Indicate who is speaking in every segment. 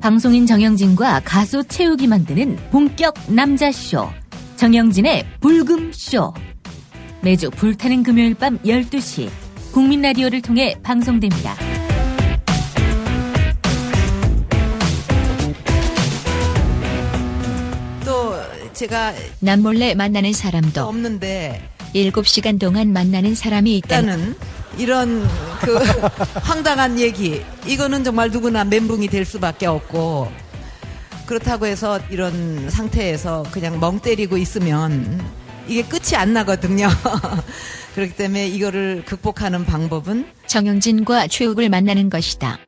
Speaker 1: 방송인 정영진과 가수 채욱이 만드는 본격 남자쇼. 정영진의 불금쇼. 매주 불타는 금요일 밤 12시. 국민 라디오를 통해 방송됩니다.
Speaker 2: 또 제가
Speaker 3: 남몰래 만나는
Speaker 1: 어.
Speaker 3: 사람도
Speaker 2: 없는데
Speaker 3: 7시간 동안 만나는 사람이 있다는
Speaker 2: 일단은 이런 그 황당한 얘기 이거는 정말 누구나 멘붕이 될 수밖에 없고 그렇다고 해서 이런 상태에서 그냥 멍 때리고 있으면 이게 끝이 안 나거든요. 그렇기 때문에 이거를 극복하는 방법은
Speaker 3: 정영진과 최욱을 만나는 것이다.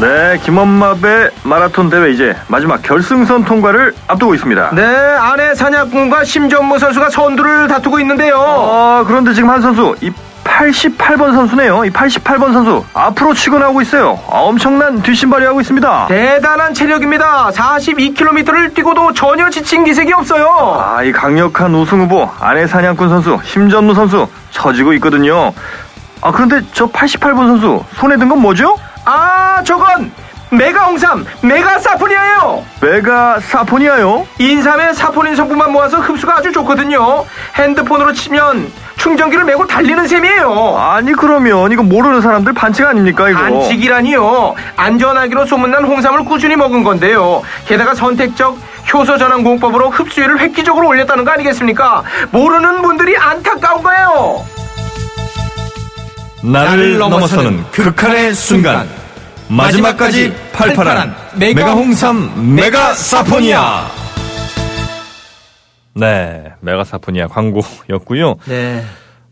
Speaker 4: 네, 김엄마배 마라톤 대회 이제 마지막 결승선 통과를 앞두고 있습니다.
Speaker 5: 네, 아내 사냥꾼과 심전무 선수가 선두를 다투고 있는데요.
Speaker 4: 어, 그런데 지금 한 선수 이 88번 선수네요. 이 88번 선수 앞으로 치고나오고 있어요. 아, 엄청난 뒷심발이 하고
Speaker 6: 네.
Speaker 4: 있습니다.
Speaker 5: 대단한 체력입니다. 42km를 뛰고도 전혀 지친 기색이 없어요.
Speaker 4: 아, 이 강력한 우승 후보 아내 사냥꾼 선수 심전무 선수 처지고 있거든요. 아, 그런데 저 88번 선수 손에 든 건 뭐죠?
Speaker 5: 아, 저건 메가 홍삼, 메가 사포닌이에요.
Speaker 4: 메가 사포니아요.
Speaker 5: 인삼의 사포닌 성분만 모아서 흡수가 아주 좋거든요. 핸드폰으로 치면 충전기를 메고 달리는 셈이에요.
Speaker 4: 아니 그러면 이거 모르는 사람들 반칙 아닙니까 이거?
Speaker 5: 반칙이라니요. 안전하기로 소문난 홍삼을 꾸준히 먹은 건데요. 게다가 선택적 효소 전환 공법으로 흡수율을 획기적으로 올렸다는 거 아니겠습니까? 모르는 분들이 안타까운 거예요.
Speaker 6: 나를 넘어서는 극한의 순간 마지막까지 팔팔한 메가 홍삼 메가 사포니아 네 메가 사포니아 광고였고요
Speaker 5: 네.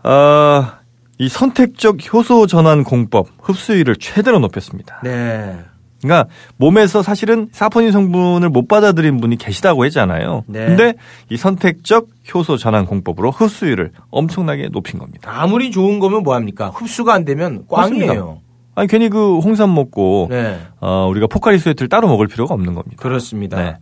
Speaker 6: 아, 이 선택적 효소 전환 공법 흡수율을 최대로 높였습니다
Speaker 5: 네.
Speaker 6: 그러니까 몸에서 사실은 사포닌 성분을 못 받아들인 분이 계시다고 했잖아요
Speaker 5: 네.
Speaker 6: 근데 이 선택적 효소 전환 공법으로 흡수율을 엄청나게 높인 겁니다
Speaker 5: 아무리 좋은 거면 뭐합니까? 흡수가 안 되면 꽝이에요.
Speaker 6: 그렇습니다. 아니 괜히 그 홍삼 먹고
Speaker 5: 네.
Speaker 6: 어, 우리가 포카리 스웨트를 따로 먹을 필요가 없는 겁니다.
Speaker 5: 그렇습니다.
Speaker 6: 네.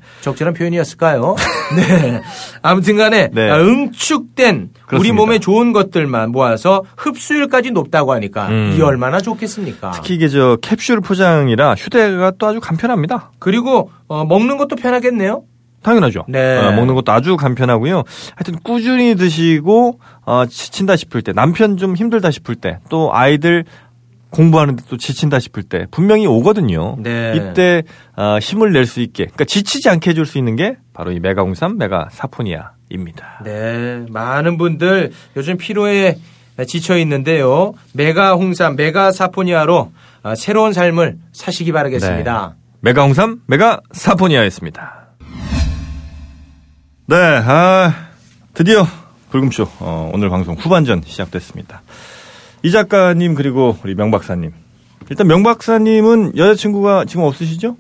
Speaker 5: 적절한 표현이었을까요? 네. 아무튼 간에
Speaker 6: 네.
Speaker 5: 아, 응축된 우리
Speaker 6: 그렇습니다.
Speaker 5: 몸에 좋은 것들만 모아서 흡수율까지 높다고 하니까
Speaker 6: 음.
Speaker 5: 이 얼마나 좋겠습니까?
Speaker 6: 특히 이게 저 캡슐 포장이라 휴대가 또 아주 간편합니다.
Speaker 5: 그리고 어, 먹는 것도 편하겠네요.
Speaker 6: 당연하죠.
Speaker 5: 네.
Speaker 6: 어, 먹는 것도 아주 간편하고요. 하여튼 꾸준히 드시고 어, 지친다 싶을 때, 남편 좀 힘들다 싶을 때, 또 아이들 공부하는데 또 지친다 싶을 때 분명히 오거든요.
Speaker 5: 네.
Speaker 6: 이때 어, 힘을 낼 수 있게, 그러니까 지치지 않게 해줄 수 있는 게 바로 이 메가홍삼 메가 사포니아입니다.
Speaker 5: 네, 많은 분들 요즘 피로에 지쳐 있는데요. 메가 홍삼, 메가 사포니아로 아, 새로운 삶을 사시기 바라겠습니다.
Speaker 6: 네. 메가홍삼 메가 사포니아였습니다. 네, 아, 드디어 불금쇼 어, 오늘 방송 후반전 시작됐습니다. 이 작가님 그리고 우리 명 박사님. 일단 명 박사님은 여자친구가 지금 없으시죠?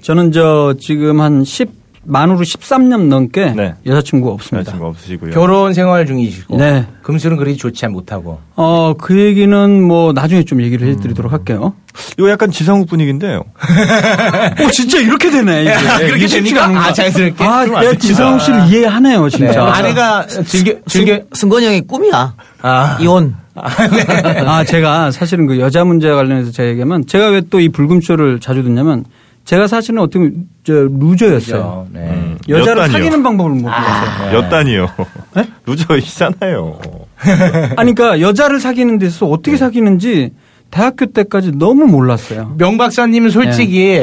Speaker 7: 저는 저 지금 한 10, 만으로 13년 넘게
Speaker 6: 네.
Speaker 7: 여자친구가 없습니다.
Speaker 6: 여자친구 없으시고요.
Speaker 5: 결혼 생활 중이시고
Speaker 7: 네.
Speaker 5: 금술은 그리 좋지 못하고
Speaker 7: 어, 그 얘기는 뭐 나중에 좀 얘기를
Speaker 5: 음.
Speaker 7: 해드리도록 할게요.
Speaker 6: 이거 약간 지상욱 분위기인데요.
Speaker 7: 오, 어, 진짜 이렇게 되네. 이게.
Speaker 5: 네. 아, 그렇게
Speaker 7: 이게 쉽지가
Speaker 5: 되니까?
Speaker 7: 않은 거야.
Speaker 5: 아, 자연스럽게?
Speaker 7: 아,
Speaker 5: 그럼 안
Speaker 7: 내가
Speaker 5: 되지.
Speaker 7: 지상욱 씨를 이해하네요,
Speaker 5: 네.
Speaker 7: 진짜.
Speaker 5: 아내가 즐겨 즐겨
Speaker 2: 승건이 형의 꿈이야.
Speaker 5: 아,
Speaker 2: 이혼.
Speaker 8: 어.
Speaker 5: 네.
Speaker 7: 아, 제가 사실은 그 여자 문제와 관련해서 제가 얘기하면 제가 왜 또 이 불금쇼를 자주 듣냐면 제가 사실은 어떻게 보면 저 루저였어요.
Speaker 5: 그죠. 네.
Speaker 6: 음,
Speaker 7: 여자를
Speaker 6: 엿단이요.
Speaker 7: 사귀는 방법을 네? 모르겠어요.
Speaker 5: 네.
Speaker 6: 몇 단이요? 루저이잖아요.
Speaker 7: 아니, 그러니까 여자를 사귀는 데 있어서 어떻게
Speaker 5: 네.
Speaker 7: 사귀는지 대학교 때까지 너무 몰랐어요.
Speaker 5: 명 박사님은 솔직히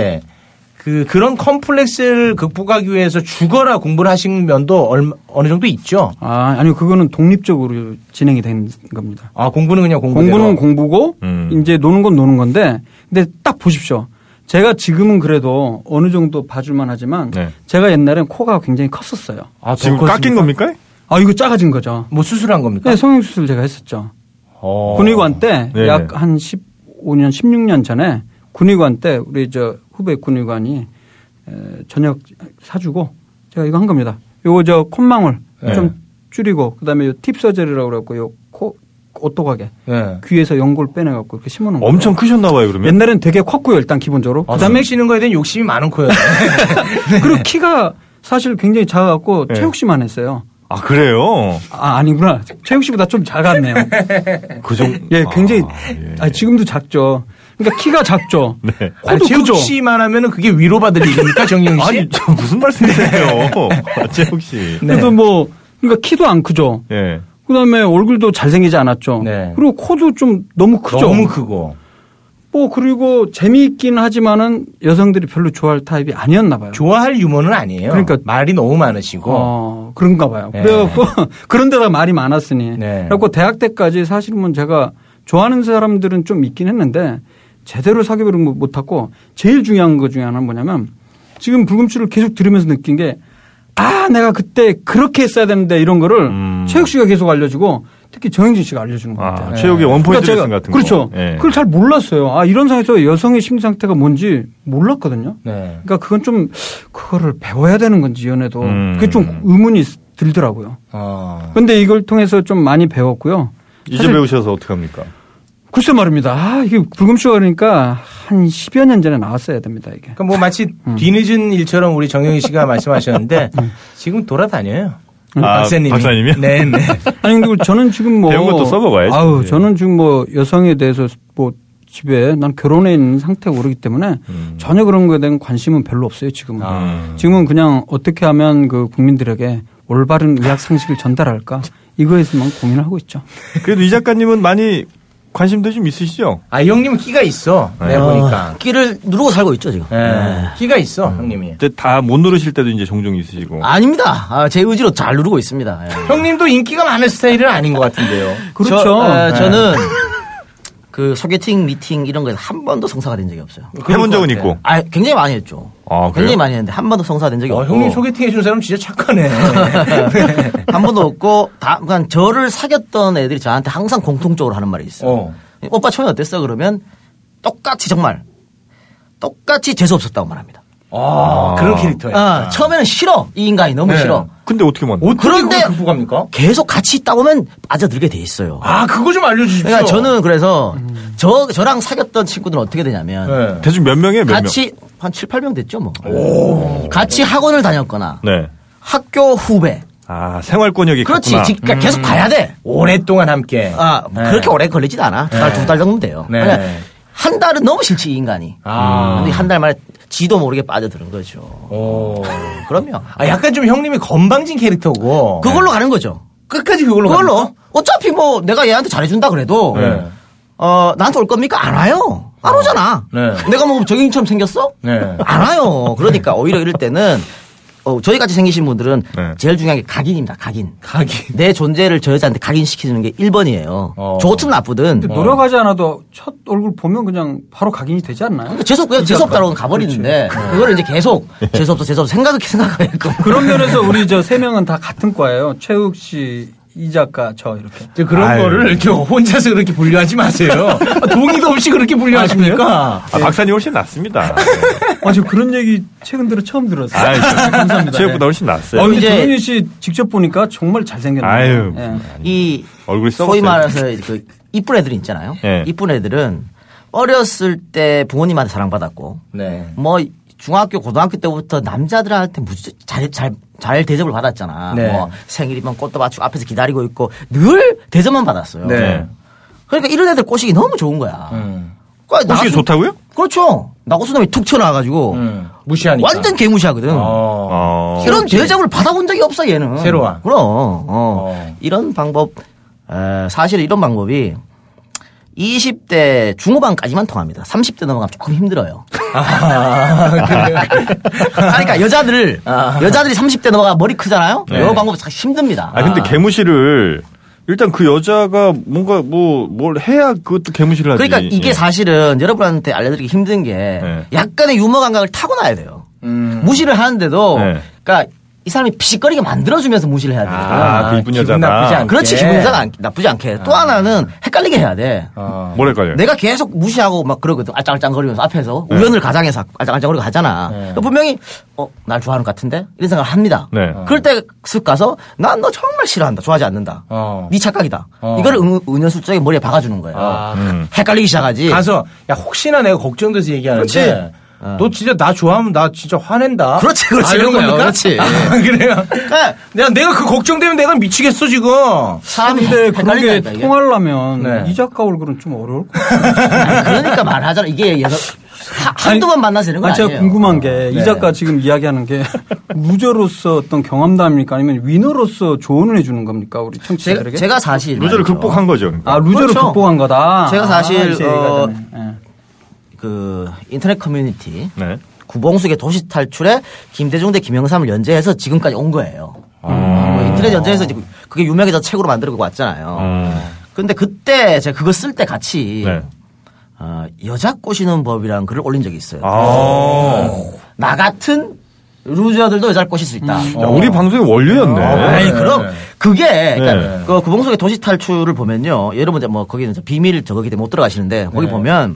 Speaker 5: 그 그런 컴플렉스를 극복하기 위해서 죽어라 공부를 하신 면도 얼마, 어느 정도 있죠.
Speaker 7: 아, 아니요. 그거는 독립적으로 진행이 된 겁니다.
Speaker 5: 아 공부는 그냥 공부대로.
Speaker 7: 공부는 공부고
Speaker 6: 음.
Speaker 7: 이제 노는 건 노는 건데 근데 딱 보십시오. 제가 지금은 그래도 어느 정도 봐줄만 하지만
Speaker 6: 네.
Speaker 7: 제가 옛날엔 코가 굉장히 컸었어요.
Speaker 5: 아, 더
Speaker 6: 지금
Speaker 5: 컸습니까?
Speaker 6: 깎인 겁니까?
Speaker 7: 아, 이거 작아진 거죠.
Speaker 5: 뭐 수술한 겁니까?
Speaker 7: 네, 성형수술 제가 했었죠.
Speaker 5: 어.
Speaker 7: 군의관 때
Speaker 6: 네네.
Speaker 7: 약 한 15년, 16년 전에 군의관 때 우리 저 후배 군의관이 에, 저녁 사주고 제가 이거 한 겁니다. 요거 저 콧망울
Speaker 6: 네.
Speaker 7: 좀 줄이고 그다음에 요팁 서젤이라고 그래갖고 요코 오똑하게
Speaker 5: 네.
Speaker 7: 귀에서 연골 빼내갖고 이렇게 심어놓은 거예요.
Speaker 6: 엄청 크셨나 봐요, 그러면.
Speaker 7: 옛날엔 되게 컸고요 일단 기본적으로.
Speaker 5: 아,
Speaker 7: 그다음에
Speaker 5: 숨 쉬는 거에 대한 욕심이 많은 코였네.
Speaker 7: 그리고 키가 사실 굉장히 작아갖고
Speaker 6: 네.
Speaker 7: 최욱 씨만 했어요.
Speaker 6: 아, 그래요?
Speaker 7: 아 아니구나 최욱 씨보다 좀 작았네요.
Speaker 6: 그 정도.
Speaker 7: 예, 굉장히
Speaker 6: 아, 예.
Speaker 7: 아, 지금도 작죠. 그러니까 키가 작죠. 아,
Speaker 6: 네.
Speaker 7: 코도 크죠.
Speaker 5: 아, 최욱 씨만 하면 그게 위로받을 일입니까, 정영 씨?
Speaker 6: 아니, 저 무슨 말씀이세요? 재욱 씨.
Speaker 5: 네.
Speaker 7: 그래도 뭐 그러니까 키도 안 크죠.
Speaker 6: 예.
Speaker 7: 그다음에 얼굴도 잘생기지 않았죠.
Speaker 5: 네.
Speaker 7: 그리고 코도 좀 너무 크죠.
Speaker 5: 너무 크고
Speaker 7: 뭐 그리고 재미있긴 하지만은 여성들이 별로 좋아할 타입이 아니었나 봐요.
Speaker 5: 좋아할 유머는 아니에요.
Speaker 7: 그러니까-
Speaker 5: 말이 너무 많으시고
Speaker 7: 어, 그런가 봐요.
Speaker 6: 예.
Speaker 5: 네.
Speaker 7: 그래갖고 그런데다 말이 많았으니.
Speaker 5: 네.
Speaker 7: 그래갖고 대학 때까지 사실은 제가 좋아하는 사람들은 좀 있긴 했는데 제대로 사귀어를 못하고 제일 중요한 거 중에 하나는 뭐냐면 지금 불금쇼를 계속 들으면서 느낀 게 아, 내가 그때 그렇게 했어야 되는데 이런 거를
Speaker 6: 음.
Speaker 7: 최욱 씨가 계속 알려주고 특히 정영진 씨가 알려주는 것 같아요. 네. 예. 그러니까
Speaker 6: 아, 최욱의 원포인트 레슨 같은 거.
Speaker 7: 그렇죠.
Speaker 6: 예.
Speaker 7: 그걸 잘 몰랐어요. 아, 이런 상황에서 여성의 심리 상태가 뭔지 몰랐거든요.
Speaker 5: 네.
Speaker 7: 그러니까 그건 좀 그거를 배워야 되는 건지 연애도
Speaker 6: 음.
Speaker 7: 그게 좀 의문이 있- 들더라고요.
Speaker 5: 어.
Speaker 7: 근데 이걸 통해서 좀 많이 배웠고요.
Speaker 6: 이제
Speaker 7: 사실-
Speaker 6: 배우셔서 어떡합니까?
Speaker 7: 글쎄 말입니다. 아, 이게 불금쇼가 그러니까 한 10여 년 전에 나왔어야 됩니다, 이게.
Speaker 5: 그러니까 뭐 마치
Speaker 6: 음.
Speaker 5: 뒤늦은 일처럼 우리 정영희 씨가 말씀하셨는데 지금 돌아다녀요.
Speaker 6: 아,
Speaker 5: 음, 박사님이.
Speaker 6: 박사님이요?
Speaker 5: 네, 네.
Speaker 7: 아니 근데 저는 지금 뭐
Speaker 6: 배운 것도 써먹어야지.
Speaker 7: 아우,
Speaker 6: 예.
Speaker 7: 저는 지금 뭐 여성에 대해서 뭐 집에 난 결혼해 있는 상태고 그러기 때문에
Speaker 6: 음.
Speaker 7: 전혀 그런 거에 대한 관심은 별로 없어요, 지금은.
Speaker 5: 아.
Speaker 7: 지금은 그냥 어떻게 하면 그 국민들에게 올바른 의학 상식을 전달할까? 이거에서만 고민하고 있죠.
Speaker 6: 그래도 이 작가님은 많이 관심도 좀 있으시죠?
Speaker 5: 아, 형님은 끼가 있어.
Speaker 6: 네.
Speaker 5: 내 보니까.
Speaker 8: 끼를 누르고 살고 있죠
Speaker 6: 아.
Speaker 8: 지금.
Speaker 5: 예. 끼가 있어,
Speaker 6: 음.
Speaker 5: 형님이.
Speaker 6: 근데 다 못 누르실 때도 이제 종종 있으시고.
Speaker 8: 아닙니다. 아, 제 의지로 잘 누르고 있습니다. 예.
Speaker 5: 형님도 인기가 많은 스타일은 아닌 것 같은데요.
Speaker 7: 그렇죠.
Speaker 8: 저, 는그 소개팅, 미팅 이런 거에서 한 번도 성사가 된 적이 없어요.
Speaker 6: 해본 적은 있고.
Speaker 8: 아, 굉장히 많이 했죠.
Speaker 6: 아, 그래요?
Speaker 8: 굉장히 많이 했는데 한 번도 성사된 적이
Speaker 5: 어,
Speaker 8: 없고.
Speaker 5: 형님 소개팅 해준 사람 진짜 착하네. 네.
Speaker 8: 한 번도 없고 다 그냥 저를 사귀었던 애들이 저한테 항상 공통적으로 하는 말이 있어요.
Speaker 5: 어.
Speaker 8: 오빠 처음에 어땠어? 그러면 똑같이 정말 똑같이 재수 없었다고 말합니다.
Speaker 5: 아, 그런 캐릭터예요.
Speaker 8: 아, 처음에는 싫어 이 인간이 너무
Speaker 5: 네.
Speaker 8: 싫어.
Speaker 6: 근데 어떻게 만나?
Speaker 5: 어떻게
Speaker 8: 그런데-
Speaker 5: 그걸 극복합니까?
Speaker 8: 계속 같이 있다 보면 빠져들게 돼 있어요.
Speaker 5: 아, 그거 좀 알려주십시오.
Speaker 8: 그러니까 저는 그래서 저 저랑 사귀었던 친구들은 어떻게 되냐면
Speaker 5: 네.
Speaker 6: 대충 몇 명이에요, 몇
Speaker 8: 같이 한 7, 8명 됐죠 뭐. 같이 학원을 다녔거나
Speaker 6: 명? 네.
Speaker 8: 학교 후배.
Speaker 6: 아, 생활권역이
Speaker 8: 그렇지.
Speaker 6: 같구나.
Speaker 8: 지- 그러니까 계속 가야 돼.
Speaker 5: 오랫동안 함께.
Speaker 8: 아, 뭐
Speaker 5: 음. 네.
Speaker 8: 그렇게 오래 걸리진 않아. 두 달, 두 달 정도면 돼요.
Speaker 5: 네.
Speaker 8: 그러니까 한 달은 너무 싫지, 이 인간이.
Speaker 5: 아.
Speaker 8: 근데 한 달 만에 지도 모르게 빠져드는 거죠.
Speaker 5: 오.
Speaker 8: 그럼요.
Speaker 5: 아, 약간 좀 형님이 건방진 캐릭터고.
Speaker 8: 그걸로 가는 거죠.
Speaker 5: 끝까지 그걸로.
Speaker 8: 그걸로.
Speaker 5: 갑니까?
Speaker 8: 어차피 뭐 내가 얘한테 잘해준다 그래도,
Speaker 5: 네.
Speaker 8: 어, 나한테 올 겁니까? 안 와요. 안 오잖아.
Speaker 5: 네.
Speaker 8: 내가 뭐 정인처럼 생겼어?
Speaker 5: 네.
Speaker 8: 안 와요. 그러니까 오히려 이럴 때는, 어, 저희같이 생기신 분들은
Speaker 6: 네.
Speaker 8: 제일 중요한 게 각인입니다, 각인.
Speaker 5: 가긴.
Speaker 8: 내 존재를 저 여자한테 각인시키는 게 1번이에요.
Speaker 5: 어.
Speaker 8: 좋든 나쁘든.
Speaker 7: 근데 그뭐 노력하지 않아도 첫 얼굴 보면 그냥 바로 각인이 되지 않나요?
Speaker 8: 그러니까 재수 그냥 재수 없다고 가버리는데 그거를 이제 계속 재수 없어 재수 없어 생각을 생각하게끔
Speaker 7: 그런 면에서 우리 저 세 명은 다 같은 과예요. 최욱 씨, 이 작가, 저 이렇게.
Speaker 5: 이제 그런
Speaker 6: 아유.
Speaker 5: 거를 이렇게 혼자서 그렇게 분류하지 마세요. 아, 동의도 없이 그렇게 분류하십니까?
Speaker 6: 아, 박사님 훨씬 낫습니다.
Speaker 7: 아, 저 그런 얘기 최근 들어 처음 들었어요.
Speaker 6: 아유,
Speaker 7: 감사합니다.
Speaker 6: 체육보다
Speaker 7: 네.
Speaker 6: 훨씬 낫어요.
Speaker 7: 어, 근데
Speaker 8: 이제-
Speaker 7: 정윤희 씨 직접 보니까 정말 잘생겼네요.
Speaker 6: 아유.
Speaker 7: 예.
Speaker 8: 이
Speaker 6: 얼굴이
Speaker 8: 소위
Speaker 6: 썩었어요.
Speaker 8: 말해서 그 이쁜 애들 있잖아요.
Speaker 6: 예.
Speaker 8: 이쁜 애들은 어렸을 때 부모님한테 사랑받았고
Speaker 5: 네.
Speaker 8: 뭐 중학교 고등학교 때부터 남자들한테 무지 잘잘 잘, 잘 대접을 받았잖아.
Speaker 5: 네.
Speaker 8: 뭐 생일이면 꽃도 맞추고 앞에서 기다리고 있고 늘 대접만 받았어요.
Speaker 5: 네.
Speaker 8: 그러니까 이런 애들 꼬시기 너무 좋은 거야.
Speaker 5: 음.
Speaker 8: 그러니까
Speaker 6: 꼬시기
Speaker 8: 나가서-
Speaker 6: 좋다고요?
Speaker 8: 그렇죠. 나고수놈이 툭 튀어나와가지고
Speaker 5: 음. 무시하니까.
Speaker 8: 완전 개무시하거든.
Speaker 5: 어.
Speaker 6: 어.
Speaker 8: 이런 대접을 받아본 적이 없어 얘는.
Speaker 5: 새로와.
Speaker 8: 그럼 어.
Speaker 5: 어.
Speaker 8: 이런 방법 에, 사실 이런 방법이 20대 중후반까지만 통합니다. 30대 넘어가면 조금 힘들어요. 아, 그러니까 여자들 여자들이 30대 넘어가 머리 크잖아요.
Speaker 6: 아. 네.
Speaker 8: 이런 방법 사실 힘듭니다.
Speaker 6: 아, 근데 개무시를 일단 그 여자가 뭔가 뭐 뭘 해야 그것도 개무시를 하지.
Speaker 8: 그러니까 이게
Speaker 6: 예.
Speaker 8: 사실은 여러분한테 알려드리기 힘든 게
Speaker 6: 네. 음.
Speaker 8: 약간의 유머 감각을 타고나야 돼요. 무시를 하는데도
Speaker 6: 네.
Speaker 8: 그러니까 이 사람이 비식거리게 만들어주면서 무시를 해야 되니까.
Speaker 6: 아, 그 이쁜
Speaker 5: 기분
Speaker 6: 여자다.
Speaker 5: 나쁘지 않게.
Speaker 8: 그렇지 기분 이상 안- 나쁘지 않게. 또 하나는 헷갈리게 해야 돼.
Speaker 5: 어.
Speaker 6: 뭘 헷갈려요?
Speaker 8: 내가 계속 무시하고 막 그러거든. 알짱알짱거리면서 앞에서 우연을 가장해서 알짱알짱거리고 하잖아. 그러니까
Speaker 5: 네.
Speaker 8: 분명히 어 날 좋아하는 것 같은데 이런 생각을 합니다.
Speaker 6: 네.
Speaker 8: 그럴 때 슥 가서 난 너 정말 싫어한다. 좋아하지 않는다.
Speaker 5: 어.
Speaker 8: 네 착각이다.
Speaker 5: 어.
Speaker 8: 이걸 은, 은연슬쩍 머리에 박아주는 거예요.
Speaker 5: 아.
Speaker 6: 음.
Speaker 8: 헷갈리기 시작하지.
Speaker 5: 가서 야 혹시나 내가 걱정돼서 얘기하는데
Speaker 8: 그렇지.
Speaker 5: 너 진짜 나 좋아하면 나 진짜 화낸다.
Speaker 8: 그렇지, 그렇지.
Speaker 5: 아, 이런
Speaker 8: 이런 거예요.
Speaker 5: 겁니까?
Speaker 8: 그렇지.
Speaker 5: 아, 그래요.
Speaker 8: 그러니까
Speaker 5: 내가 내가 그 걱정되면 내가 미치겠어 지금.
Speaker 8: 사람이
Speaker 7: 근데 그런 게
Speaker 8: 헷갈린다니까, 이게.
Speaker 7: 통하려면
Speaker 5: 네.
Speaker 7: 이 작가 얼굴은 좀 어려울 것 같아요.
Speaker 8: 아니, 그러니까 말하잖아. 이게 예서 하- 한두 번 만나서 이런 거
Speaker 7: 아니,
Speaker 8: 아니에요. 어.
Speaker 7: 제가 궁금한 게 이
Speaker 6: 네.
Speaker 7: 작가 지금 이야기하는 게 루저로서 어떤 경험담입니까 아니면 위너로서 조언을 해주는 겁니까 우리
Speaker 8: 네. 제가,
Speaker 7: 청취자들에게?
Speaker 8: 제가 사실
Speaker 6: 루저를
Speaker 8: 말이죠.
Speaker 6: 극복한 거죠. 그러니까.
Speaker 7: 아 루저를
Speaker 8: 그렇죠.
Speaker 7: 극복한 거다.
Speaker 8: 제가 사실,
Speaker 7: 아, 이제 얘기가
Speaker 8: 어,
Speaker 7: 되네. 예.
Speaker 8: 그 인터넷 커뮤니티
Speaker 6: 네.
Speaker 8: 구봉숙의 도시 탈출에 김대중 대 김영삼을 연재해서 지금까지 온 거예요.
Speaker 6: 음.
Speaker 8: 뭐 인터넷 연재해서 지금 그게 유명해서 책으로 만들고 왔잖아요.
Speaker 6: 음.
Speaker 8: 근데 그때 제가 그거 쓸 때 같이
Speaker 6: 네.
Speaker 8: 어, 여자 꼬시는 법이라는 글을 올린 적이 있어요.
Speaker 6: 아.
Speaker 8: 나 같은 루저들도 여자를 꼬실 수 있다.
Speaker 6: 야, 우리 방송의 원료였네.
Speaker 8: 아이 그럼 그게
Speaker 6: 네.
Speaker 8: 그러니까 그 구봉석의 도시 탈출을 보면요. 여러분 이제 뭐 거기는 이제 비밀 저거기 때문에 못 들어가시는데 거기 보면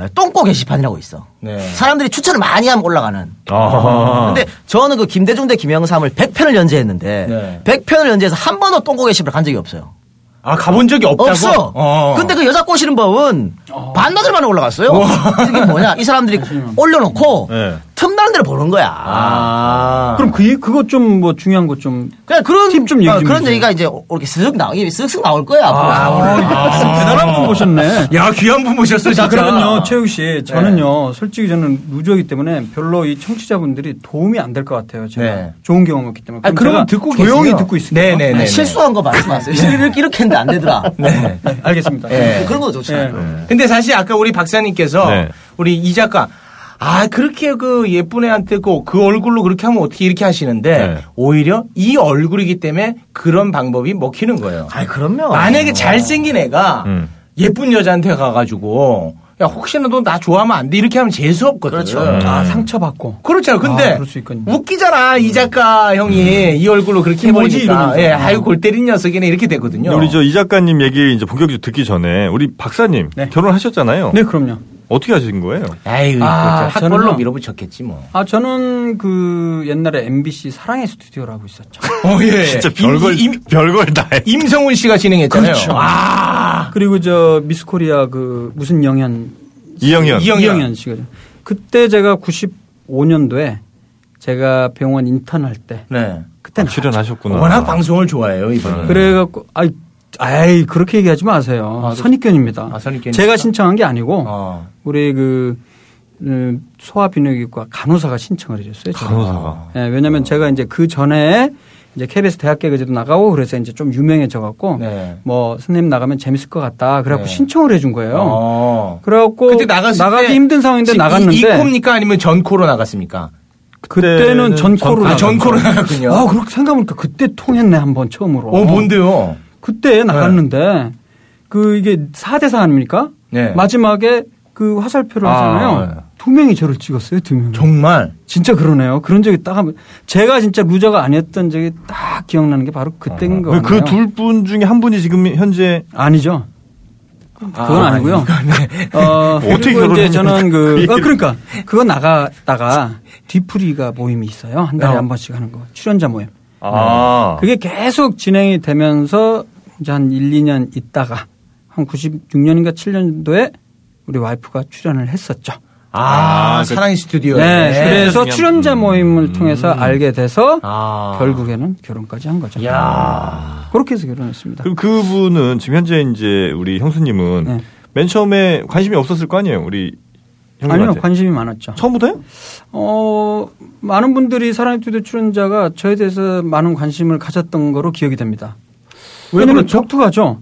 Speaker 8: 에, 똥꼬 게시판이라고 있어.
Speaker 5: 네.
Speaker 8: 사람들이 추천을 많이 하면 올라가는.
Speaker 6: 아.
Speaker 8: 근데 저는 그 김대중 대 김영삼을 100편을 연재했는데
Speaker 5: 네.
Speaker 8: 100편을 연재해서 한 번도 똥꼬 게시판을 간 적이 없어요.
Speaker 5: 아 가본 적이 없다고.
Speaker 8: 없어.
Speaker 5: 어.
Speaker 8: 근데 그 여자 꼬시는 법은 반나절 만에 올라갔어요. 이게 뭐냐? 이 사람들이 올려놓고
Speaker 6: 네.
Speaker 8: 틈나는 대로 보는 거야.
Speaker 5: 아.
Speaker 7: 그럼 그 그것 좀 뭐 중요한 것 좀.
Speaker 8: 그냥 그런
Speaker 7: 팁좀 얘기
Speaker 8: 어,
Speaker 7: 좀
Speaker 8: 그런
Speaker 7: 해주세요.
Speaker 8: 얘기가 이제 이렇게 쓱 나오 쓱쓱 나올 거야.
Speaker 7: 아,
Speaker 8: 앞으로.
Speaker 7: 대단한 분 보셨네. 예.
Speaker 5: 야 귀한 분 모셨어 진짜.
Speaker 7: 자, 그러면요, 최욱 씨. 저는요, 솔직히 저는 루저이기 때문에 별로 이 청취자분들이 도움이 안 될 것 같아요. 제가
Speaker 5: 네.
Speaker 7: 좋은 경험 없기 때문에.
Speaker 5: 아, 그러면
Speaker 7: 제가
Speaker 5: 듣고
Speaker 7: 조용히
Speaker 5: 계세요.
Speaker 7: 듣고 있습니다.
Speaker 5: 네, 네.
Speaker 8: 아니, 실수한 거 말씀 하세요. 이렇게, 이렇게 했는데 안 되더라.
Speaker 7: 네, 알겠습니다.
Speaker 5: 네.
Speaker 8: 그런 거 좋지.
Speaker 7: 네.
Speaker 8: 않아요?
Speaker 5: 근데 사실 아까 우리 박사님께서
Speaker 6: 네.
Speaker 5: 우리 이 작가 아 그렇게 그 예쁜 애한테 그, 그 얼굴로 그렇게 하면 어떻게 이렇게 하시는데
Speaker 6: 네.
Speaker 5: 오히려 이 얼굴이기 때문에 그런 방법이 먹히는 거예요.
Speaker 8: 아이, 그럼요.
Speaker 5: 만약에 잘생긴 애가
Speaker 6: 음.
Speaker 5: 예쁜 여자한테 가가지고 야 혹시나 너 나 좋아하면 안 돼 이렇게 하면 재수 없거든.
Speaker 8: 그렇죠.
Speaker 6: 음.
Speaker 7: 아, 상처받고.
Speaker 5: 그렇잖아요. 그렇죠. 근데
Speaker 7: 아, 그럴 수 있군요.
Speaker 5: 웃기잖아 이 작가 형이 이 얼굴로 그렇게
Speaker 7: 뭐지?
Speaker 5: 해버리니까
Speaker 7: 이러면서.
Speaker 5: 예, 아유 골 때린 녀석이네 이렇게 되거든요.
Speaker 6: 근데 우리 저 이 작가님 얘기 이제 본격적으로 듣기 전에 우리 박사님
Speaker 7: 네.
Speaker 6: 결혼하셨잖아요.
Speaker 7: 네, 그럼요.
Speaker 6: 어떻게 하신 거예요?
Speaker 5: 아유
Speaker 7: 아,
Speaker 5: 그렇죠. 학벌로
Speaker 7: 저는요.
Speaker 5: 밀어붙였겠지 뭐.
Speaker 7: 아, 저는 그 옛날에 MBC 사랑의 스튜디오라고 있었죠.
Speaker 5: 어, 예.
Speaker 6: 진짜
Speaker 5: 임-
Speaker 6: 별걸
Speaker 5: 임,
Speaker 6: 별걸 다 해.
Speaker 5: 성훈 씨가 진행했잖아요.
Speaker 7: 그렇죠.
Speaker 5: 아.
Speaker 7: 그리고 저 미스 코리아 그 무슨 영현
Speaker 6: 이영현.
Speaker 5: 이영- 이영현.
Speaker 7: 이영현 씨가 그때 제가 95년도에 제가 병원 인턴할 때
Speaker 5: 네.
Speaker 7: 그때 는
Speaker 6: 아, 출연하셨구나.
Speaker 5: 워낙 방송을 좋아해요,
Speaker 6: 네.
Speaker 7: 네.
Speaker 5: 이분이.
Speaker 7: 그래갖고 아이 아이 그렇게 얘기하지 마세요
Speaker 5: 아, 그-
Speaker 7: 선입견입니다.
Speaker 5: 아, 선입견입니까?
Speaker 7: 제가 신청한 게 아니고
Speaker 5: 어.
Speaker 7: 우리 그 음, 소아비뇨기과 간호사가 신청을 해줬어요. 저를.
Speaker 6: 간호사가.
Speaker 7: 예, 왜냐하면 제가 이제 그 전에 이제 KBS 대학 개그제도 나가고 그래서 이제 좀 유명해져갖고
Speaker 5: 네.
Speaker 7: 뭐 선생님 나가면 재밌을 것 같다. 그래갖고
Speaker 5: 네.
Speaker 7: 신청을 해준 거예요.
Speaker 5: 어.
Speaker 7: 그래갖고
Speaker 5: 그때 나갔을
Speaker 7: 나가기
Speaker 5: 때
Speaker 7: 힘든 상황인데
Speaker 5: 이-
Speaker 7: 나갔는데
Speaker 5: 이 코입니까 아니면 전 코로 나갔습니까?
Speaker 7: 그때는 전 코로
Speaker 5: 아, 전 코로 나갔군요.
Speaker 7: 아 그렇게 생각해보니까 그때 통했네 한번 처음으로.
Speaker 5: 어, 뭔데요?
Speaker 7: 그때 나갔는데 그 이게 4대4 아닙니까?
Speaker 5: 네.
Speaker 7: 마지막에 그 화살표를
Speaker 5: 아,
Speaker 7: 하잖아요.
Speaker 5: 네.
Speaker 7: 두 명이 저를 찍었어요. 두 명.
Speaker 5: 정말.
Speaker 7: 진짜 그러네요. 그런 적이 딱 한 번. 제가 진짜 루저가 아니었던 적이 딱 기억나는 게 바로 그때인 거 같아요.
Speaker 6: 그 둘 분 중에 한 분이 지금 현재
Speaker 7: 아니죠. 그건 아, 니고요 어,
Speaker 6: 어떻게
Speaker 7: 그리고
Speaker 6: 결혼했는데
Speaker 7: 이제 저는
Speaker 6: 그
Speaker 7: 그,
Speaker 6: 얘기를.
Speaker 7: 어, 그러니까 그거 나갔다가 뒤풀이가 모임이 있어요. 한 달에
Speaker 5: 어.
Speaker 7: 한 번씩 하는 거. 출연자 모임.
Speaker 6: 아.
Speaker 7: 그게 계속 진행이 되면서 이제 한 1, 2년 있다가 한 96년인가 7년도에 우리 와이프가 출연을 했었죠.
Speaker 5: 아,
Speaker 6: 아, 그-
Speaker 5: 사랑의 스튜디오.
Speaker 7: 네, 그래서
Speaker 6: 중요한-
Speaker 7: 출연자 모임을 통해서 알게 돼서
Speaker 5: 아.
Speaker 7: 결국에는 결혼까지 한 거죠.
Speaker 5: 야.
Speaker 7: 그렇게 해서 결혼했습니다.
Speaker 6: 그럼 그분은 지금 현재 이제 우리 형수님은
Speaker 7: 네.
Speaker 6: 맨 처음에 관심이 없었을 거 아니에요. 우리 형님한테.
Speaker 7: 아니요, 관심이 많았죠.
Speaker 6: 처음부터요?
Speaker 7: 어, 많은 분들이 사랑의 투대 출연자가 저에 대해서 많은 관심을 가졌던 거로 기억이 됩니다. 왜냐면 적투가죠.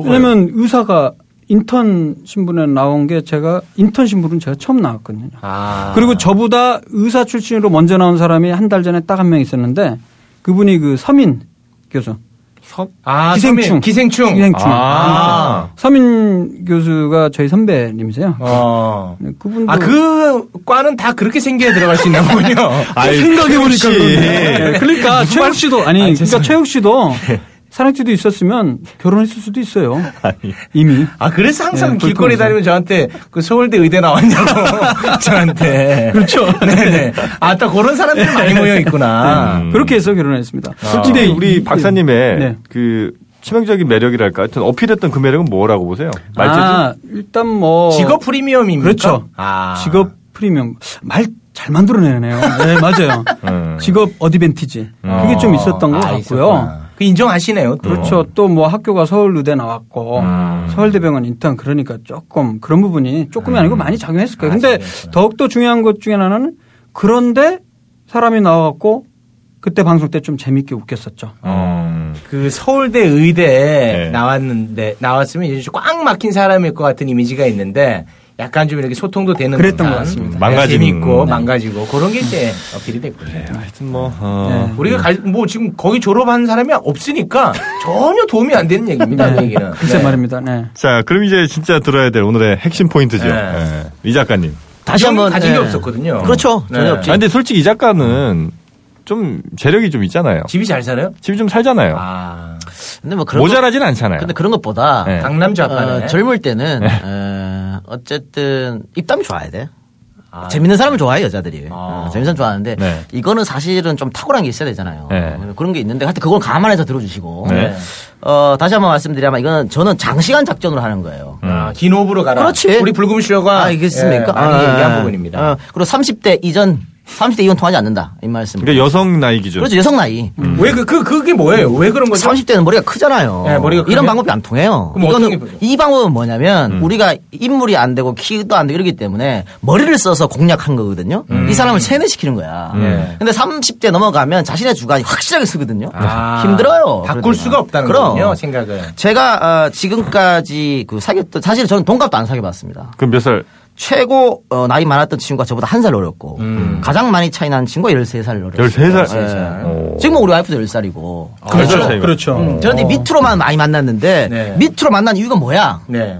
Speaker 7: 왜냐면 의사가 인턴 신분에 나온 게 제가 인턴 신분은 제가 처음 나왔거든요.
Speaker 5: 아.
Speaker 7: 그리고 저보다 의사 출신으로 먼저 나온 사람이 한 달 전에 딱 한 명 있었는데 그분이 그 서민 교수.
Speaker 5: 아,
Speaker 7: 기생충.
Speaker 5: 기생충.
Speaker 7: 기생충.
Speaker 5: 아.
Speaker 7: 서민 교수가 저희 선배님이세요. 네,
Speaker 5: 어.
Speaker 7: 그분도
Speaker 5: 아, 그 과는 다 그렇게 생겨야 들어갈 수 있나 보군요.
Speaker 6: 아이,
Speaker 7: 생각해보니까
Speaker 6: 혹시.
Speaker 7: 그러네. 네, 그러니까 최욱 씨도 아니
Speaker 5: 예. 아니,
Speaker 7: 그러니까
Speaker 5: 죄송해요.
Speaker 7: 최욱 씨도 사랑띠도 있었으면 결혼했을 수도 있어요.
Speaker 6: 아니.
Speaker 7: 이미.
Speaker 5: 아, 그래서 항상
Speaker 7: 네,
Speaker 5: 길거리
Speaker 7: 불통이죠.
Speaker 5: 다니면 저한테 그 서울대 의대 나왔냐고. 저한테. 그렇죠. 네네. 아, 딱 그런 사람들이 많이 모여 있구나.
Speaker 6: 음.
Speaker 7: 네. 그렇게 해서 결혼했습니다.
Speaker 6: 솔직히
Speaker 7: 근데
Speaker 6: 우리
Speaker 7: 아, 이-
Speaker 6: 박사님의
Speaker 7: 네.
Speaker 6: 그 치명적인 매력이랄까 하여튼 어필했던 그 매력은 뭐라고 보세요? 말재주?
Speaker 7: 아, 일단 뭐
Speaker 5: 어. 직업 프리미엄입니까?
Speaker 7: 그렇죠.
Speaker 5: 아.
Speaker 7: 직업 프리미엄 말 잘 만들어내네요. 네, 맞아요.
Speaker 6: 음.
Speaker 7: 직업 어드밴티지
Speaker 6: 음.
Speaker 7: 그게 좀 있었던 것
Speaker 5: 아,
Speaker 7: 같고요.
Speaker 5: 있었구나. 그 인정하시네요. 또.
Speaker 7: 그렇죠. 또 뭐 학교가 서울의대 나왔고
Speaker 6: 음.
Speaker 7: 서울대병원 인턴 그러니까 조금 그런 부분이 조금이 아니고 많이 작용했을 거예요. 근데 더욱 더 중요한 것 중에 하나는 그런데 사람이 나와갖고 그때 방송 때 좀 재밌게 웃겼었죠.
Speaker 6: 음.
Speaker 5: 그 서울대 의대
Speaker 6: 네.
Speaker 5: 에 나왔는데 나왔으면 이제 꽉 막힌 사람일 것 같은 이미지가 있는데 약간 좀 이렇게 소통도 되는
Speaker 7: 그랬던
Speaker 5: 듯한
Speaker 7: 것 같습니다.
Speaker 6: 망가지는.
Speaker 5: 재밌고
Speaker 6: 네.
Speaker 5: 망가지고 그런 게 이제 어필이 됐군요.
Speaker 6: 하여튼 뭐 어.
Speaker 7: 네.
Speaker 5: 우리가 갈- 뭐 지금 거기 졸업한 사람이 없으니까 전혀 도움이 안 되는 얘기입니다. 그 얘기는.
Speaker 7: 글쎄
Speaker 5: 네.
Speaker 7: 말입니다. 네.
Speaker 6: 자, 그럼 이제 진짜 들어야 될 오늘의 핵심 포인트죠.
Speaker 5: 네.
Speaker 6: 예. 이 작가님.
Speaker 8: 다시 한번
Speaker 5: 가진 게
Speaker 8: 예.
Speaker 5: 없었거든요.
Speaker 8: 그렇죠.
Speaker 5: 네.
Speaker 8: 전혀 없지.
Speaker 6: 아, 근데 솔직히 이 작가는 좀 재력이 좀 있잖아요.
Speaker 5: 집이 잘 살아요?
Speaker 6: 집이 좀 살잖아요.
Speaker 5: 아,
Speaker 8: 근데 뭐 그런 것-
Speaker 6: 모자라진 않잖아요.
Speaker 8: 근데 그런 것보다
Speaker 6: 네.
Speaker 5: 강남 좌파네.
Speaker 8: 어, 젊을 때는 어, 어쨌든 입담이 좋아야 돼.
Speaker 5: 아,
Speaker 8: 재밌는 사람을 좋아해 여자들이.
Speaker 5: 아.
Speaker 8: 어, 재밌는 사람 좋아하는데
Speaker 6: 네.
Speaker 8: 이거는 사실은 좀 탁월한 게 있어야 되잖아요.
Speaker 6: 네.
Speaker 8: 그런 게 있는데 하여튼 그걸 감안해서 들어주시고
Speaker 6: 네.
Speaker 8: 어, 다시 한번 말씀드리면 이거는 저는 장시간 작전으로 하는 거예요.
Speaker 6: 음.
Speaker 5: 아, 긴 호흡으로 가라.
Speaker 8: 그렇지.
Speaker 5: 우리 불금쇼가
Speaker 8: 아, 이겠습니까?
Speaker 5: 예, 많이
Speaker 8: 아,
Speaker 5: 얘기한
Speaker 8: 아,
Speaker 5: 부분입니다.
Speaker 8: 아, 그리고 30대 이전 30대 이건 통하지 않는다 이 말씀.
Speaker 6: 그러니까 여성 나이 기준.
Speaker 8: 그렇죠 여성 나이.
Speaker 5: 왜 그 그 그게 뭐예요? 왜 그런 거죠?
Speaker 8: 30대는 머리가 크잖아요.
Speaker 5: 네, 머리가 크면?
Speaker 8: 이런 방법이 안 통해요.
Speaker 5: 그럼 어떻게 음.
Speaker 8: 이거는
Speaker 5: 보죠?
Speaker 8: 이 방법은 뭐냐면 우리가 인물이 안 되고 키도 안 되고 이러기 때문에 머리를 써서 공략한 거거든요.
Speaker 5: 음.
Speaker 8: 이 사람을 세뇌시키는 거야.
Speaker 5: 네.
Speaker 8: 근데 30대 넘어가면 자신의 주관이 확실하게 쓰거든요.
Speaker 5: 아,
Speaker 8: 힘들어요.
Speaker 5: 바꿀
Speaker 8: 그러다가.
Speaker 5: 수가 없다는
Speaker 8: 그럼.
Speaker 5: 거군요, 생각을.
Speaker 8: 제가 어, 지금까지 그 사귀었던 사실 저는 동갑도 안 사귀어봤습니다.
Speaker 6: 그럼 몇 살?
Speaker 8: 최고 어, 나이 많았던 친구가 저보다 한 살 어렸고
Speaker 5: 음.
Speaker 8: 가장 많이 차이 나는 친구가 13살 어렸어요.
Speaker 6: 13살? 네. 어. 아,
Speaker 8: 예. 지금 뭐 우리 와이프도 10살이고.
Speaker 6: 몇 살 차이가?
Speaker 5: 그렇죠.
Speaker 8: 저한테 밑으로만 많이 만났는데
Speaker 5: 네.
Speaker 8: 밑으로 만난 이유가 뭐야?
Speaker 5: 네.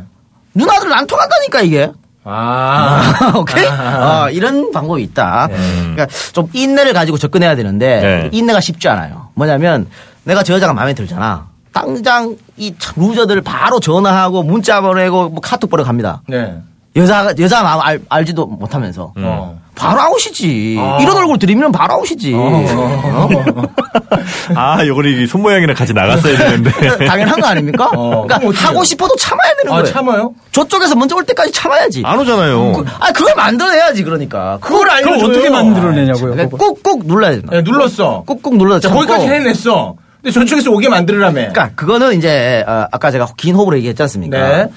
Speaker 8: 누나들은 안 통한다니까 이게.
Speaker 5: 아.
Speaker 8: 오케이? 어, 이런 방법이 있다.
Speaker 5: 네.
Speaker 8: 그러니까 좀 인내를 가지고 접근해야 되는데
Speaker 6: 네.
Speaker 8: 인내가 쉽지 않아요. 뭐냐면 내가 저 여자가 마음에 들잖아. 당장 이 참 루저들 바로 전화하고 문자 보내고 뭐 카톡 보내 갑니다.
Speaker 5: 네.
Speaker 8: 여자 여자 마음 알, 알지도 못하면서
Speaker 5: 어.
Speaker 8: 바로 아웃이지.
Speaker 5: 아.
Speaker 8: 이런 얼굴 들이면 바로 아웃이지.
Speaker 5: 어.
Speaker 8: 어?
Speaker 6: 아, 요거는 이손 모양이랑 같이 나갔어야 되는데.
Speaker 8: 당연한 거 아닙니까?
Speaker 5: 어, 그럼 어떡해요?
Speaker 8: 그러니까 하고 싶어도 참아야 되는
Speaker 5: 아,
Speaker 8: 거예요.
Speaker 5: 참아요?
Speaker 8: 저쪽에서 먼저 올 때까지 참아야지.
Speaker 6: 안 오잖아요.
Speaker 8: 아, 그걸 만들어내야지, 그러니까. 그걸 알려줘요.
Speaker 7: 그걸 어떻게 만들어내냐고요,
Speaker 8: 그러니까
Speaker 7: 그걸.
Speaker 8: 꾹꾹 눌러야 된다.
Speaker 5: 네, 눌렀어.
Speaker 8: 꾹꾹 눌러서
Speaker 5: 자,
Speaker 8: 참고.
Speaker 5: 거기까지 해냈어. 근데 저쪽에서 오게 만들으라며.
Speaker 8: 그러니까, 그거는 이제, 어, 아까 제가 긴 호흡으로 얘기했지 않습니까?
Speaker 5: 네.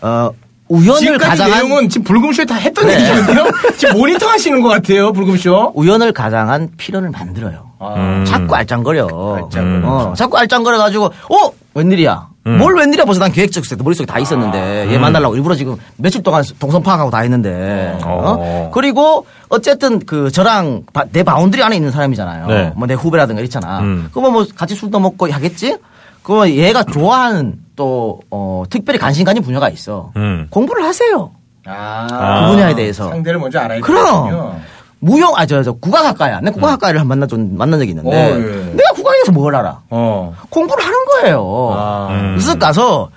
Speaker 8: 어, 우연을
Speaker 5: 지금까지
Speaker 8: 가장한, 네.
Speaker 5: 내용은 지금 불금쇼에 다 했던 얘기인데요? 지금 모니터 하시는 것 같아요, 불금쇼.
Speaker 8: 우연을 가장한 필연을 만들어요.
Speaker 6: 음.
Speaker 8: 자꾸 알짱거려.
Speaker 5: 알짱거려.
Speaker 8: 어, 자꾸 알짱거려가지고, 어? 웬일이야? 뭘 웬일이야? 벌써 난 계획적 세트 머릿속에 다 있었는데, 얘 만나려고 일부러 지금 며칠 동안 동선 파악하고 다 했는데, 어?
Speaker 6: 어.
Speaker 8: 그리고 어쨌든 그 저랑 바- 내 바운드리 안에 있는 사람이잖아요.
Speaker 6: 네.
Speaker 8: 뭐 내 후배라든가 이랬잖아.
Speaker 6: 음.
Speaker 8: 그러면 뭐 같이 술도 먹고 하겠지? 그러면 얘가 좋아하는 또, 어, 특별히 관심 가진 분야가 있어.
Speaker 6: 음.
Speaker 8: 공부를 하세요.
Speaker 5: 아.
Speaker 8: 그 분야에 대해서.
Speaker 5: 상대를 먼저 알아야
Speaker 8: 그럼 무용 아 저 저 국악학과야. 내가 국악학과를 한 만나 좀 만난 적이 있는데
Speaker 5: 어, 예.
Speaker 8: 내가 국악에서 뭘 알아?
Speaker 5: 어.
Speaker 8: 공부를 하는 거예요.
Speaker 5: 아.
Speaker 6: 음.
Speaker 8: 쓱 가서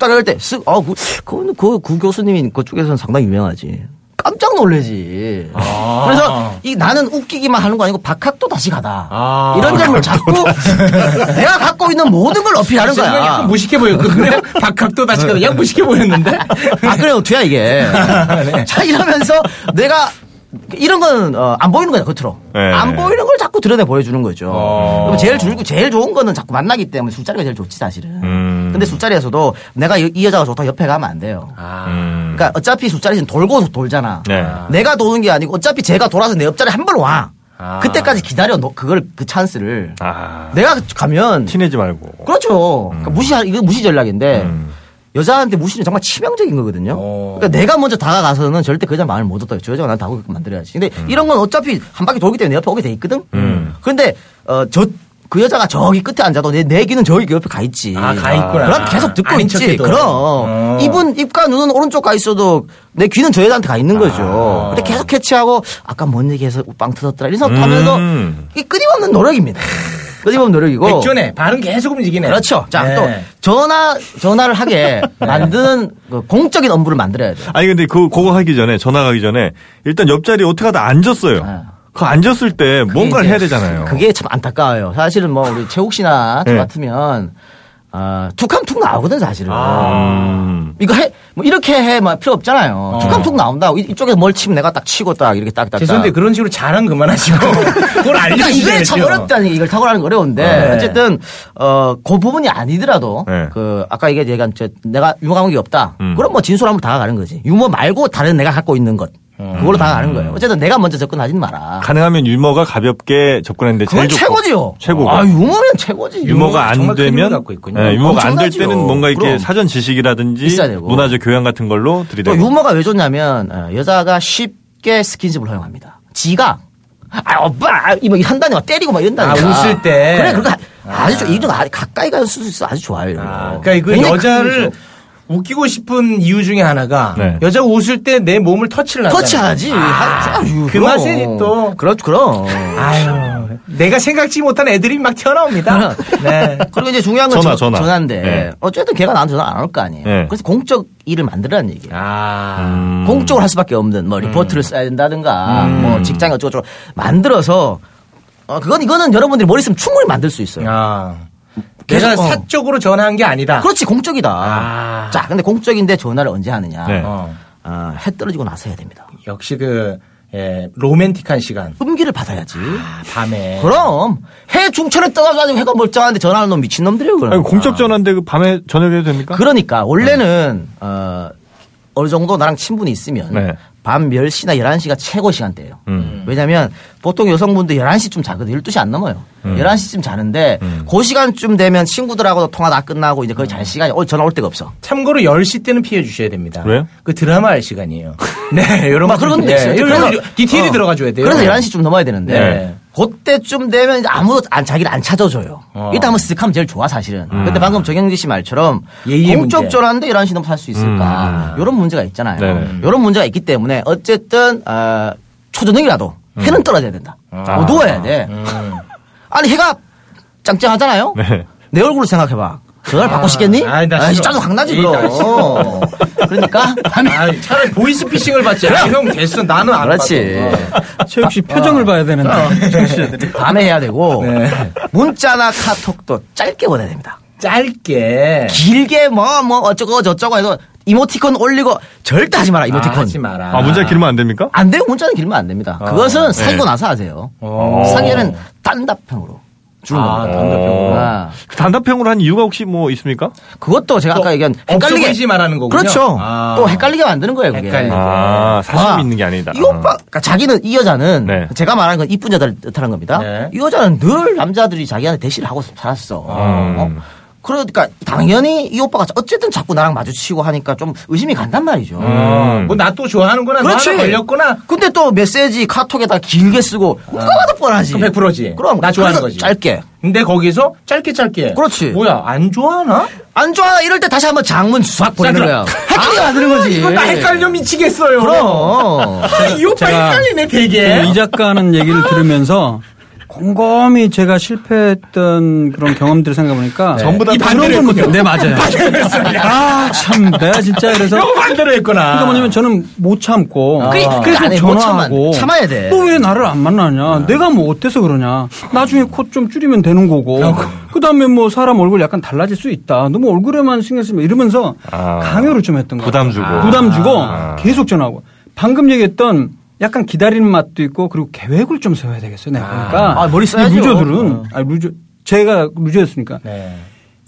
Speaker 8: 딱 이럴 어, 때쓱어그그그 교수님이 그쪽에서는 상당히 유명하지. 깜짝 놀래지.
Speaker 5: 아.
Speaker 8: 그래서 이 나는 웃기기만 하는 거 아니고 박학도 다시 가다.
Speaker 5: 아.
Speaker 8: 이런 점을 자꾸 내가 갖고 있는 모든 걸 어필하는
Speaker 5: 아, 지금
Speaker 8: 거야.
Speaker 5: 약간 무식해 보여. 그, 그래요? 박학도 다시 가도 약간 무식해 보였는데?
Speaker 8: 아, 그래, 어떻게 이게.
Speaker 5: 네.
Speaker 8: 자, 이러면서 내가 이런 건, 어, 안 보이는 거야, 겉으로.
Speaker 6: 네.
Speaker 8: 안 보이는 걸 자꾸 드러내 보여주는 거죠.
Speaker 5: 어.
Speaker 8: 그럼 제일 줄고, 제일 좋은 거는 자꾸 만나기 때문에 술자리가 제일 좋지, 사실은.
Speaker 6: 음.
Speaker 8: 근데 술자리에서도 내가 이, 이 여자가 좋다 옆에 가면 안 돼요.
Speaker 6: 음.
Speaker 8: 그러니까 어차피 술자리는 돌고 돌잖아.
Speaker 6: 네.
Speaker 8: 내가 도는 게 아니고 어차피 제가 돌아서 내 옆자리에 한 번 와.
Speaker 5: 아.
Speaker 8: 그때까지 기다려, 놓- 그걸, 그 찬스를.
Speaker 6: 아.
Speaker 8: 내가 가면
Speaker 6: 티내지 말고.
Speaker 5: 어.
Speaker 8: 그렇죠.
Speaker 5: 음.
Speaker 8: 그러니까 무시 이거 무시 전략인데
Speaker 6: 음.
Speaker 8: 여자한테 무시는 정말 치명적인 거거든요.
Speaker 5: 어.
Speaker 8: 그러니까 내가 먼저 다가가서는 절대 그 여자 마음을 못 얻어요. 저 여자가 난
Speaker 5: 음.
Speaker 8: 다가오게끔 만들어야지. 근데 이런 건 어차피 한 바퀴 돌기 때문에 내 옆에 오게 돼 있거든.
Speaker 6: 음.
Speaker 8: 그런데 어, 저 그 여자가 저기 끝에 앉아도 내, 내 귀는 저기 그 옆에 가 있지.
Speaker 5: 아, 가 있구나.
Speaker 8: 그럼 계속 듣고
Speaker 5: 아닌
Speaker 8: 있지.
Speaker 5: 척해도.
Speaker 8: 그럼.
Speaker 5: 어.
Speaker 8: 입은, 입과 눈은 오른쪽 가 있어도 내 귀는 저 여자한테 가 있는 거죠.
Speaker 5: 아.
Speaker 8: 근데 계속 캐치하고 아까 뭔 얘기해서 빵 터졌더라. 이런 생각하면서
Speaker 6: 음.
Speaker 8: 이게 끊임없는 노력입니다. 끊임없는 노력이고.
Speaker 5: 백조네. 발은 계속 움직이네.
Speaker 8: 뭐. 그렇죠. 자,
Speaker 5: 네.
Speaker 8: 또 전화, 전화를 하게
Speaker 6: 네.
Speaker 8: 만드는 그 공적인 업무를 만들어야 돼요.
Speaker 6: 아니 근데 그 그거 하기 전에 전화 가기 전에 일단 옆자리 어떻게 하다 앉았어요. 그 앉았을 때 뭔가를
Speaker 8: 이제
Speaker 6: 해야 되잖아요.
Speaker 8: 그게 참 안타까워요. 사실은 뭐 우리 최욱 씨나 저
Speaker 6: 네.
Speaker 8: 같으면 아, 툭하면 툭 나오거든 사실은.
Speaker 5: 아.
Speaker 6: 음.
Speaker 8: 이거 해, 뭐 이렇게 해, 막 필요
Speaker 6: 어.
Speaker 8: 없잖아요. 툭하면 툭 나온다. 이- 이쪽에서 뭘 치면 내가 딱 치고 딱 이렇게 딱 딱.
Speaker 5: 죄송한데
Speaker 8: 딱.
Speaker 5: 그런 식으로 자랑 그만하시고 그걸
Speaker 8: 그러니까
Speaker 5: 아, 알려주셔야죠.
Speaker 8: 이게 참 어렵다니 이걸 탁월하는 건 어려운데
Speaker 5: 네.
Speaker 8: 어쨌든 어그 부분이 아니더라도
Speaker 6: 네.
Speaker 8: 그 아까 얘기 얘기한 저 내가 유머 감각이 없다
Speaker 6: 음.
Speaker 8: 그럼 뭐 진솔 한번 다가가는 거지 유머 말고 다른 내가 갖고 있는 것
Speaker 5: 음.
Speaker 8: 그걸로 다가가는 거예요 어쨌든 내가 먼저 접근하진 마라
Speaker 6: 가능하면 유머가 가볍게 접근했는데
Speaker 8: 아. 그건
Speaker 6: 제일 좋고.
Speaker 8: 최고지요
Speaker 6: 최고고.
Speaker 8: 아 유머는 최고지
Speaker 6: 유머가 안
Speaker 5: 정말 큰 힘을
Speaker 6: 되면
Speaker 5: 갖고 있군요.
Speaker 6: 예, 유머가 안 될
Speaker 8: 엄청나죠.
Speaker 6: 때는 뭔가 이렇게
Speaker 8: 그럼.
Speaker 6: 사전 지식이라든지
Speaker 8: 있어야 되고.
Speaker 6: 문화적 교양 같은 걸로
Speaker 8: 또
Speaker 6: 들이대고
Speaker 8: 유머가 왜 좋냐면 어, 여자가 쉽게 스킨십을 허용합니다. 지가 아 오빠 이뭐 한다니 막 때리고 막 이런다니까.
Speaker 5: 아, 웃을 때.
Speaker 8: 그래 그거 아주 좋- 이런 거 아주 가까이 가는 수술이 아주 좋아요. 이런 거.
Speaker 5: 아, 그러니까 그
Speaker 8: 어. 굉장히
Speaker 5: 여자를
Speaker 8: 큰
Speaker 5: 웃기고 싶은 이유 중에 하나가
Speaker 6: 네.
Speaker 5: 여자 가 웃을 때 내 몸을 터치를 한다.
Speaker 8: 그 터치하지. 하- 아유,
Speaker 5: 그
Speaker 8: 그럼.
Speaker 5: 맛에 또. 네.
Speaker 8: 그렇죠 그럼.
Speaker 5: 아유, 내가 생각지 못한 애들이 막 튀어나옵니다. 네.
Speaker 8: 그리고 이제 중요한 건
Speaker 6: 전화,
Speaker 8: 전-
Speaker 6: 전화.
Speaker 8: 전화인데
Speaker 6: 예.
Speaker 8: 어쨌든 걔가 나한테 전화 안 올 거 아니에요.
Speaker 6: 예.
Speaker 8: 그래서 공적 일을 만들라는 얘기예요.
Speaker 5: 네.
Speaker 8: 음.
Speaker 5: 아, 음.
Speaker 8: 공적으로 할 수밖에 없는 뭐 리포트를 써야 된다든가 뭐 직장에 어쩌고저쩌고 만들어서 어, 그건 이거는 여러분들이 머리 쓰면 충분히 만들 수 있어요.
Speaker 5: 아.
Speaker 8: 계속,
Speaker 5: 내가
Speaker 8: 어.
Speaker 5: 사적으로 전화한 게 아니다.
Speaker 8: 그렇지 공적이다.
Speaker 5: 아.
Speaker 8: 자, 근데 공적인데 전화를 언제 하느냐?
Speaker 6: 네.
Speaker 5: 어.
Speaker 8: 어, 해 떨어지고 나서 해야 됩니다.
Speaker 5: 역시 그 예, 로맨틱한 시간.
Speaker 8: 흠기를 받아야지.
Speaker 5: 아, 밤에.
Speaker 8: 그럼 해 중천에 떠가지고 해가 멀쩡한데 전화하는 놈 미친 놈들이에요. 그럼.
Speaker 6: 아니, 공적 전화인데 그 밤에 저녁에 해도 됩니까?
Speaker 8: 그러니까 원래는 어, 어느 정도 나랑 친분이 있으면
Speaker 6: 네.
Speaker 8: 밤 10시나 11시가 최고 시간대예요.
Speaker 6: 음.
Speaker 8: 왜냐하면 보통 여성분들 11시쯤 자거든요. 12시 안 넘어요.
Speaker 6: 음.
Speaker 8: 11시쯤 자는데 그 시간쯤 되면 친구들하고도 통화 다 끝나고 이제 거의 잘 시간이 올 전화 올 데가 없어.
Speaker 5: 참고로 10시 때는 피해 주셔야 됩니다.
Speaker 6: 왜요?
Speaker 5: 그 드라마 할 시간이에요. 네, 이런
Speaker 8: 막
Speaker 5: 거.
Speaker 8: 그런 데 있어요.
Speaker 5: 네, 이런
Speaker 8: 그래서-
Speaker 5: 디테일이
Speaker 8: 어.
Speaker 5: 들어가 줘야 돼요.
Speaker 8: 그래서 11시쯤 넘어야 되는데
Speaker 5: 네.
Speaker 8: 그때쯤 되면 이제 아무도 안, 자기를 안 찾아줘요.
Speaker 5: 어.
Speaker 8: 이따 한번 쓱하면 제일 좋아 사실은. 근데 방금 정영기 씨 말처럼
Speaker 5: 음. 예의의 문제. 음.
Speaker 8: 공적 전화인데 11시 넘어 할 수 있을까. 이런 문제가 있잖아요.
Speaker 6: 네네.
Speaker 8: 이런 문제가 있기 때문에 어쨌든 아, 초저녁이라도
Speaker 5: 음.
Speaker 8: 해는 떨어져야 된다.
Speaker 5: 아.
Speaker 8: 뭐 누워야 돼. 아니 해가 짱짱하잖아요.
Speaker 6: 네.
Speaker 8: 내 얼굴로 생각해봐. 전화를 받고 싶겠니?
Speaker 5: 아이, 나
Speaker 8: 아이,
Speaker 5: 싫어.
Speaker 8: 짜증 확 나지
Speaker 5: 이, 나
Speaker 8: 그럼.
Speaker 5: 싫어.
Speaker 8: 그러니까
Speaker 5: 아, 차라리 보이스피싱을 받지. 아, 형 됐어. 나는 안
Speaker 8: 그렇지.
Speaker 5: 받아.
Speaker 7: 최욱 씨 표정을 봐야 되는데.
Speaker 8: 아. 밤에 해야 되고
Speaker 5: 네.
Speaker 8: 문자나 카톡도 짧게 보내야 됩니다.
Speaker 5: 짧게.
Speaker 8: 길게 뭐 뭐 어쩌고 저쩌고 해서 이모티콘 올리고 절대 하지 마라 이모티콘.
Speaker 5: 아, 하지 마라. 아,
Speaker 6: 아, 문자 길면 안 됩니까?
Speaker 8: 안 되고 문자는 길면 안 됩니다. 그것은 사귀고 나서 하세요.
Speaker 5: 네. 어.
Speaker 8: 사귀는 단답형으로 주는
Speaker 5: 아,
Speaker 8: 겁니다.
Speaker 5: 단답형으로.
Speaker 8: 아,
Speaker 6: 그 단답형으로 한 이유가 혹시 뭐 있습니까?
Speaker 8: 그것도 제가 아까 얘기한
Speaker 5: 뭐 없어
Speaker 8: 헷갈리게
Speaker 5: 보이지 말하는 거군요.
Speaker 8: 그렇죠.
Speaker 5: 아.
Speaker 8: 또 헷갈리게 만드는 거예요. 그게.
Speaker 5: 헷갈리게.
Speaker 6: 아, 사심
Speaker 8: 아,
Speaker 6: 있는 게 아니다. 어.
Speaker 8: 이 오빠, 그러니까 자기는 이 여자는
Speaker 6: 네.
Speaker 8: 제가 말하는 건 이쁜 여자를 뜻하는 겁니다.
Speaker 5: 네.
Speaker 8: 이 여자는 늘 남자들이 자기한테 대시를 하고 살았어.
Speaker 6: 음.
Speaker 8: 어? 그러니까 당연히 이 오빠가 어쨌든 자꾸 나랑 마주치고 하니까 좀 의심이 간단 말이죠.
Speaker 6: 음.
Speaker 5: 뭐 나 또 좋아하는구나.
Speaker 8: 그렇지.
Speaker 5: 나한테 걸렸구나.
Speaker 8: 근데 또 메시지 카톡에다 길게 쓰고 누가 봐도 뻔하지.
Speaker 5: 아. 그럼 100%지.
Speaker 8: 그럼
Speaker 5: 나 좋아하는
Speaker 8: 그래서
Speaker 5: 거지.
Speaker 8: 짧게.
Speaker 5: 근데 거기서 짧게 짧게.
Speaker 8: 그렇지.
Speaker 5: 뭐야, 안 좋아하나?
Speaker 8: 안 좋아 이럴 때 다시 한번 장문 싹 보내는
Speaker 5: 싹 들어.
Speaker 8: 거야. 아, 헷갈리게 만드는 거지.
Speaker 5: 아, 이거 나 헷갈려 미치겠어요.
Speaker 8: 그럼. 음,
Speaker 5: 아, 이 오빠
Speaker 7: 제가-
Speaker 5: 헷갈리네, 되게.
Speaker 7: 저는 이 작가는 얘기를 들으면서 곰곰이 제가 실패했던 그런 경험들을 생각해보니까
Speaker 6: 전부 다
Speaker 7: 이
Speaker 6: 반대로
Speaker 7: 반대를 못해요. 네 맞아요. 아 참 내가 진짜 그래서
Speaker 5: 이거 반대로 했구나.
Speaker 7: 그러니까 뭐냐면 아. 저는 못 참고
Speaker 8: 그래, 그래, 안 해. 그러니까 못 참아. 참아야 돼.
Speaker 7: 또 왜 나를 안 만나냐 내가 뭐 어때서 그러냐 나중에 코 좀 줄이면 되는 거고 아, 그다음에 뭐 사람 얼굴 약간 달라질 수 있다 너무 뭐 얼굴에만 신경 쓰면 이러면서
Speaker 6: 아.
Speaker 7: 강요를 좀 했던 거예요
Speaker 6: 부담 주고.
Speaker 7: 부담 주고
Speaker 6: 아.
Speaker 7: 계속 전화하고 방금 얘기했던 약간 기다리는 맛도 있고 그리고 계획을 좀 세워야 되겠어요 내가 보니까
Speaker 8: 아, 머리
Speaker 7: 이
Speaker 8: 써야죠.
Speaker 7: 루저들은 아 루저 제가 루저였으니까
Speaker 5: 네.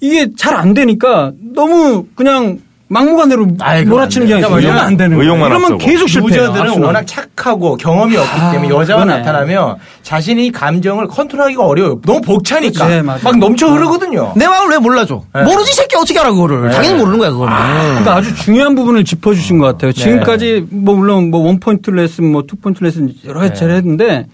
Speaker 7: 이게 잘 안 되니까 너무 그냥 막무가내로
Speaker 8: 아이, 그건
Speaker 7: 몰아치는 게
Speaker 8: 안
Speaker 7: 아니라
Speaker 5: 돼요.
Speaker 7: 이러면 안 되는 거예요.
Speaker 6: 의욕만
Speaker 7: 그러면
Speaker 6: 앞서고.
Speaker 7: 계속 실패해요.
Speaker 5: 유저들은
Speaker 7: 앞서고.
Speaker 5: 워낙 착하고 경험이 없기
Speaker 7: 아,
Speaker 5: 때문에 여자가
Speaker 7: 그러네.
Speaker 5: 나타나면 자신이 감정을 컨트롤하기가 어려워요. 너무 벅차니까
Speaker 7: 그치, 맞아.
Speaker 5: 막
Speaker 8: 어.
Speaker 5: 넘쳐 흐르거든요.
Speaker 8: 내 마음을 왜 몰라줘?
Speaker 5: 네.
Speaker 8: 모르지 새끼 어떻게 알아 그거를? 당연히 모르는 거야 그거는.
Speaker 7: 그러니까 아주 중요한 부분을 짚어주신 것 같아요. 지금까지 뭐 물론 뭐 원포인트 레슨, 뭐 투포인트 레슨 여러 가지 잘 했는데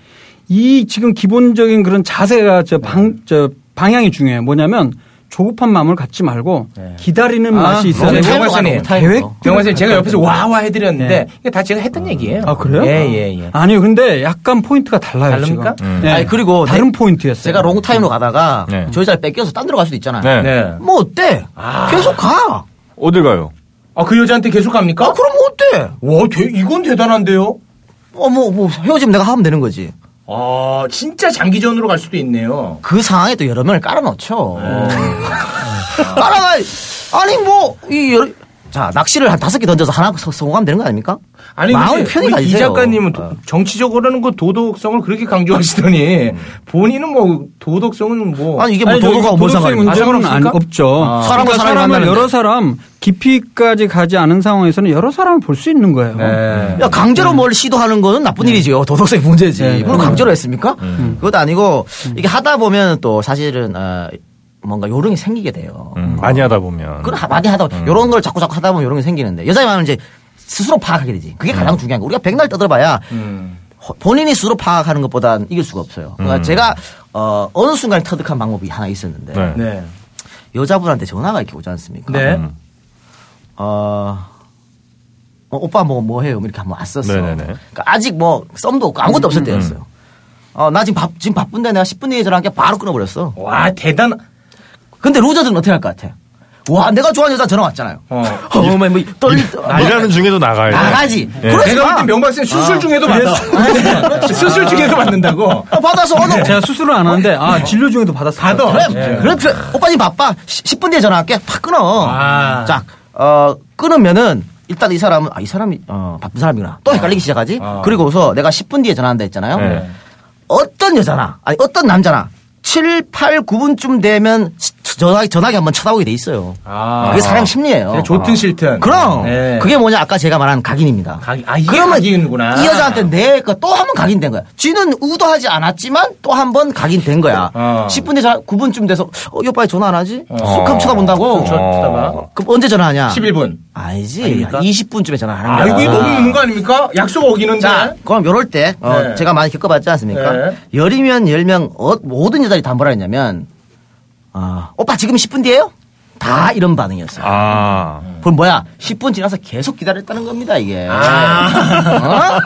Speaker 7: 이 지금 기본적인 그런 자세가 저 방 저 방향이 중요해요. 뭐냐면 조급한 마음을 갖지 말고 기다리는 맛이 있어야
Speaker 5: 네,
Speaker 7: 되고
Speaker 5: 명화 선생님.
Speaker 8: 계획?
Speaker 5: 병원 선생님 제가 옆에서
Speaker 8: 네.
Speaker 5: 와와 해드렸는데 이게 다 제가 했던 얘기예요.
Speaker 7: 아, 그래요?
Speaker 5: 예예 예.
Speaker 7: 아니요. 근데 약간 포인트가 달라요,
Speaker 5: 다릅니까?
Speaker 7: 지금. 네.
Speaker 8: 아니, 그리고
Speaker 7: 다른
Speaker 8: 내-
Speaker 7: 포인트였어요.
Speaker 8: 제가 롱타임으로 가다가
Speaker 6: 네.
Speaker 8: 저희 잘 뺏겨서 딴 데로 갈 수도 있잖아요.
Speaker 6: 네.
Speaker 5: 네. 아.
Speaker 8: 뭐 어때? 계속 가.
Speaker 6: 음. 어딜 가요?
Speaker 5: 아그 여자한테 계속 갑니까?
Speaker 8: 아, 그럼 뭐 어때?
Speaker 5: 와, 대- 이건 대단한데요.
Speaker 8: 어, 뭐, 뭐, 헤어지면 내가 하면 되는 거지.
Speaker 5: 아 진짜 장기전으로 갈 수도 있네요.
Speaker 8: 그 상황에 또 여러 명을 깔아놓죠.
Speaker 5: 네.
Speaker 8: 깔아가, 아니, 뭐, 이, 여- 자, 낚시를 한 다섯 개 던져서 하나 성- 성공하면 되는 거 아닙니까? 마음이
Speaker 5: 근데
Speaker 8: 편히
Speaker 5: 우리 이
Speaker 8: 가지세요.
Speaker 5: 작가님은 도-
Speaker 8: 아.
Speaker 5: 정치적으로는 그 도덕성을 그렇게 강조하시더니 본인은 뭐 도덕성은 음. 뭐
Speaker 8: 아니, 이게 뭐
Speaker 7: 아니, 저
Speaker 8: 도도가 뭔
Speaker 7: 도덕성의
Speaker 8: 상관이에요?
Speaker 5: 아,
Speaker 7: 문제는
Speaker 5: 상관없습니까?
Speaker 7: 안- 없죠.
Speaker 8: 아. 사람과
Speaker 7: 그러니까
Speaker 8: 사람을
Speaker 7: 사람을
Speaker 8: 만나는데.
Speaker 7: 여러 사람 깊이까지 가지 않은 상황에서는 여러 사람을 볼 수 있는 거예요.
Speaker 5: 네.
Speaker 8: 야, 강제로 뭘 시도하는 거는 나쁜 일이지요. 도덕성이 문제지.
Speaker 7: 네, 음. 네.
Speaker 8: 물론 강제로 했습니까? 그것도 아니고, 이게 하다 보면 또 사실은, 아, 뭔가 요령이 생기게 돼요.
Speaker 6: 음, 많이 하다 보면.
Speaker 8: 그걸 하- 많이 하다
Speaker 7: 음.
Speaker 8: 보면, 요런 걸 자꾸 자꾸 하다 보면 요런 게 생기는데, 여자의 마음은 이제 스스로 파악하게 되지. 그게
Speaker 7: 음.
Speaker 8: 가장 중요한 거. 우리가 백날 떠들어봐야, 허- 본인이 스스로 파악하는 것보단 이길 수가 없어요.
Speaker 7: 음.
Speaker 8: 그러니까 제가, 어, 어느 순간 터득한 방법이 하나 있었는데,
Speaker 6: 네.
Speaker 5: 네.
Speaker 8: 여자분한테 전화가 이렇게 오지 않습니까?
Speaker 5: 네.
Speaker 8: 어, 어, 오빠 뭐, 뭐 해요? 이렇게 한번 왔었어.
Speaker 6: 네네네. 음,
Speaker 8: 그러니까 아직 뭐, 썸도 없고 아무것도 없을 때였어요. 어, 나 지금 바, 지금 바쁜데 내가 10분 뒤에 전화할게 바로 끊어버렸어.
Speaker 5: 와 대단.
Speaker 8: 근데 로저들은 어떻게 할 것 같아? 와, 내가 좋아하는 여자 전화 왔잖아요.
Speaker 5: 어.
Speaker 8: 어, 뭐, 뭐, 떨리, 어,
Speaker 6: 일하는 중에도 나가야 돼.
Speaker 8: 나가지.
Speaker 6: 예.
Speaker 8: 그러지
Speaker 5: 내가
Speaker 8: 마.
Speaker 5: 볼땐 명박쌤 수술 중에도 아, 받아. 수술 중에도 받는다고.
Speaker 8: 어, 받아서,
Speaker 6: 네,
Speaker 8: 어, 너.
Speaker 7: 네. 제가 수술을 안 하는데 아 진료 중에도 받았어요.
Speaker 5: 받아. 예.
Speaker 8: 그래, 그래, 그래. 오빠 지금 바빠. 10, 분 뒤에 전화할게. 팍 끊어.
Speaker 5: 아.
Speaker 8: 자, 어, 끊으면은 일단 이 사람은 아, 이 사람이 어, 바쁜 사람이구나. 또 헷갈리기 시작하지.
Speaker 5: 어.
Speaker 8: 그리고서 내가 10분 뒤에 전화한다 했잖아요.
Speaker 5: 예.
Speaker 6: 네.
Speaker 8: 어떤 여자나 아니 어떤 남자나 7, 8, 9분쯤 되면 시- 전화기 전화기 한번 쳐다보게 돼 있어요.
Speaker 5: 아.
Speaker 8: 그게 사람 심리예요. 어.
Speaker 5: 좋든 싫든.
Speaker 8: 그럼
Speaker 5: 예.
Speaker 8: 그게 뭐냐 아까 제가 말한 각인입니다.
Speaker 5: 각- 아, 이게
Speaker 8: 그러면
Speaker 5: 각인이구나.
Speaker 8: 이 여자한테 내거 또 한 번 각인된 거야. 쥐는 의도하지 않았지만 또 한 번 각인된 거야.
Speaker 5: 어.
Speaker 8: 10분 뒤에 전화- 9분쯤 돼서 어, 이 오빠에 전화 안 하지? 쑥함 쳐다본다고.
Speaker 5: 어. 저 쳐다봐.
Speaker 8: 그럼 언제 전화하냐?
Speaker 5: 11분.
Speaker 8: 아니지.
Speaker 5: 아닙니까?
Speaker 8: 20분쯤에 전화하는 거야.
Speaker 5: 아이고 이거 너무 있는 거 아닙니까? 약속 어기는데.
Speaker 8: 자, 그럼 요럴 때, 어,
Speaker 5: 네.
Speaker 8: 제가 많이 겪어봤지 않습니까?
Speaker 5: 네.
Speaker 8: 열이면 열명, 어, 모든 여자들이 다 뭐라 했냐면, 아, 오빠 지금 10분 뒤에요? 다 이런 반응이었어요.
Speaker 6: 아.
Speaker 8: 그럼 뭐야? 10분 지나서 계속 기다렸다는 겁니다, 이게.
Speaker 5: 아.
Speaker 8: 어?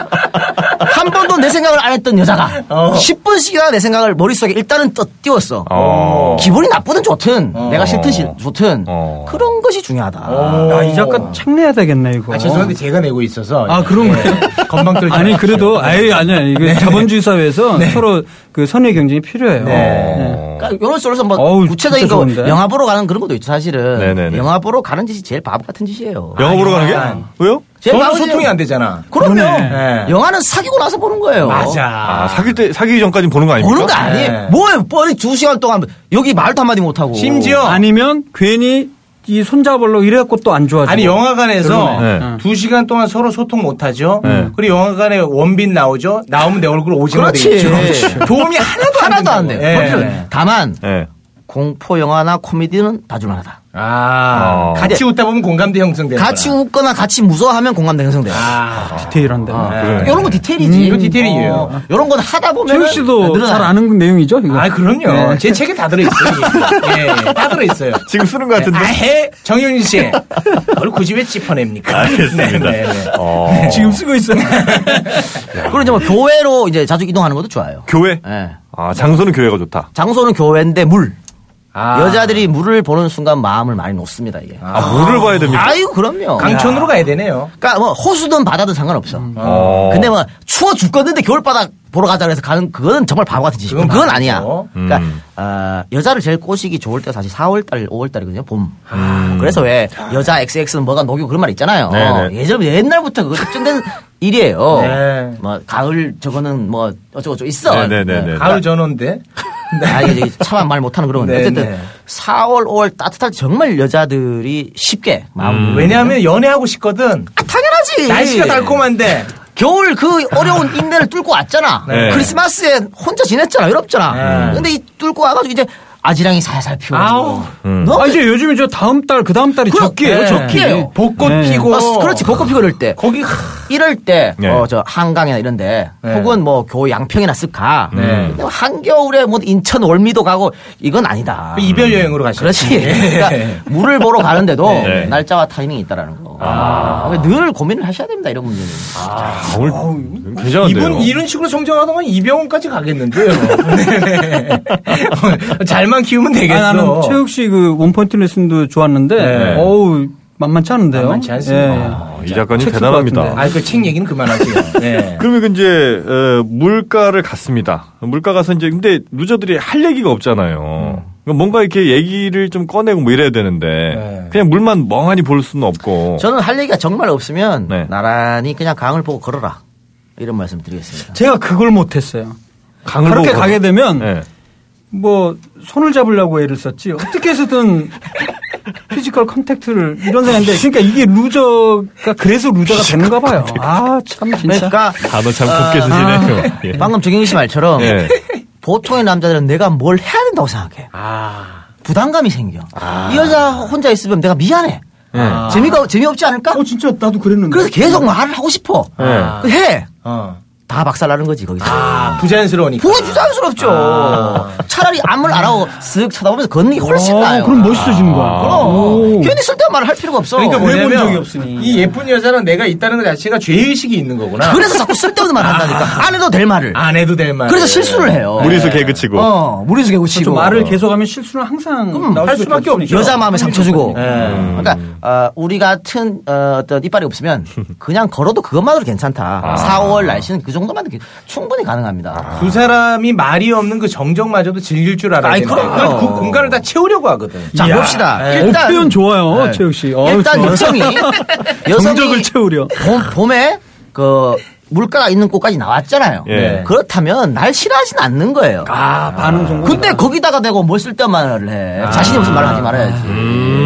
Speaker 8: 한 번도 내 생각을 안 했던 여자가
Speaker 5: 어.
Speaker 8: 10분씩이나 내 생각을 머릿속에 일단은 떠 띄웠어.
Speaker 6: 어.
Speaker 8: 기분이 나쁘든 좋든,
Speaker 5: 어.
Speaker 8: 내가 싫든 싫- 좋든,
Speaker 6: 어.
Speaker 8: 그런 것이 중요하다.
Speaker 7: 아, 이 작가 책 내야 되겠네 이거.
Speaker 5: 어. 아, 죄송한데 제가 내고 있어서.
Speaker 7: 아, 그런 거예요?
Speaker 5: 건방 떨지 네.
Speaker 7: 아니
Speaker 5: 마십시오.
Speaker 7: 그래도 아니 아니야 이거 자본주의 사회에서 서로 그 선의 경쟁이 필요해요. 네.
Speaker 8: 그러니까 이런 식으로 뭐
Speaker 7: 어우,
Speaker 8: 구체적인
Speaker 7: 진짜
Speaker 8: 거
Speaker 7: 좋은데?
Speaker 8: 영화 보러 가는 그런 것도 있죠 사실은
Speaker 6: 네네네.
Speaker 8: 영화 보러 가는 짓이 제일 바보 같은 짓이에요.
Speaker 6: 영화 보러 가는
Speaker 5: 아니.
Speaker 6: 게? 왜요?
Speaker 8: 제일
Speaker 5: 저는
Speaker 8: 바보
Speaker 5: 소통이 안 되잖아.
Speaker 8: 그럼요.
Speaker 5: 그러네. 예.
Speaker 8: 영화는 사귀고 나서 보는 거예요.
Speaker 5: 맞아.
Speaker 6: 아, 사귈 때, 사귀기 전까지 보는 거 아닙니까?
Speaker 8: 보는 거 아니에요.
Speaker 5: 네.
Speaker 8: 뭐예요? 뻔히 두 시간 동안 여기 말도 한마디 못 하고.
Speaker 5: 심지어
Speaker 7: 아니면 괜히 이 손잡을로 이래갖고 또 안 좋아지고.
Speaker 5: 아니 영화관에서
Speaker 6: 그러네.
Speaker 7: 네.
Speaker 5: 두 시간 동안 서로 소통 못하죠.
Speaker 6: 네.
Speaker 5: 그리고 영화관에 원빈 나오죠. 나오면 내 얼굴 오징어 돼
Speaker 8: 그렇지.
Speaker 5: 있죠. 도움이 하나도 안
Speaker 8: 하나도 안 돼요.
Speaker 5: 된다고. 예.
Speaker 8: 그렇죠. 다만
Speaker 6: 예.
Speaker 8: 공포 영화나 코미디는 봐줄만하다.
Speaker 5: 아
Speaker 6: 어.
Speaker 5: 같이 웃다 보면 공감대 형성돼요.
Speaker 8: 같이 웃거나 같이 무서워하면 공감대 형성돼요.
Speaker 5: 예. 아 음,
Speaker 7: 디테일한데.
Speaker 6: 그러네.
Speaker 8: 이런 거 디테일이지.
Speaker 5: 이거 디테일이에요.
Speaker 8: 이런 건 하다 네, 보면
Speaker 7: 최욱 씨도 잘 아는 내용이죠 이거.
Speaker 5: 네. 아 그럼요. 제 책에 다 들어있어요. 이게. 예, 예, 다 들어있어요.
Speaker 6: 지금 쓰는 거 같은데.
Speaker 5: 아해 정윤 씨. 그걸 굳이 왜 짚어냅니까?
Speaker 6: 알겠습니다.
Speaker 5: 네, 네, 네.
Speaker 6: 어.
Speaker 7: 지금 쓰고 있어요.
Speaker 8: 그리고 이제 뭐 교회로 이제 자주 이동하는 것도 좋아요.
Speaker 6: 교회?
Speaker 8: 예.
Speaker 6: 아, 장소는 교회가 좋다.
Speaker 8: 장소는 교회인데 물.
Speaker 5: 아.
Speaker 8: 여자들이 물을 보는 순간 마음을 많이 놓습니다 이게.
Speaker 6: 아, 물을 봐야 됩니까?
Speaker 8: 아. 유 그럼요.
Speaker 5: 강촌으로 음. 가야 되네요.
Speaker 8: 그러니까 뭐 호수든 바다든 상관없어.
Speaker 6: 어.
Speaker 8: 근데 뭐 추워 죽겠는데 겨울바다 보러 가자 그래서 가는 그거는 정말 바보 같은 짓이고
Speaker 5: 그건
Speaker 8: 그건
Speaker 5: 맞죠.
Speaker 8: 아니야.
Speaker 5: 음.
Speaker 8: 그러니까 어, 여자를 제일 꼬시기 좋을 때가 사실 4월달, 5월달이거든요. 봄. 아, 그래서 왜 여자 XX는 뭐가 녹이고 그런 말 있잖아요.
Speaker 6: 네네.
Speaker 8: 예전 옛날부터 그거 특정된 일이에요.
Speaker 5: 네.
Speaker 8: 뭐 가을 저거는 뭐 어쩌고저쩌고 있어.
Speaker 6: 네네네네.
Speaker 5: 가을 전원데.
Speaker 8: 아, 이게 이제 차마 말 못하는 그런 건데.
Speaker 5: 네,
Speaker 8: 어쨌든
Speaker 5: 네.
Speaker 8: 4월, 5월 따뜻할 때 정말 여자들이 쉽게 마음.
Speaker 5: 왜냐하면 연애하고 싶거든.
Speaker 8: 아, 당연하지.
Speaker 5: 날씨가 달콤한데.
Speaker 8: 겨울 그 어려운 인내를 뚫고 왔잖아.
Speaker 6: 네.
Speaker 8: 크리스마스에 혼자 지냈잖아. 외롭잖아.
Speaker 5: 네.
Speaker 8: 근데 이 뚫고 와가지고 이제 아지랑이 살살 피우고.
Speaker 5: 아우.
Speaker 7: 아, 이제 요즘에 저 다음 달, 그 다음 달이 적기예요,
Speaker 5: 어,
Speaker 8: 예.
Speaker 7: 적기.
Speaker 8: 예.
Speaker 5: 벚꽃
Speaker 7: 네.
Speaker 5: 피고.
Speaker 8: 어, 그렇지 벚꽃 피고 이럴 때
Speaker 5: 거기 하,
Speaker 8: 이럴 때
Speaker 6: 예.
Speaker 8: 어 저 한강이나 이런데
Speaker 5: 예.
Speaker 8: 혹은 뭐 교 양평이나 쓸까
Speaker 5: 네.
Speaker 8: 근데 한겨울에 뭐 인천 월미도 가고 이건 아니다
Speaker 5: 이별 여행으로 가시죠.
Speaker 8: 그렇지
Speaker 5: 예.
Speaker 8: 그러니까 물을 보러 가는데도
Speaker 6: 예.
Speaker 8: 날짜와 타이밍이 있다라는 거. 그러니까 늘 고민을 하셔야 됩니다 이런 문제는.
Speaker 6: 아, 오늘 괜찮은데요.
Speaker 5: 이분 이런 식으로 성장하다가 이병원까지 가겠는데요. 네네. 잘만 키우면 되겠어.
Speaker 7: 아, 나는 최욱 씨 그 원포인트 레슨도 좋았는데,
Speaker 5: 네.
Speaker 7: 어우, 만만치 않은데요. 예.
Speaker 5: 만만치 않습니다.
Speaker 6: 아, 이 작가님
Speaker 7: 책쓸것
Speaker 6: 대단합니다.
Speaker 7: 같은데.
Speaker 5: 아, 그 책 얘기는 그만하세요. 네.
Speaker 6: 그러면 그 이제 에, 물가를 갔습니다. 물가 가서 이제 근데 루저들이 할 얘기가 없잖아요. 그러니까 뭔가 이렇게 얘기를 좀 꺼내고 뭐 이래야 되는데
Speaker 5: 네.
Speaker 6: 그냥 물만 멍하니 볼 수는 없고.
Speaker 8: 저는 할 얘기가 정말 없으면
Speaker 6: 어. 네.
Speaker 8: 나란히 그냥 강을 보고 걸어라 이런 말씀드리겠습니다.
Speaker 7: 제가 그걸 못했어요.
Speaker 6: 강을
Speaker 7: 그렇게
Speaker 6: 보고
Speaker 7: 가게 되면,
Speaker 6: 네.
Speaker 7: 뭐, 손을 잡으려고 애를 썼지. 어떻게 해서든 피지컬 컨택트를 이런 생각인데, 그러니까 이게 루저가, 그래서 루저가 되는가 봐요. 아, 참, 진짜.
Speaker 8: 그러니까
Speaker 6: 단어 참 곱게 쓰시네요. 예.
Speaker 8: 방금 정영희 씨 말처럼
Speaker 6: 예.
Speaker 8: 보통의 남자들은 내가 뭘 해야 된다고 생각해.
Speaker 5: 아.
Speaker 8: 부담감이 생겨. 이 여자 혼자 있으면 내가 미안해.
Speaker 6: 예.
Speaker 5: 아.
Speaker 8: 재미가 재미없지 않을까?
Speaker 7: 어, 진짜 나도 그랬는데.
Speaker 8: 그래서 계속 말을 하고 싶어.
Speaker 6: 예.
Speaker 8: 그 해.
Speaker 5: 어.
Speaker 8: 다 박살나는 거지 거기서.
Speaker 5: 아, 부자연스러우니까.
Speaker 8: 보기 부자연스럽죠. 차라리 암을 안 하고 쓱 쳐다보면서 걷는 게
Speaker 5: 어,
Speaker 8: 훨씬 나아요.
Speaker 7: 어, 그럼 멋있어지는 거야.
Speaker 8: 그럼 괜히 쓸데없는 말을 할 필요가 없어.
Speaker 5: 아. 그러니까
Speaker 7: 해본 적이
Speaker 5: 뭐냐면
Speaker 7: 없으니.
Speaker 5: 이 예쁜 여자는 내가 있다는 것 자체가 죄의식이 있는
Speaker 6: 아.
Speaker 5: 거구나.
Speaker 8: 그래서 자꾸 쓸데없는 말을 한다니까. 안 해도 될 말을.
Speaker 5: 안 해도 될 말.
Speaker 8: 그래서 실수를 해요.
Speaker 6: 아. 무리수 개그치고.
Speaker 8: 어, 무리수
Speaker 7: 좀
Speaker 8: 개구치고.
Speaker 7: 말을 계속하면 실수는 항상 나올
Speaker 5: 할
Speaker 7: 수밖에
Speaker 5: 수밖에 없죠.
Speaker 8: 여자 마음에 상처 주고.
Speaker 5: 예.
Speaker 8: 그러니까 어, 우리 같은 어, 떤 이빨이 없으면 그냥 걸어도 그것만으로 괜찮다.
Speaker 6: 아.
Speaker 8: 4월 날씨는 그 정도만 도 충분히 가능합니다.
Speaker 5: 두 사람이 말이 없는 그 정적마저도 즐길 줄 알아야
Speaker 8: 아이,
Speaker 5: 되는데
Speaker 8: 그럼요.
Speaker 5: 그걸 그 공간을 다 채우려고 하거든.
Speaker 8: 자
Speaker 7: 이야.
Speaker 8: 봅시다.
Speaker 7: 어,
Speaker 8: 일단
Speaker 7: 표현 좋아요,
Speaker 8: 네.
Speaker 7: 최욱 씨. 어,
Speaker 8: 일단
Speaker 7: 좋아.
Speaker 8: 여성이 여성이
Speaker 7: 정적을 채우려.
Speaker 8: 봄, 봄에 그 물가가 있는 곳까지 나왔잖아요.
Speaker 6: 예.
Speaker 8: 그렇다면 날 싫어하진 않는 거예요.
Speaker 7: 아, 반응 성공.
Speaker 8: 근데 거기다가 대고 뭘 쓸데없는 말을 해.
Speaker 5: 아.
Speaker 8: 자신이 무슨 말을 하지 말아야지.
Speaker 5: 음.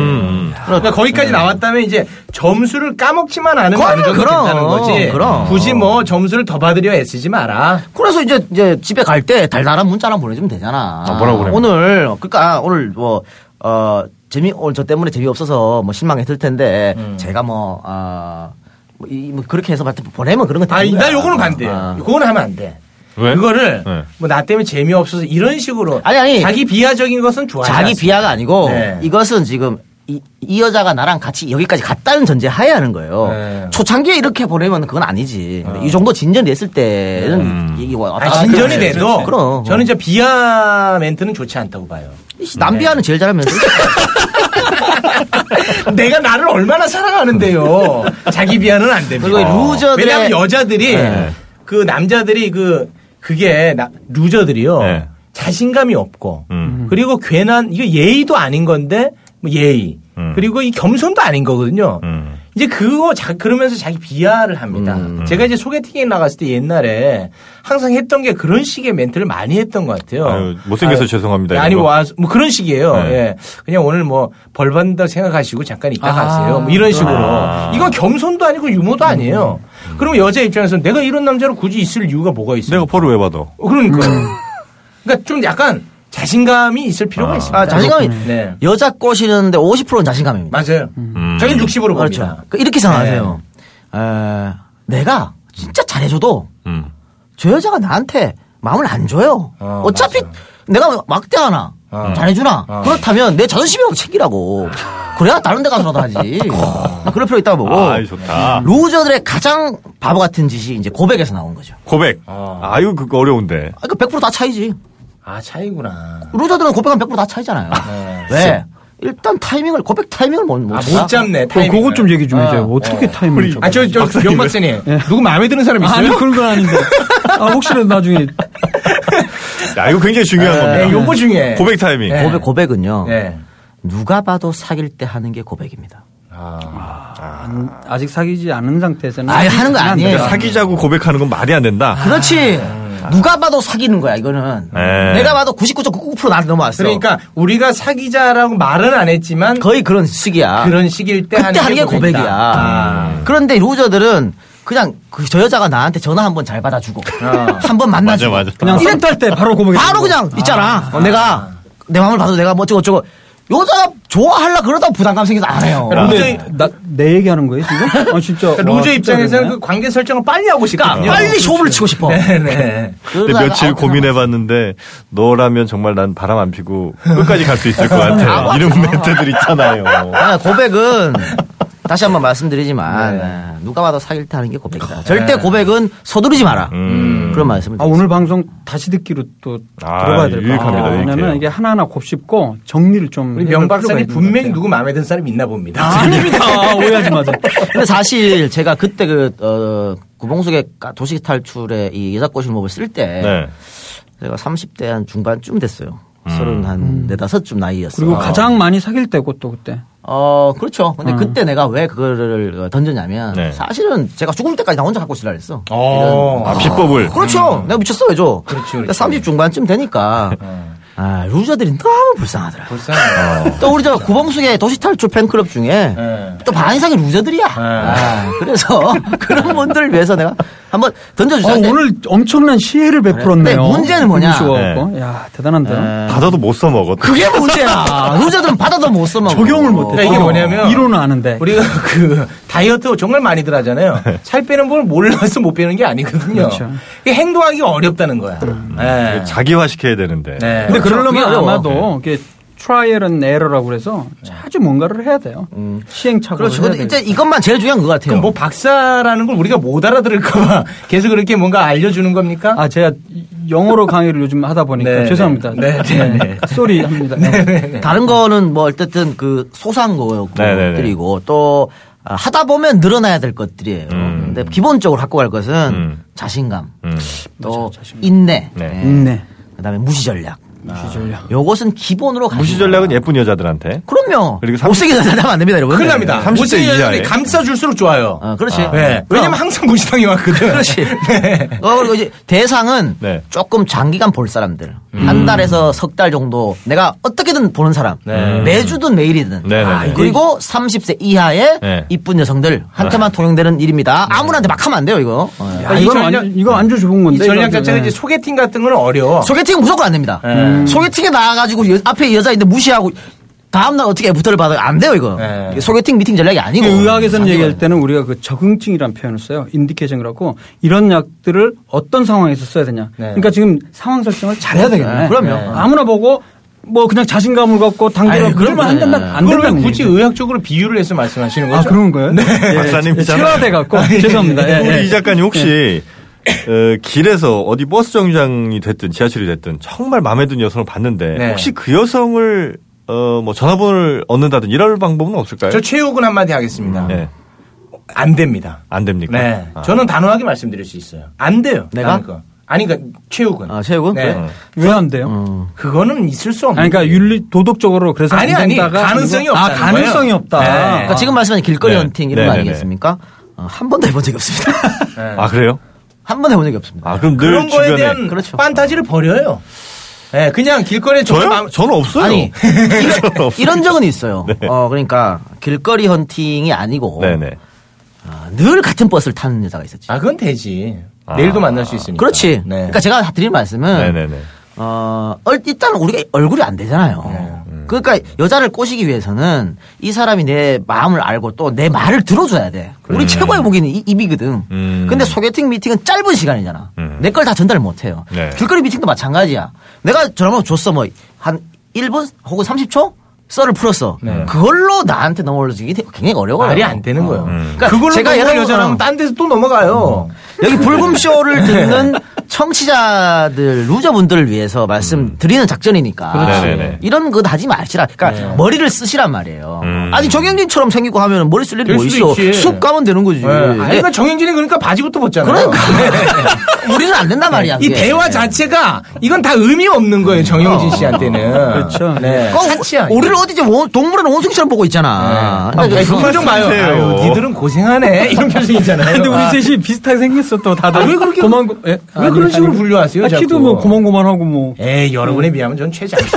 Speaker 5: 그러니까 거기까지 나왔다면 이제 점수를 까먹지만 않으면
Speaker 8: 네. 그럼,
Speaker 5: 어느 정도
Speaker 8: 그럼,
Speaker 5: 된다는 거지.
Speaker 8: 그럼.
Speaker 5: 굳이 뭐 점수를 더 받으려 애쓰지 마라.
Speaker 8: 그래서 이제 이제 집에 갈 때 달달한 문자 하나 보내주면 되잖아.
Speaker 6: 아, 뭐라고 보내면?
Speaker 8: 오늘 그러니까 오늘 뭐 어 재미 오늘 저 때문에 재미 없어서 뭐 실망했을 텐데
Speaker 5: 음.
Speaker 8: 제가 뭐 아. 뭐 이- 뭐 그렇게 해서 봤더니 보내면 그런 거
Speaker 5: 아니,
Speaker 8: 되는
Speaker 5: 나
Speaker 8: 거야.
Speaker 5: 요거는 반대예요.
Speaker 8: 아.
Speaker 5: 그거는 하면 안 돼.
Speaker 6: 왜?
Speaker 5: 그거를
Speaker 6: 네.
Speaker 5: 뭐 나 때문에 재미없어서 이런 식으로
Speaker 8: 아니, 아니.
Speaker 5: 자기 비하적인 것은 좋아하지
Speaker 8: 자기
Speaker 5: 않습니다.
Speaker 8: 비하가 아니고
Speaker 5: 네.
Speaker 8: 이것은 지금 이, 이 여자가 나랑 같이 여기까지 갔다는 전제 하에 하는 거예요.
Speaker 5: 네. 어.
Speaker 8: 초창기에 이렇게 보내면 그건 아니지. 근데 이 정도 진전이 됐을 때는 얘기가 왔다
Speaker 5: 아,
Speaker 8: 갔다
Speaker 5: 진전이
Speaker 8: 하는데.
Speaker 5: 돼도
Speaker 8: 그럼
Speaker 5: 저는 이제 비하 멘트는 좋지 않다고 봐요.
Speaker 8: 이씨, 남비하는
Speaker 5: 네.
Speaker 8: 제일 잘하면서
Speaker 5: 내가 나를 얼마나 사랑하는데요. 자기 비하는 안 됩니다.
Speaker 8: 그리고 이 루저들의-
Speaker 5: 왜냐하면 여자들이
Speaker 6: 네.
Speaker 5: 그 남자들이 그 그게 나- 루저들이요.
Speaker 6: 네.
Speaker 5: 자신감이 없고
Speaker 6: 음.
Speaker 5: 그리고 괜한 이거 예의도 아닌 건데 뭐 예의
Speaker 6: 음.
Speaker 5: 그리고 이 겸손도 아닌 거거든요.
Speaker 6: 음.
Speaker 5: 이제 그거 자- 그러면서 자기 비하를 합니다. 제가 이제 소개팅에 나갔을 때 옛날에 항상 했던 게 그런 식의 멘트를 많이 했던 것 어. 같아요.
Speaker 6: 아유, 못생겨서 죄송합니다,
Speaker 5: 아니
Speaker 6: 이런 거.
Speaker 5: 와, 뭐 그런 식이에요.
Speaker 6: 네.
Speaker 5: 예. 그냥 오늘 뭐 벌 받는다 생각하시고 잠깐 이따
Speaker 8: 아.
Speaker 5: 가세요. 뭐 이런 식으로.
Speaker 6: 아. 음,
Speaker 5: 이건 겸손도 아니고 유머도 아니에요. 그럼 여자 입장에서 내가 이런 남자로 굳이 있을 이유가 뭐가 있어요?
Speaker 6: 내가 음. 벌을 왜 받아?
Speaker 5: 어, 그러니까. 그러니까 좀 약간 자신감이 있을 필요가 있습니다.
Speaker 8: 아, 자신감이
Speaker 5: 네.
Speaker 8: 여자 꼬시는데 50%는 자신감입니다.
Speaker 5: 맞아요.
Speaker 6: 음.
Speaker 5: 저는 60으로
Speaker 8: 그렇죠.
Speaker 5: 봅니다. 네.
Speaker 8: 그 이렇게 생각하세요. 에, 내가 진짜 잘해줘도
Speaker 6: 음.
Speaker 8: 저 여자가 나한테 마음을 안 줘요.
Speaker 5: 어,
Speaker 8: 어, 차피
Speaker 5: 맞아요.
Speaker 8: 내가 막대하나
Speaker 5: 어.
Speaker 8: 잘해주나
Speaker 5: 어.
Speaker 8: 그렇다면 내 자존심이라도 챙기라고. 그래야 다른 데 가서라도 하지.
Speaker 5: 어.
Speaker 8: 나 그럴 필요 있다고 보고.
Speaker 6: 아, 좋다.
Speaker 8: 루저들의 가장 바보 같은 짓이 이제 고백에서 나온 거죠.
Speaker 6: 고백.
Speaker 5: 어.
Speaker 6: 아, 이거 그거 어려운데.
Speaker 8: 아, 그러니까 100%다 차이지.
Speaker 5: 아, 차이구나.
Speaker 8: 루저들은 고백은 100%다 차이잖아요.
Speaker 5: 네.
Speaker 8: 왜? 일단 타이밍을 고백 타이밍을 못, 못
Speaker 5: 아,
Speaker 8: 잡아.
Speaker 5: 못 잡네.
Speaker 7: 그럼
Speaker 5: 타이밍을.
Speaker 7: 그거 좀 얘기 좀 해줘요.
Speaker 5: 어.
Speaker 7: 어, 떻게 타이밍을 잡아?
Speaker 5: 아, 저, 저, 명 박사님. 누구 마음에 드는 사람 있어요?
Speaker 7: 아니, 그런 건 아닌데. 아, 혹시라도 나중에.
Speaker 6: 야, 이거 굉장히 중요한
Speaker 7: 아,
Speaker 5: 네,
Speaker 6: 겁니다.
Speaker 5: 요거 중에.
Speaker 6: 고백 타이밍.
Speaker 5: 네.
Speaker 8: 고백, 고백은요.
Speaker 5: 네.
Speaker 8: 누가 봐도 사귈 때 하는 게 고백입니다.
Speaker 7: 아직 사귀지 않은 상태에서는.
Speaker 8: 아예 하는 거 아니에요.
Speaker 6: 그러니까 사귀자고 고백하는 건 말이 안 된다.
Speaker 8: 그렇지.
Speaker 5: 아.
Speaker 8: 누가 봐도 사귀는 거야, 이거는.
Speaker 6: 네.
Speaker 8: 내가 봐도 99.99% 나한테 넘어왔어.
Speaker 5: 그러니까 우리가 사귀자라고 말은 안 했지만 아,
Speaker 8: 거의 그런 식이야.
Speaker 5: 그런 시기일 때
Speaker 8: 그때 하는 게
Speaker 5: 고백이다.
Speaker 8: 고백이야.
Speaker 5: 아.
Speaker 8: 그런데 루저들은 그냥 그 저 여자가 나한테 전화 한 번 잘 받아주고 한 번
Speaker 6: 맞아,
Speaker 5: 어.
Speaker 8: 만나주고
Speaker 6: 맞아.
Speaker 7: 그냥
Speaker 8: 이런
Speaker 7: 썸탈때 바로 고백해.
Speaker 8: 바로 그냥 있잖아. 어, 내가 내 마음을 봐도 내가 뭐 어쩌고저쩌고 여자 좋아하려 그러다 부담감 생겨서 안 해요.
Speaker 5: 루저,
Speaker 7: 나, 내 얘기하는 거예요 지금? 아 진짜. 와,
Speaker 5: 그러니까 루저
Speaker 7: 진짜
Speaker 5: 입장에서는
Speaker 7: 그러네. 그러니까
Speaker 5: 그 관계 설정을 빨리 하고 싶거든요.
Speaker 8: 빨리 쇼를 치고 싶어.
Speaker 5: 네네.
Speaker 6: 근데
Speaker 8: 그러다가
Speaker 6: 며칠
Speaker 8: 아웃
Speaker 6: 고민해봤는데 너라면 정말 난 바람 안 피고 끝까지 갈 수 있을 것 같아. 이런 멘트들 있잖아요.
Speaker 8: 아, 고백은 다시 한번
Speaker 7: 네.
Speaker 8: 말씀드리지만 아, 누가 봐도 사귈 때 하는 게 고백이다. 절대 고백은 서두르지 마라. 그런 말씀을
Speaker 7: 아,
Speaker 8: 드리겠습니다.
Speaker 7: 오늘 방송 다시 듣기로 또
Speaker 6: 아,
Speaker 7: 들어봐야 될 것 같아요.
Speaker 6: 유익합니다, 유익해요.
Speaker 7: 왜냐면 이게 하나하나 곱씹고 정리를 좀.
Speaker 5: 우리
Speaker 7: 해볼
Speaker 5: 명 박사님
Speaker 7: 필요가 있는
Speaker 5: 분명히
Speaker 7: 것
Speaker 5: 누구 마음에 드는 사람이 있나 봅니다.
Speaker 7: 같아요. 아닙니다. 오해하지 마세요.
Speaker 8: 근데 사실 제가 그때 그 어, 구봉숙의 도시 탈출의 이 여자 꼬실 몹을 쓸 때
Speaker 6: 네.
Speaker 8: 제가 30대 한 중반쯤 됐어요. 서른 한 네다섯쯤
Speaker 7: 음.
Speaker 8: 나이였어요.
Speaker 7: 그리고 가장 많이 사귈 때고 또 그때.
Speaker 8: 어 그렇죠. 근데
Speaker 7: 음.
Speaker 8: 그때 내가 왜 그거를 던졌냐면
Speaker 6: 네.
Speaker 8: 사실은 제가 죽을 때까지 나 혼자 갖고 있으라 그랬어.
Speaker 5: 어.
Speaker 6: 아, 비법을.
Speaker 8: 그렇죠. 내가 미쳤어 왜죠?
Speaker 5: 그렇죠, 그렇죠.
Speaker 8: 30 중반쯤 되니까 아 루저들이 너무 불쌍하더라.
Speaker 5: 불쌍해요.
Speaker 8: 또 우리 저 구봉숙의 도시탈출 팬클럽 중에
Speaker 5: 네.
Speaker 8: 또 반 이상이 루저들이야. 아, 그래서 그런 분들을 위해서 내가 한번 던져주자.
Speaker 7: 어,
Speaker 8: 근데
Speaker 7: 오늘 엄청난 시혜를 베풀었네요.
Speaker 8: 근데 문제는 뭐냐.
Speaker 5: 네.
Speaker 7: 궁금해갖고. 야 대단한데.
Speaker 6: 받아도 못 써먹어.
Speaker 8: 그게 문제야. 루저들은 받아도 못 써먹어.
Speaker 7: 적용을 못해.
Speaker 5: 그러니까 이게 뭐냐면
Speaker 7: 이론은 아는데.
Speaker 5: 우리가 그 다이어트 정말 많이들 하잖아요.
Speaker 6: 네.
Speaker 5: 살 빼는 법을 몰라서 못 빼는 게 아니거든요.
Speaker 7: 그렇죠.
Speaker 5: 이게 행동하기 어렵다는 거야.
Speaker 6: 음.
Speaker 5: 네.
Speaker 6: 자기화 시켜야 되는데.
Speaker 5: 네.
Speaker 7: 근데
Speaker 8: 그게
Speaker 7: 그렇죠. 그러려면
Speaker 8: 어려워.
Speaker 7: 아마도 이게 트라이얼 앤 에러라고 그래서 자주 뭔가를 해야 돼요.
Speaker 5: 음.
Speaker 7: 시행착오를
Speaker 8: 그렇죠.
Speaker 7: 해야
Speaker 8: 근데
Speaker 7: 돼요.
Speaker 8: 이제 이것만 제일 중요한 것 같아요.
Speaker 5: 그럼 뭐 박사라는 걸 우리가 못 알아들을까봐 계속 그렇게 뭔가 알려주는 겁니까?
Speaker 7: 아 제가 영어로 강의를 요즘 하다 보니까
Speaker 5: 네,
Speaker 7: 죄송합니다.
Speaker 5: 네, 네, 네.
Speaker 7: 쏘리 합니다.
Speaker 8: 다른 거는 뭐 어쨌든 그 소소한
Speaker 6: 네. 네네네.
Speaker 8: 것들이고 또 아, 하다 보면 늘어나야 될 것들이에요.
Speaker 6: 음.
Speaker 8: 근데 기본적으로 갖고 갈 것은
Speaker 6: 음.
Speaker 8: 자신감,
Speaker 6: 음.
Speaker 8: 또 인내,
Speaker 6: 네.
Speaker 8: 예.
Speaker 7: 인내.
Speaker 8: 그다음에 무시 전략.
Speaker 5: 아.
Speaker 7: 무시 전략.
Speaker 8: 요것은 기본으로 가시는
Speaker 6: 무시 전략은 예쁜 여자들한테.
Speaker 8: 거예요. 그럼요.
Speaker 6: 그리고 삼-
Speaker 8: 못생긴 여자 하면 안 됩니다, 여러분. 네.
Speaker 5: 큰일 납니다.
Speaker 6: 30대
Speaker 5: 오직
Speaker 6: 이하에.
Speaker 5: 감싸줄수록 좋아요.
Speaker 8: 어, 그렇지.
Speaker 5: 네. 왜냐면 항상 무시당해 왔거든.
Speaker 8: 그렇지.
Speaker 5: 네.
Speaker 8: 어, 그리고 이제 대상은
Speaker 6: 네.
Speaker 8: 조금 장기간 볼 사람들. 한 달에서 석 달 정도 내가 어떻게든 보는 사람. 매주든 매일이든.
Speaker 6: 네네네.
Speaker 8: 아, 그리고 30세 이하의
Speaker 6: 네.
Speaker 8: 이쁜 여성들 한테만 통용되는 일입니다. 아무한테 막 하면 안 돼요, 이거. 어.
Speaker 7: 아, 이건
Speaker 5: 전략-
Speaker 7: 완전- 이거 안주 좋은
Speaker 5: 이
Speaker 7: 건데.
Speaker 5: 전략
Speaker 7: 이건-
Speaker 5: 자체가
Speaker 7: 네.
Speaker 5: 이제 소개팅 같은 건 어려워.
Speaker 8: 소개팅은 무조건 안 됩니다. 소개팅에 나와가지고 여- 앞에 여자인데 무시하고 다음날 어떻게 애프터를 받아요? 안 돼요, 이거.
Speaker 5: 네.
Speaker 8: 이게 소개팅 미팅 전략이
Speaker 5: 어,
Speaker 8: 아니고.
Speaker 7: 그 의학에서는
Speaker 8: 안
Speaker 7: 얘기할
Speaker 8: 돼요.
Speaker 7: 때는 우리가 그 적응증이라는 표현을 써요. 인디케이션이라고 이런 약들을 어떤 상황에서 써야 되냐.
Speaker 5: 네.
Speaker 7: 그러니까 지금 상황 설정을 잘해야 되겠네.
Speaker 8: 네, 그럼요.
Speaker 7: 아무나 보고 뭐 그냥 자신감을 갖고 당겨라.
Speaker 8: 아니,
Speaker 7: 그러면 안
Speaker 8: 그럼요.
Speaker 7: 된다. 안
Speaker 5: 그걸 왜
Speaker 7: 된다는
Speaker 5: 굳이
Speaker 7: 얘기죠.
Speaker 5: 의학적으로 비유를 해서 말씀하시는
Speaker 7: 아
Speaker 5: 거죠?
Speaker 7: 그런 거예요? 네.
Speaker 6: 박사님 있잖아요.
Speaker 7: 체화돼 갖고 죄송합니다. 예, 예.
Speaker 6: 우리 이 작가님 혹시 어, 길에서 어디 버스 정류장이 됐든 지하철이 됐든 정말 마음에 드는 여성을 봤는데
Speaker 5: 네.
Speaker 6: 혹시 그 여성을 어, 뭐 전화번호를 얻는다든 이럴 방법은 없을까요?
Speaker 5: 저 최욱은 한마디 하겠습니다.
Speaker 6: 네.
Speaker 5: 안 됩니다.
Speaker 6: 안 됩니까?
Speaker 5: 네.
Speaker 6: 아.
Speaker 5: 저는 단호하게 말씀드릴 수 있어요. 안 돼요.
Speaker 8: 내가?
Speaker 5: 나는 거. 아니, 그러니까 최욱은.
Speaker 8: 아, 최욱은?
Speaker 5: 네.
Speaker 8: 네.
Speaker 7: 왜 안 돼요?
Speaker 5: 그거는 있을 수 없는.
Speaker 7: 아니, 그러니까 윤리 도덕적으로 그래서
Speaker 5: 어. 아니,
Speaker 7: 안
Speaker 5: 아니,
Speaker 7: 된다가
Speaker 5: 가능성이
Speaker 7: 아니고-
Speaker 5: 없다는
Speaker 7: 아 가능성이
Speaker 5: 거예요.
Speaker 7: 없다.
Speaker 5: 네.
Speaker 8: 그러니까 지금 말씀하신 길거리
Speaker 6: 네.
Speaker 8: 헌팅 이런 거
Speaker 6: 네네네.
Speaker 8: 아니겠습니까? 어, 한 번도 해본 적이 없습니다.
Speaker 6: 아 그래요?
Speaker 8: 한 번 해본 적이 없습니다.
Speaker 6: 아 그럼 늘
Speaker 5: 그런 거에
Speaker 6: 주변에
Speaker 5: 대한
Speaker 8: 그렇죠.
Speaker 5: 판타지를 버려요. 네, 그냥 길거리에
Speaker 6: 저요?
Speaker 5: 마음-
Speaker 6: 저는 없어요.
Speaker 8: 아니
Speaker 6: 저는
Speaker 8: 이런,
Speaker 6: 없어요.
Speaker 8: 이런 적은 있어요. 어 그러니까 길거리 헌팅이 아니고
Speaker 6: 네. 네네.
Speaker 8: 아, 늘 같은 버스를 타는 여자가 있었지.
Speaker 5: 아, 그건 되지.
Speaker 6: 아.
Speaker 5: 내일도 만날 수 있으니까.
Speaker 8: 그렇지.
Speaker 5: 네.
Speaker 8: 그러니까 제가 드릴 말씀은
Speaker 6: 네네네.
Speaker 8: 어 얼- 일단 우리가 얼굴이 안
Speaker 6: 네.
Speaker 8: 되잖아요.
Speaker 6: 음.
Speaker 8: 그러니까 여자를 꼬시기 위해서는 이 사람이 내 마음을 알고 또 내 말을 들어줘야 돼. 우리 최고의 무기는 이- 입이거든.
Speaker 6: 음.
Speaker 8: 근데 소개팅 미팅은 짧은 시간이잖아.
Speaker 6: 음.
Speaker 8: 내 걸 다 전달 못 해요.
Speaker 6: 네.
Speaker 8: 길거리 미팅도 마찬가지야. 내가 전화번호 줬어 뭐 한 1분 혹은 30초 썰을 풀었어. 그걸로 나한테 넘어올리기 굉장히 어려워요.
Speaker 5: 네. 말이 안 되는
Speaker 6: 음.
Speaker 5: 거예요.
Speaker 8: 그러니까
Speaker 5: 그걸로
Speaker 8: 제가 음.
Speaker 5: 제가
Speaker 8: 여러분-
Speaker 5: 여자라면 딴 데서 또 넘어가요.
Speaker 8: 여기 불금쇼를 듣는 청취자들 루저분들을 위해서 말씀드리는 작전이니까
Speaker 5: 그렇죠.
Speaker 6: 그렇지. 네네네.
Speaker 8: 이런 거 하지 마시라. 그러니까
Speaker 5: 네.
Speaker 8: 머리를 쓰시란 말이에요.
Speaker 6: 음.
Speaker 8: 아니 정영진처럼 생기고 하면 머리 쓸 일이
Speaker 5: 될
Speaker 8: 뭐
Speaker 5: 수도
Speaker 8: 있어?
Speaker 5: 있지.
Speaker 8: 쑥 가면 되는 거지.
Speaker 5: 네. 아니,
Speaker 8: 근데
Speaker 5: 그러니까 정영진이 그러니까 바지부터 벗잖아요. 네.
Speaker 8: 우리는 안 된단 그러니까. 말이야.
Speaker 5: 이
Speaker 8: 그게. 네.
Speaker 5: 대화 자체가 이건 다 의미 없는 거예요. 정영진
Speaker 8: 어.
Speaker 5: 씨한테는.
Speaker 7: 그렇죠.
Speaker 5: 네.
Speaker 8: 그거
Speaker 5: 사치야.
Speaker 8: 우리를 어디지 원- 동물원 원숭이처럼 보고 있잖아.
Speaker 5: 아,
Speaker 8: 그러니까
Speaker 5: 그 표정 봐요.
Speaker 6: 쓰세요.
Speaker 5: 아유, 니들은 고생하네. 이런 표정이잖아요.
Speaker 7: 근데
Speaker 5: 아,
Speaker 7: 우리 셋이 비슷하게 생겼어 또 다들.
Speaker 5: 아, 왜 그렇게-
Speaker 7: 고만 고- 예?
Speaker 5: 왜 그런 식으로 분류하세요,
Speaker 7: 아,
Speaker 5: 자꾸?
Speaker 7: 키도 뭐 고만고만하고 뭐.
Speaker 5: 에이, 여러분에 비하면 전 최장신이지.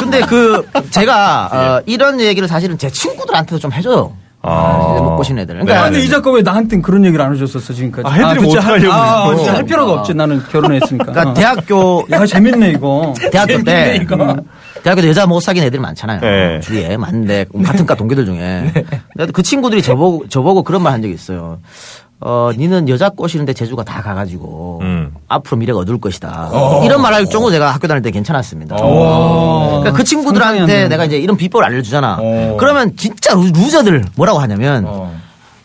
Speaker 8: 근데 그 제가 어, 이런 얘기를 사실은 제 친구들한테도 좀 해줘요. 아, 못 보신 애들.
Speaker 7: 아,
Speaker 6: 네,
Speaker 8: 그러니까
Speaker 7: 근데 이 작가 왜 나한테 그런 얘기를 안 해줬었어 지금까지?
Speaker 6: 아, 해드리면
Speaker 7: 도대체 할-
Speaker 6: 어떡하려고
Speaker 7: 아,
Speaker 6: 그래요.
Speaker 7: 진짜 할 필요가 없지. 나는 결혼했으니까. 어.
Speaker 5: 어.
Speaker 8: 그러니까 대학교
Speaker 7: 야 재밌네 이거.
Speaker 8: 대학교 때 음, 대학교 때 여자 못 사귄 애들이 많잖아요.
Speaker 6: 네.
Speaker 8: 주위에 많은데 같은 과 동기들
Speaker 7: 네.
Speaker 8: 중에 근데 그 친구들이 저보고 저보고 그런 말 한 적이 있어요. 어, 니는 여자 꼬시는데 재주가 다 가가지고
Speaker 6: 음.
Speaker 8: 앞으로 미래가 어두울 것이다. 이런 말 할 정도 제가 학교 다닐 때 괜찮았습니다.
Speaker 7: 어.
Speaker 8: 그러니까 그 친구들한테
Speaker 7: 상상이 안
Speaker 8: 내가 이제 이런 비법을 알려주잖아.
Speaker 7: 어.
Speaker 8: 그러면 진짜 루- 루저들 뭐라고 하냐면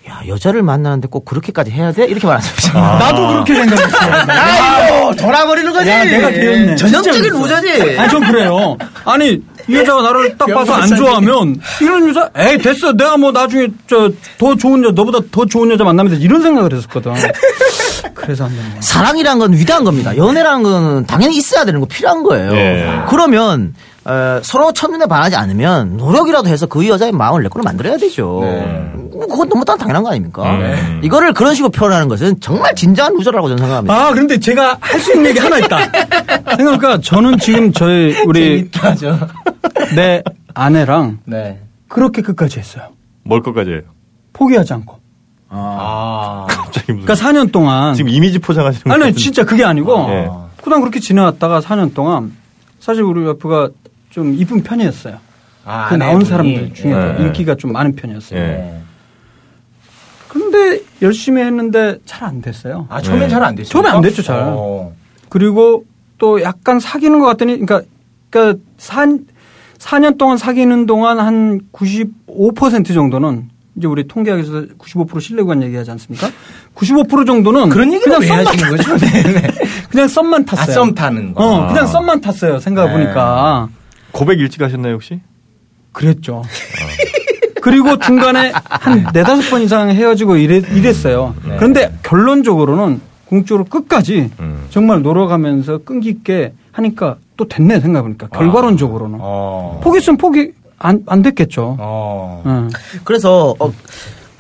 Speaker 8: 야 여자를 만나는데 꼭 그렇게까지 해야 돼? 이렇게 말하죠.
Speaker 7: 나도 그렇게 생각했어.
Speaker 8: 아이고 돌아버리는 거지.
Speaker 7: 아. 야, 내가 개였네.
Speaker 8: 전형적인
Speaker 7: 진짜
Speaker 8: 루저지.
Speaker 7: 아니, 전 그래요. 아니, 이 여자가 나를 딱 봐서 안 좋아하면, 이런 여자, 에이, 됐어. 내가 뭐 나중에, 저, 더 좋은 여, 너보다 더 좋은 여자 만나면 돼. 이런 생각을 했었거든. 그래서 안 되는 거야.
Speaker 8: 사랑이란 건 위대한 겁니다. 연애라는 건 당연히 있어야 되는 거 필요한 거예요.
Speaker 6: 예.
Speaker 8: 그러면 어, 서로 첫눈에 반하지 않으면 노력이라도 해서 그 여자의 마음을 내 거로 만들어야 되죠. 음, 그건 너무 당- 당연한 거 아닙니까? 이거를 그런 식으로 표현하는 것은 정말 진지한 루저라고 저는 생각합니다.
Speaker 7: 아, 그런데 제가 할 수 있는 얘기 하나 있다. 생각해보니까 저는 지금 저희, 우리,
Speaker 5: 맞아.
Speaker 7: 내 아내랑
Speaker 5: 네.
Speaker 7: 그렇게 끝까지 했어요.
Speaker 6: 뭘 것까지 해요?
Speaker 7: 포기하지 않고.
Speaker 5: 아.
Speaker 6: 갑자기 무슨
Speaker 7: 그러니까 4년 동안.
Speaker 6: 지금 이미지 포장하시는 것
Speaker 7: 아니
Speaker 6: 같은데.
Speaker 7: 진짜 그게 아니고
Speaker 6: 예.
Speaker 7: 그다음 그렇게 지내왔다가 4년 동안 사실 우리 와이프가 좀 이쁜 편이었어요.
Speaker 5: 아, 네.
Speaker 7: 그 나온
Speaker 5: 아내분이.
Speaker 7: 사람들 중에
Speaker 6: 예.
Speaker 7: 인기가 좀 많은 편이었어요.
Speaker 6: 예.
Speaker 5: 네.
Speaker 7: 그런데 열심히 했는데 잘 안 됐어요.
Speaker 5: 아, 처음엔
Speaker 6: 네.
Speaker 5: 잘 안 됐어요.
Speaker 7: 처음에 안 됐죠, 잘.
Speaker 5: 어.
Speaker 7: 그리고 또 약간 사귀는 것 같더니 그러니까 그러니까 4, 4년 동안 사귀는 동안 한 95% 정도는 이제 우리 통계학에서 95% 신뢰관 얘기하지 않습니까? 95% 정도는
Speaker 5: 그런 얘기를
Speaker 7: 그냥
Speaker 5: 왜
Speaker 7: 썸만
Speaker 5: 하시는 거죠? 네, 네.
Speaker 7: 그냥 썸만
Speaker 5: 아,
Speaker 7: 탔어요.
Speaker 5: 썸 타는 거.
Speaker 7: 어, 그냥 썸만 탔어요. 생각해
Speaker 5: 네.
Speaker 7: 보니까.
Speaker 6: 고백 일찍 하셨나요 혹시?
Speaker 7: 그랬죠. 그리고 중간에 한 네다섯 번 이상 헤어지고 이랬, 어요 그런데 결론적으로는 공적으로 끝까지 정말 놀아가면서 끈기 있게 하니까 또 됐네 생각해보니까. 결과론적으로는.
Speaker 5: 어.
Speaker 7: 포기했으면 포기 안, 안 됐겠죠.
Speaker 5: 어.
Speaker 7: 응.
Speaker 8: 그래서 어,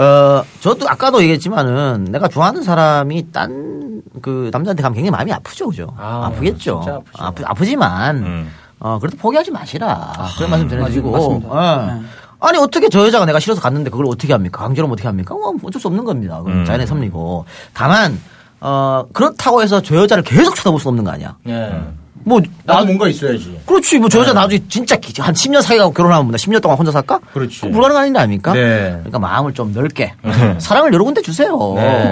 Speaker 8: 어, 저도 아까도 얘기했지만은 내가 좋아하는 사람이 딴 그 남자한테 가면 굉장히 마음이 아프죠, 그죠?
Speaker 5: 아,
Speaker 8: 아, 프겠죠
Speaker 5: 진짜 아프죠.
Speaker 8: 아프, 지만
Speaker 6: 음.
Speaker 8: 어, 그래도 포기하지 마시라. 그런 말씀 드려드리고.
Speaker 7: 아, 맞- 맞습니다.
Speaker 8: 어.
Speaker 7: 네.
Speaker 8: 아니 어떻게 저 여자가 내가 싫어서 갔는데 그걸 어떻게 합니까? 강제로 어떻게 합니까? 어, 어쩔 수 없는 겁니다. 그건
Speaker 6: 음.
Speaker 8: 자연의 섭리고. 다만 어, 그렇다고 해서 저 여자를 계속 쳐다볼 수 없는 거 아니야?
Speaker 5: 예.
Speaker 8: 뭐
Speaker 5: 나도
Speaker 8: 나
Speaker 5: 뭔가 있어야지.
Speaker 8: 그렇지. 뭐, 저
Speaker 5: 네.
Speaker 8: 여자 나중에 진짜 기- 한 10년 사귀고 결혼하면 나 10년 동안 혼자 살까?
Speaker 5: 그렇지.
Speaker 8: 그건 불가능한 일 아닙니까?
Speaker 5: 네.
Speaker 8: 그러니까 마음을 좀 넓게. 사랑을 여러 군데 주세요.
Speaker 5: 네.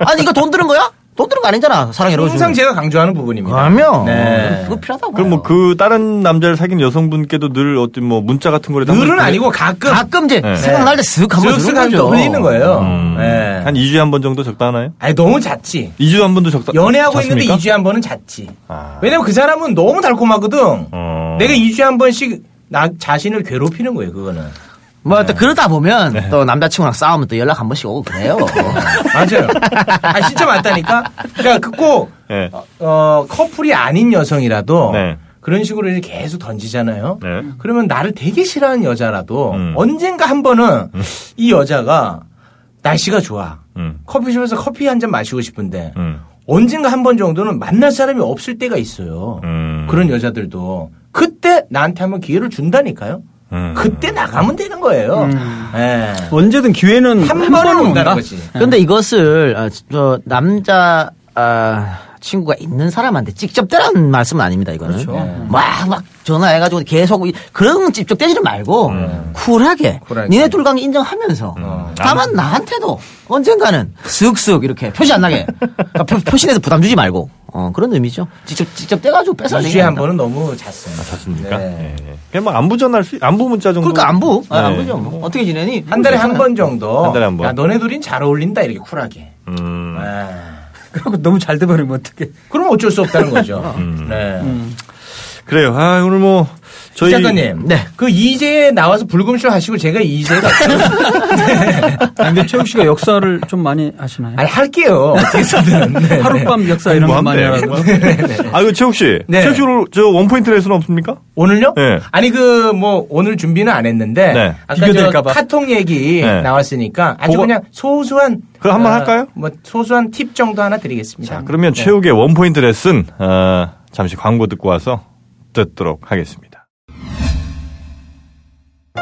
Speaker 8: 아니, 이거 돈 드는 거야? 돈 드는 거 아니잖아. 사랑 여러 군데.
Speaker 5: 항상
Speaker 8: 주는
Speaker 5: 제가 강조하는 부분입니다.
Speaker 8: 거. 그러면.
Speaker 5: 네.
Speaker 8: 그거 필요하다고.
Speaker 6: 그럼 뭐 그 다른 남자를 사귄 여성분께도 늘 어떤 뭐 문자 같은 거를
Speaker 5: 늘은 아니고 가끔. 네.
Speaker 8: 가끔 이제 생각날 때 쓱 한번
Speaker 5: 쓱쓱
Speaker 8: 주는 거죠.
Speaker 5: 하면 흘리는 거예요. 예.
Speaker 6: 음. 한 2주에 한 번 정도 적당하나요?
Speaker 5: 아니, 너무 잦지.
Speaker 6: 2주에 한 번도 적당
Speaker 5: 연애하고
Speaker 6: 잦습니까?
Speaker 5: 있는데 2주에 한 번은 잤지.
Speaker 6: 아.
Speaker 5: 왜냐면 그 사람은 너무 달콤하거든.
Speaker 6: 어.
Speaker 5: 내가 2주에 한 번씩 나 자신을 괴롭히는 거예요, 그거는.
Speaker 8: 뭐,
Speaker 5: 네.
Speaker 8: 또 그러다 보면 또 남자친구랑 싸우면 또 연락 한 번씩 오고 그래요.
Speaker 5: 네. 맞아요. 아, 진짜 맞다니까? 그러니까 그꼭
Speaker 6: 예.
Speaker 5: 어, 어, 커플이 아닌 여성이라도
Speaker 6: 네.
Speaker 5: 그런 식으로 이제 계속 던지잖아요.
Speaker 6: 네.
Speaker 5: 그러면 나를 되게 싫어하는 여자라도
Speaker 6: 음.
Speaker 5: 언젠가 한 번은 이 여자가 날씨가 좋아.
Speaker 6: 음.
Speaker 5: 커피숍에서 커피 한 잔 마시고 싶은데
Speaker 6: 음.
Speaker 5: 언젠가 한 번 정도는 만날 사람이 없을 때가 있어요.
Speaker 6: 음.
Speaker 5: 그런 여자들도 그때 나한테 한번 기회를 준다니까요.
Speaker 6: 음.
Speaker 5: 그때 나가면 되는 거예요. 예.
Speaker 7: 언제든 기회는
Speaker 5: 한,
Speaker 7: 음.
Speaker 5: 번은
Speaker 7: 한 번은
Speaker 5: 온다는
Speaker 7: 온다.
Speaker 5: 거지.
Speaker 8: 그런데 이것을, 어, 저 남자, 아, 친구가 있는 사람한테 직접 때라는 말씀은 아닙니다, 이거는. 네.
Speaker 5: 그렇죠.
Speaker 8: 막, 막 전화해가지고 계속 이- 그런 직접 떼지를 말고 쿨하게,
Speaker 5: 네. 쿨하게. 어.
Speaker 8: 니네 둘 관계 인정하면서 다만 나한테도 언젠가는 쓱쓱 이렇게 표시 안 나게 그러니까 표, 표시내서 부담 주지 말고 어, 그런 의미죠. 직접 직접 떼가지고 뺏어
Speaker 5: 2주에 한 번은 너무
Speaker 6: 아,
Speaker 5: 잤어요.
Speaker 6: 좋습니까?
Speaker 5: 네.
Speaker 6: 예. 그냥 뭐 안부 전할 수 안부 문자 정도.
Speaker 8: 그러니까 안부, 아,
Speaker 6: 네.
Speaker 8: 안부죠. 뭐. 어떻게 지내니?
Speaker 5: 한 달에 한 번 정도.
Speaker 6: 한 달에 한 번.
Speaker 5: 야, 너네 둘인 잘 어울린다. 이렇게 쿨하게.
Speaker 6: 음.
Speaker 5: 아,
Speaker 7: 그리고 너무 잘 돼버리면 어떡해.
Speaker 5: 그럼 어쩔 수 없다는 거죠. 네.
Speaker 7: 음.
Speaker 6: 그래요. 아 오늘 뭐 음. 저희 뭐
Speaker 5: 이 작가님.
Speaker 8: 네.
Speaker 5: 그 이제 나와서 불금쇼 하시고 제가 이제가
Speaker 7: 아니, 근데 최욱 씨가 역사를 좀 많이 아시나요?
Speaker 5: 아니 할게요. 어떻게든. 네.
Speaker 7: 뭐 하룻밤 역사 이런 거 많이 알아요.
Speaker 6: 아 이거 최욱 씨.
Speaker 5: 네.
Speaker 6: 최욱 씨저 원포인트 레슨 없습니까?
Speaker 5: 오늘요?
Speaker 6: 네.
Speaker 5: 아니 그 뭐 오늘 준비는 안 했는데
Speaker 6: 네.
Speaker 5: 아까 저
Speaker 7: 비교될까봐.
Speaker 5: 카톡 얘기
Speaker 6: 네.
Speaker 5: 나왔으니까 아주
Speaker 6: 그거-
Speaker 5: 그냥 소소한
Speaker 6: 그거 한번
Speaker 5: 어,
Speaker 6: 할까요?
Speaker 5: 뭐 소소한 팁 정도 하나 드리겠습니다.
Speaker 6: 자 그러면 최욱의 원포인트 레슨 어, 잠시 광고 듣고 와서 듣도록 하겠습니다. 아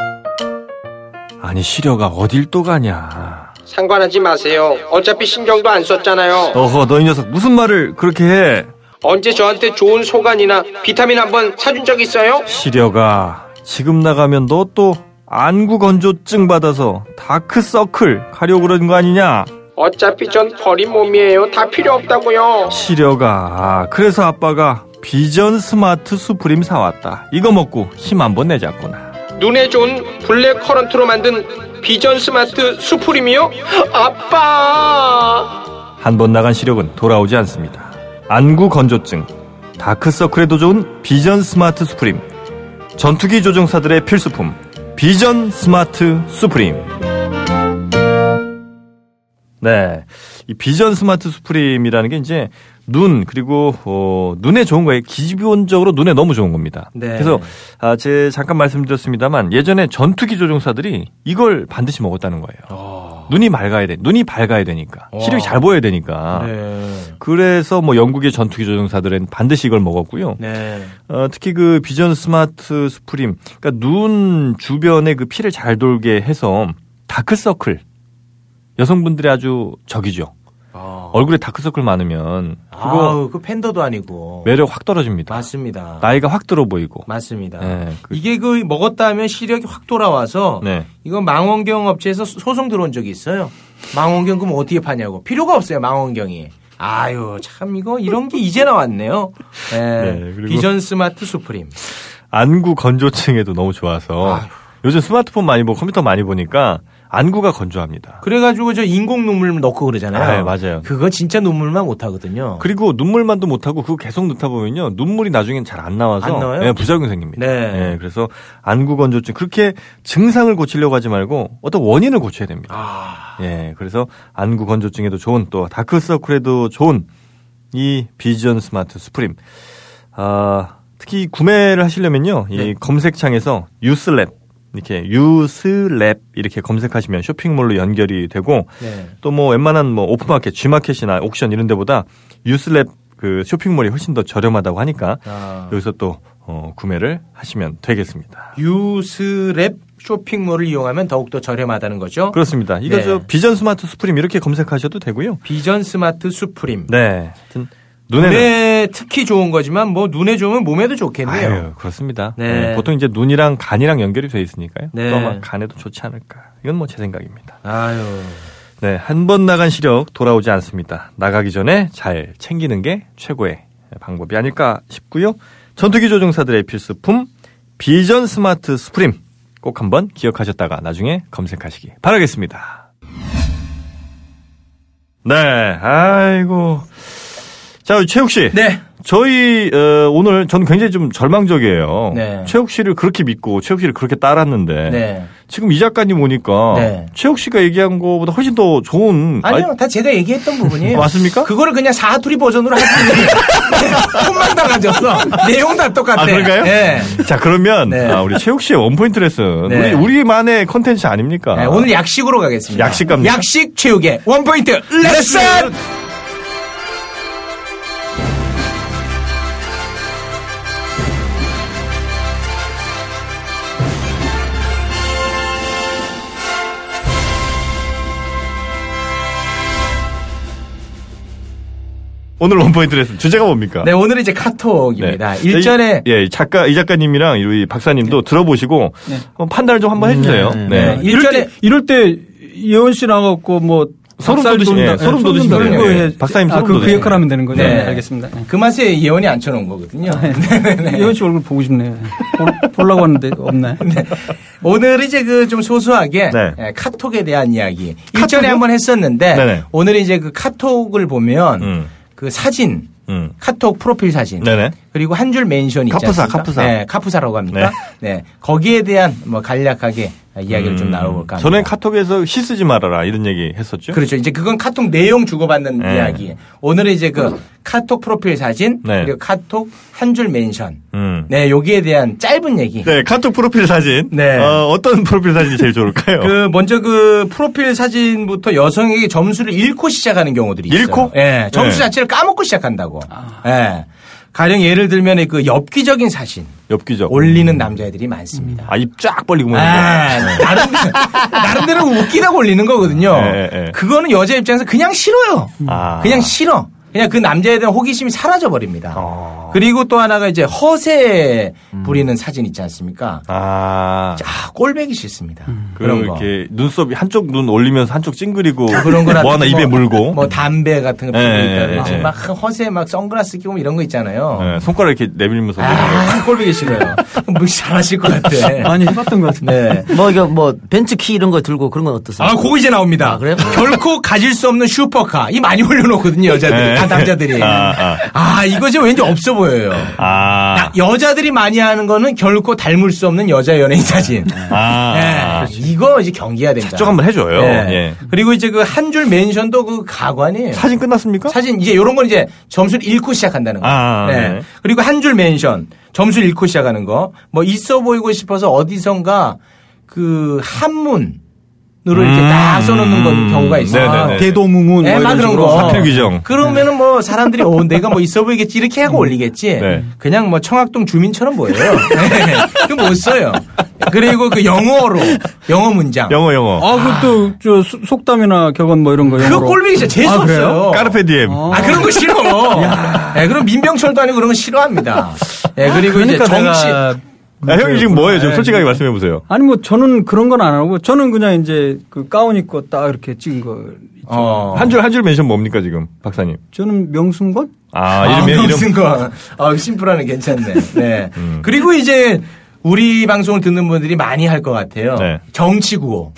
Speaker 6: 아니 시려가 어딜 또 가냐.
Speaker 9: 상관하지 마세요. 어차피 신경도 안 썼잖아요.
Speaker 6: 어허 너 이 녀석 무슨 말을 그렇게 해.
Speaker 9: 언제 저한테 좋은 소간이나 비타민 한번 사준 적 있어요?
Speaker 6: 시려가 지금 나가면 너 또 안구 건조증 받아서 다크 서클 가려고 그런 거 아니냐?
Speaker 9: 어차피 전 버린 몸이에요. 다 필요 없다고요.
Speaker 6: 시려가 그래서 아빠가 비전 스마트 수프림 사왔다. 이거 먹고 힘 한번 내자꾸나.
Speaker 9: 눈에 좋은 블랙 커런트로 만든 비전 스마트 수프림이요? 아빠!
Speaker 6: 한 번 나간 시력은 돌아오지 않습니다. 안구 건조증, 다크서클에도 좋은 비전 스마트 수프림, 전투기 조종사들의 필수품, 비전 스마트 수프림. 네. 이 비전 스마트 수프림이라는 게 이제 눈 그리고 어, 눈에 좋은 거예요. 기본적으로 눈에 너무 좋은 겁니다.
Speaker 5: 네.
Speaker 6: 그래서 아, 제 잠깐 말씀드렸습니다만 예전에 전투기 조종사들이 이걸 반드시 먹었다는 거예요. 눈이 맑아야 돼. 눈이 밝아야 되니까. 시력이 잘 보여야 되니까.
Speaker 5: 네.
Speaker 6: 그래서 뭐 영국의 전투기 조종사들은 반드시 이걸 먹었고요.
Speaker 5: 네.
Speaker 6: 어, 특히 그 비전 스마트 스프림, 그러니까 눈 주변에 그 피를 잘 돌게 해서 다크서클 여성분들이 아주 적이죠.
Speaker 5: 아.
Speaker 6: 얼굴에 다크서클 많으면 그거
Speaker 5: 아우, 그 팬더도 아니고.
Speaker 6: 매력 확 떨어집니다.
Speaker 5: 맞습니다.
Speaker 6: 나이가 확 들어 보이고.
Speaker 5: 맞습니다.
Speaker 6: 네, 그-
Speaker 5: 이게 그 먹었다 하면 시력이 확 돌아와서
Speaker 6: 네.
Speaker 5: 이건 망원경 업체에서 소- 소송 들어온 적이 있어요. 망원경 그럼 어디에 파냐고. 필요가 없어요, 망원경이. 아유, 참 이거 이런 게 이제 나왔네요. 네.
Speaker 6: 네, 그리고-
Speaker 5: 비전 스마트 수프림.
Speaker 6: 안구 건조증에도 너무 좋아서
Speaker 5: 아휴.
Speaker 6: 요즘 스마트폰 많이 보고 컴퓨터 많이 보니까 안구가 건조합니다.
Speaker 5: 그래가지고 저 인공 눈물 넣고 그러잖아요.
Speaker 6: 아, 맞아요.
Speaker 5: 그거 진짜 눈물만 못 하거든요.
Speaker 6: 그리고 눈물만도 못하고 그거 계속 넣다 보면요 눈물이 나중엔 잘 안 나와서
Speaker 5: 안 나와요?
Speaker 6: 예, 부작용이 생깁니다.
Speaker 5: 네.
Speaker 6: 예, 그래서 안구 건조증 그렇게 증상을 고치려고 하지 말고 어떤 원인을 고쳐야 됩니다.
Speaker 5: 아,
Speaker 6: 예, 그래서 안구 건조증에도 좋은 또 다크서클에도 좋은 이 비전 스마트 스프림. 아, 특히 구매를 하시려면요. 이
Speaker 5: 네.
Speaker 6: 검색창에서 유스랩 이렇게 유스랩 이렇게 검색하시면 쇼핑몰로 연결이 되고
Speaker 5: 네.
Speaker 6: 또 뭐 웬만한 뭐 오픈마켓, G마켓이나 옥션 이런 데보다 유스랩 그 쇼핑몰이 훨씬 더 저렴하다고 하니까
Speaker 5: 아.
Speaker 6: 여기서 또 어, 구매를 하시면 되겠습니다.
Speaker 5: 유스랩 쇼핑몰을 이용하면 더욱더 저렴하다는 거죠.
Speaker 6: 그렇습니다. 이거
Speaker 5: 네.
Speaker 6: 저 비전 스마트 스프림 이렇게 검색하셔도 되고요.
Speaker 5: 비전 스마트 수프림.
Speaker 6: 네. 하여튼 눈에는
Speaker 5: 눈에 특히 좋은 거지만 뭐 눈에 좋으면 몸에도 좋겠네요.
Speaker 6: 아유, 그렇습니다.
Speaker 5: 네.
Speaker 6: 네, 보통 이제 눈이랑 간이랑 연결이 돼 있으니까요.
Speaker 5: 네.
Speaker 6: 또 아마 간에도 좋지 않을까. 이건 뭐 제 생각입니다.
Speaker 5: 아유.
Speaker 6: 네, 한 번 나간 시력 돌아오지 않습니다. 나가기 전에 잘 챙기는 게 최고의 방법이 아닐까 싶고요. 전투기 조종사들의 필수품 비전 스마트 스프림 꼭 한번 기억하셨다가 나중에 검색하시기 바라겠습니다. 네, 아이고. 자, 최욱 씨.
Speaker 5: 네.
Speaker 6: 저희 어, 오늘 전 굉장히 좀 절망적이에요.
Speaker 5: 네.
Speaker 6: 최욱 씨를 그렇게 믿고 최욱 씨를 그렇게 따랐는데
Speaker 5: 네.
Speaker 6: 지금 이 작가님 오니까
Speaker 5: 네.
Speaker 6: 최욱 씨가 얘기한 거보다 훨씬 더 좋은
Speaker 5: 아니요, 다 제가 얘기했던 부분이에요.
Speaker 6: 맞습니까?
Speaker 5: 그거를 그냥 사투리 버전으로 했더니 손만 달라졌어. 내용 다 똑같아.
Speaker 6: 아, 그런가요?
Speaker 5: 네.
Speaker 6: 아이- 자 그러면
Speaker 5: 네.
Speaker 6: 아, 우리 최욱 씨의 원포인트 레슨 우리
Speaker 5: 네.
Speaker 6: 우리만의 컨텐츠 아닙니까?
Speaker 5: 네, 오늘 약식으로 가겠습니다.
Speaker 6: 약식 갑니다.
Speaker 5: 약식 체육의 원포인트 레슨!
Speaker 6: 오늘 원포인트 레슨 주제가 뭡니까?
Speaker 5: 네, 오늘은 이제 카톡입니다.
Speaker 6: 네.
Speaker 5: 일전에
Speaker 6: 이- 예, 이 작가 이 작가님이랑 이 박사님도 들어보시고 한번 판단을 좀 한번 해주세요.
Speaker 8: 네,
Speaker 5: 네,
Speaker 6: 네.
Speaker 7: 이럴
Speaker 5: 일전에
Speaker 7: 때 이럴 때 예원 씨 나갖고 뭐
Speaker 6: 소름
Speaker 7: 박살
Speaker 6: 돋으시-
Speaker 7: 돋는다.
Speaker 6: 예, 소름 돋으시면
Speaker 7: 돋는
Speaker 6: 돼요.
Speaker 7: 거에-
Speaker 6: 예, 박사님
Speaker 7: 아,
Speaker 6: 소름
Speaker 7: 그- 그
Speaker 6: 돋으시면
Speaker 7: 역할 하면 되는 거죠.
Speaker 5: 네.
Speaker 7: 네. 알겠습니다. 네.
Speaker 5: 그 맛에 예원이 안 쳐놓은 거거든요.
Speaker 6: 네,
Speaker 7: 예원 씨 얼굴 보고 싶네요. 볼- 보려고 하는데 없네.
Speaker 5: 오늘 이제 그 좀 소소하게
Speaker 6: 네.
Speaker 5: 예, 카톡에 대한 이야기 일전에 한번 했었는데
Speaker 6: 네네.
Speaker 5: 오늘 이제 그 카톡을 보면
Speaker 6: 음.
Speaker 5: 그 사진
Speaker 6: 음.
Speaker 5: 카톡 프로필 사진
Speaker 6: 네네.
Speaker 5: 그리고 한 줄 멘션 있지
Speaker 6: 카프사,
Speaker 5: 않습니까?
Speaker 6: 카프사.
Speaker 5: 네, 카프사라고 합니까? 네. 거기에 대한 뭐 간략하게 이야기를 좀 나눠볼까 합니다.
Speaker 6: 음. 전에 카톡에서 시 쓰지 말아라 이런 얘기 했었죠.
Speaker 5: 그렇죠. 이제 그건 카톡 내용 주고받는
Speaker 6: 네.
Speaker 5: 이야기. 오늘은 이제 그 카톡 프로필 사진
Speaker 6: 네.
Speaker 5: 그리고 카톡 한 줄 멘션.
Speaker 6: 음.
Speaker 5: 네, 여기에 대한 짧은 얘기.
Speaker 6: 네, 카톡 프로필 사진.
Speaker 5: 네.
Speaker 6: 어, 떤 프로필 사진이 제일 좋을까요?
Speaker 5: 그 먼저 그 프로필 사진부터 여성에게 점수를 잃고 시작하는 경우들이 있어요.
Speaker 6: 잃고?
Speaker 5: 예. 점수
Speaker 6: 네.
Speaker 5: 자체를 까먹고 시작한다고. 예. 가령 예를 들면 그 엽기적인 사진
Speaker 6: 엽기적.
Speaker 5: 올리는 남자애들이 많습니다.
Speaker 6: 아, 입 쫙 벌리고 뭐.
Speaker 5: 아, 나름대로, 나름대로 웃기다고 올리는 거거든요.
Speaker 6: 예, 예, 예.
Speaker 5: 그거는 여자 입장에서 그냥 싫어요.
Speaker 6: 아.
Speaker 5: 그냥 싫어. 그냥 그 남자에 대한 호기심이 사라져 버립니다.
Speaker 6: 어.
Speaker 5: 그리고 또 하나가 이제 허세 부리는 사진 있지 않습니까?
Speaker 6: 음. 아.
Speaker 5: 아, 꼴배기 싫습니다.
Speaker 6: 그
Speaker 5: 그런 거. 아,
Speaker 6: 이렇게 눈썹이 한쪽 눈 올리면서 한쪽 찡그리고
Speaker 5: 그런 거나
Speaker 6: 뭐 하나 입에 물고
Speaker 5: 뭐 담배 같은 거 피고
Speaker 6: 예,
Speaker 5: 있다든지
Speaker 6: 예, 예.
Speaker 5: 막 허세 막 선글라스 끼고 뭐 이런 거 있잖아요.
Speaker 6: 예, 손가락 이렇게 내밀면서
Speaker 5: 아, 꼴보기 싫어요. 뭐 잘하실 것 같아.
Speaker 7: 많이 해봤던 것 같은데.
Speaker 5: 네.
Speaker 8: 뭐 이거 뭐 벤츠 키 이런 거 들고 그런 건 어떠세요?
Speaker 5: 아, 그거 이제 나옵니다.
Speaker 8: 그래요?
Speaker 5: 결코 가질 수 없는 슈퍼카. 이 많이 올려놓거든요, 여자들이. 아, 남자들이.
Speaker 6: 아,
Speaker 5: 아,
Speaker 6: 아.
Speaker 5: 이거 지금 왠지 없어 보여요. 나-
Speaker 6: 아,
Speaker 5: 여자들이 많이 하는 거는 결코 닮을 수 없는 여자 연예인 사진.
Speaker 6: 아,
Speaker 5: 예. 이거 이제 경기해야 된다.
Speaker 6: 쪽 한번 해줘요.
Speaker 5: 예.
Speaker 6: 예.
Speaker 5: 그리고 이제 그 한 줄 멘션도 그 가관이에요.
Speaker 6: 사진 끝났습니까?
Speaker 5: 사진 이제 이런 건 이제 점수를 읽고 시작한다는 거.
Speaker 6: 아,
Speaker 5: 네.
Speaker 6: 네.
Speaker 5: 그리고 한 줄 멘션 점수 읽고 시작하는 거. 뭐 있어 보이고 싶어서 어디선가 그 한문으로 이렇게
Speaker 6: 음.
Speaker 5: 딱 써놓는 건 경우가 있어요.
Speaker 6: 네네네.
Speaker 7: 대도무문 뭐
Speaker 5: 예, 막
Speaker 7: 이런
Speaker 5: 그런
Speaker 7: 식으로. 네.
Speaker 5: 거.
Speaker 6: 사필 규정.
Speaker 5: 그러면은 뭐 사람들이 어 내가 뭐 있어 보이겠지 이렇게
Speaker 7: 음.
Speaker 5: 하고 올리겠지.
Speaker 6: 네.
Speaker 5: 그냥 뭐 청학동 주민처럼 보여요. 네. 그못 써요. 그리고 그 영어로 영어 문장.
Speaker 6: 영어 영어.
Speaker 7: 아, 그것도 저 수- 속담이나 격언 뭐 이런 거.
Speaker 5: 그거
Speaker 7: 영어로.
Speaker 5: 꼴보기 진짜
Speaker 7: 아,
Speaker 5: 재수
Speaker 7: 그래요?
Speaker 5: 없어요.
Speaker 6: 까르페 디엠.
Speaker 5: 아 그런 거 싫어. 예, 그럼 민병철도 아니고 그런 거 싫어합니다. 예, 그리고 이제
Speaker 7: 그러니까
Speaker 5: 정치
Speaker 7: 내가
Speaker 6: 아, 형님 지금 뭐예요? 좀
Speaker 7: 네.
Speaker 6: 솔직하게 말씀해 보세요.
Speaker 7: 아니 뭐 저는 그런 건 안 하고 저는 그냥 이제 그 가운 입고 딱 이렇게 찍은 거.
Speaker 5: 어.
Speaker 6: 한 줄 한 줄 멘션 뭡니까 지금 박사님?
Speaker 7: 저는 명순권?
Speaker 6: 아 이름이 음. 이름.
Speaker 5: 무슨 거. 아, 심플하네 괜찮네. 네. 그리고 이제 우리 방송을 듣는 분들이 많이 할 것 같아요.
Speaker 6: 네.
Speaker 5: 정치 구호.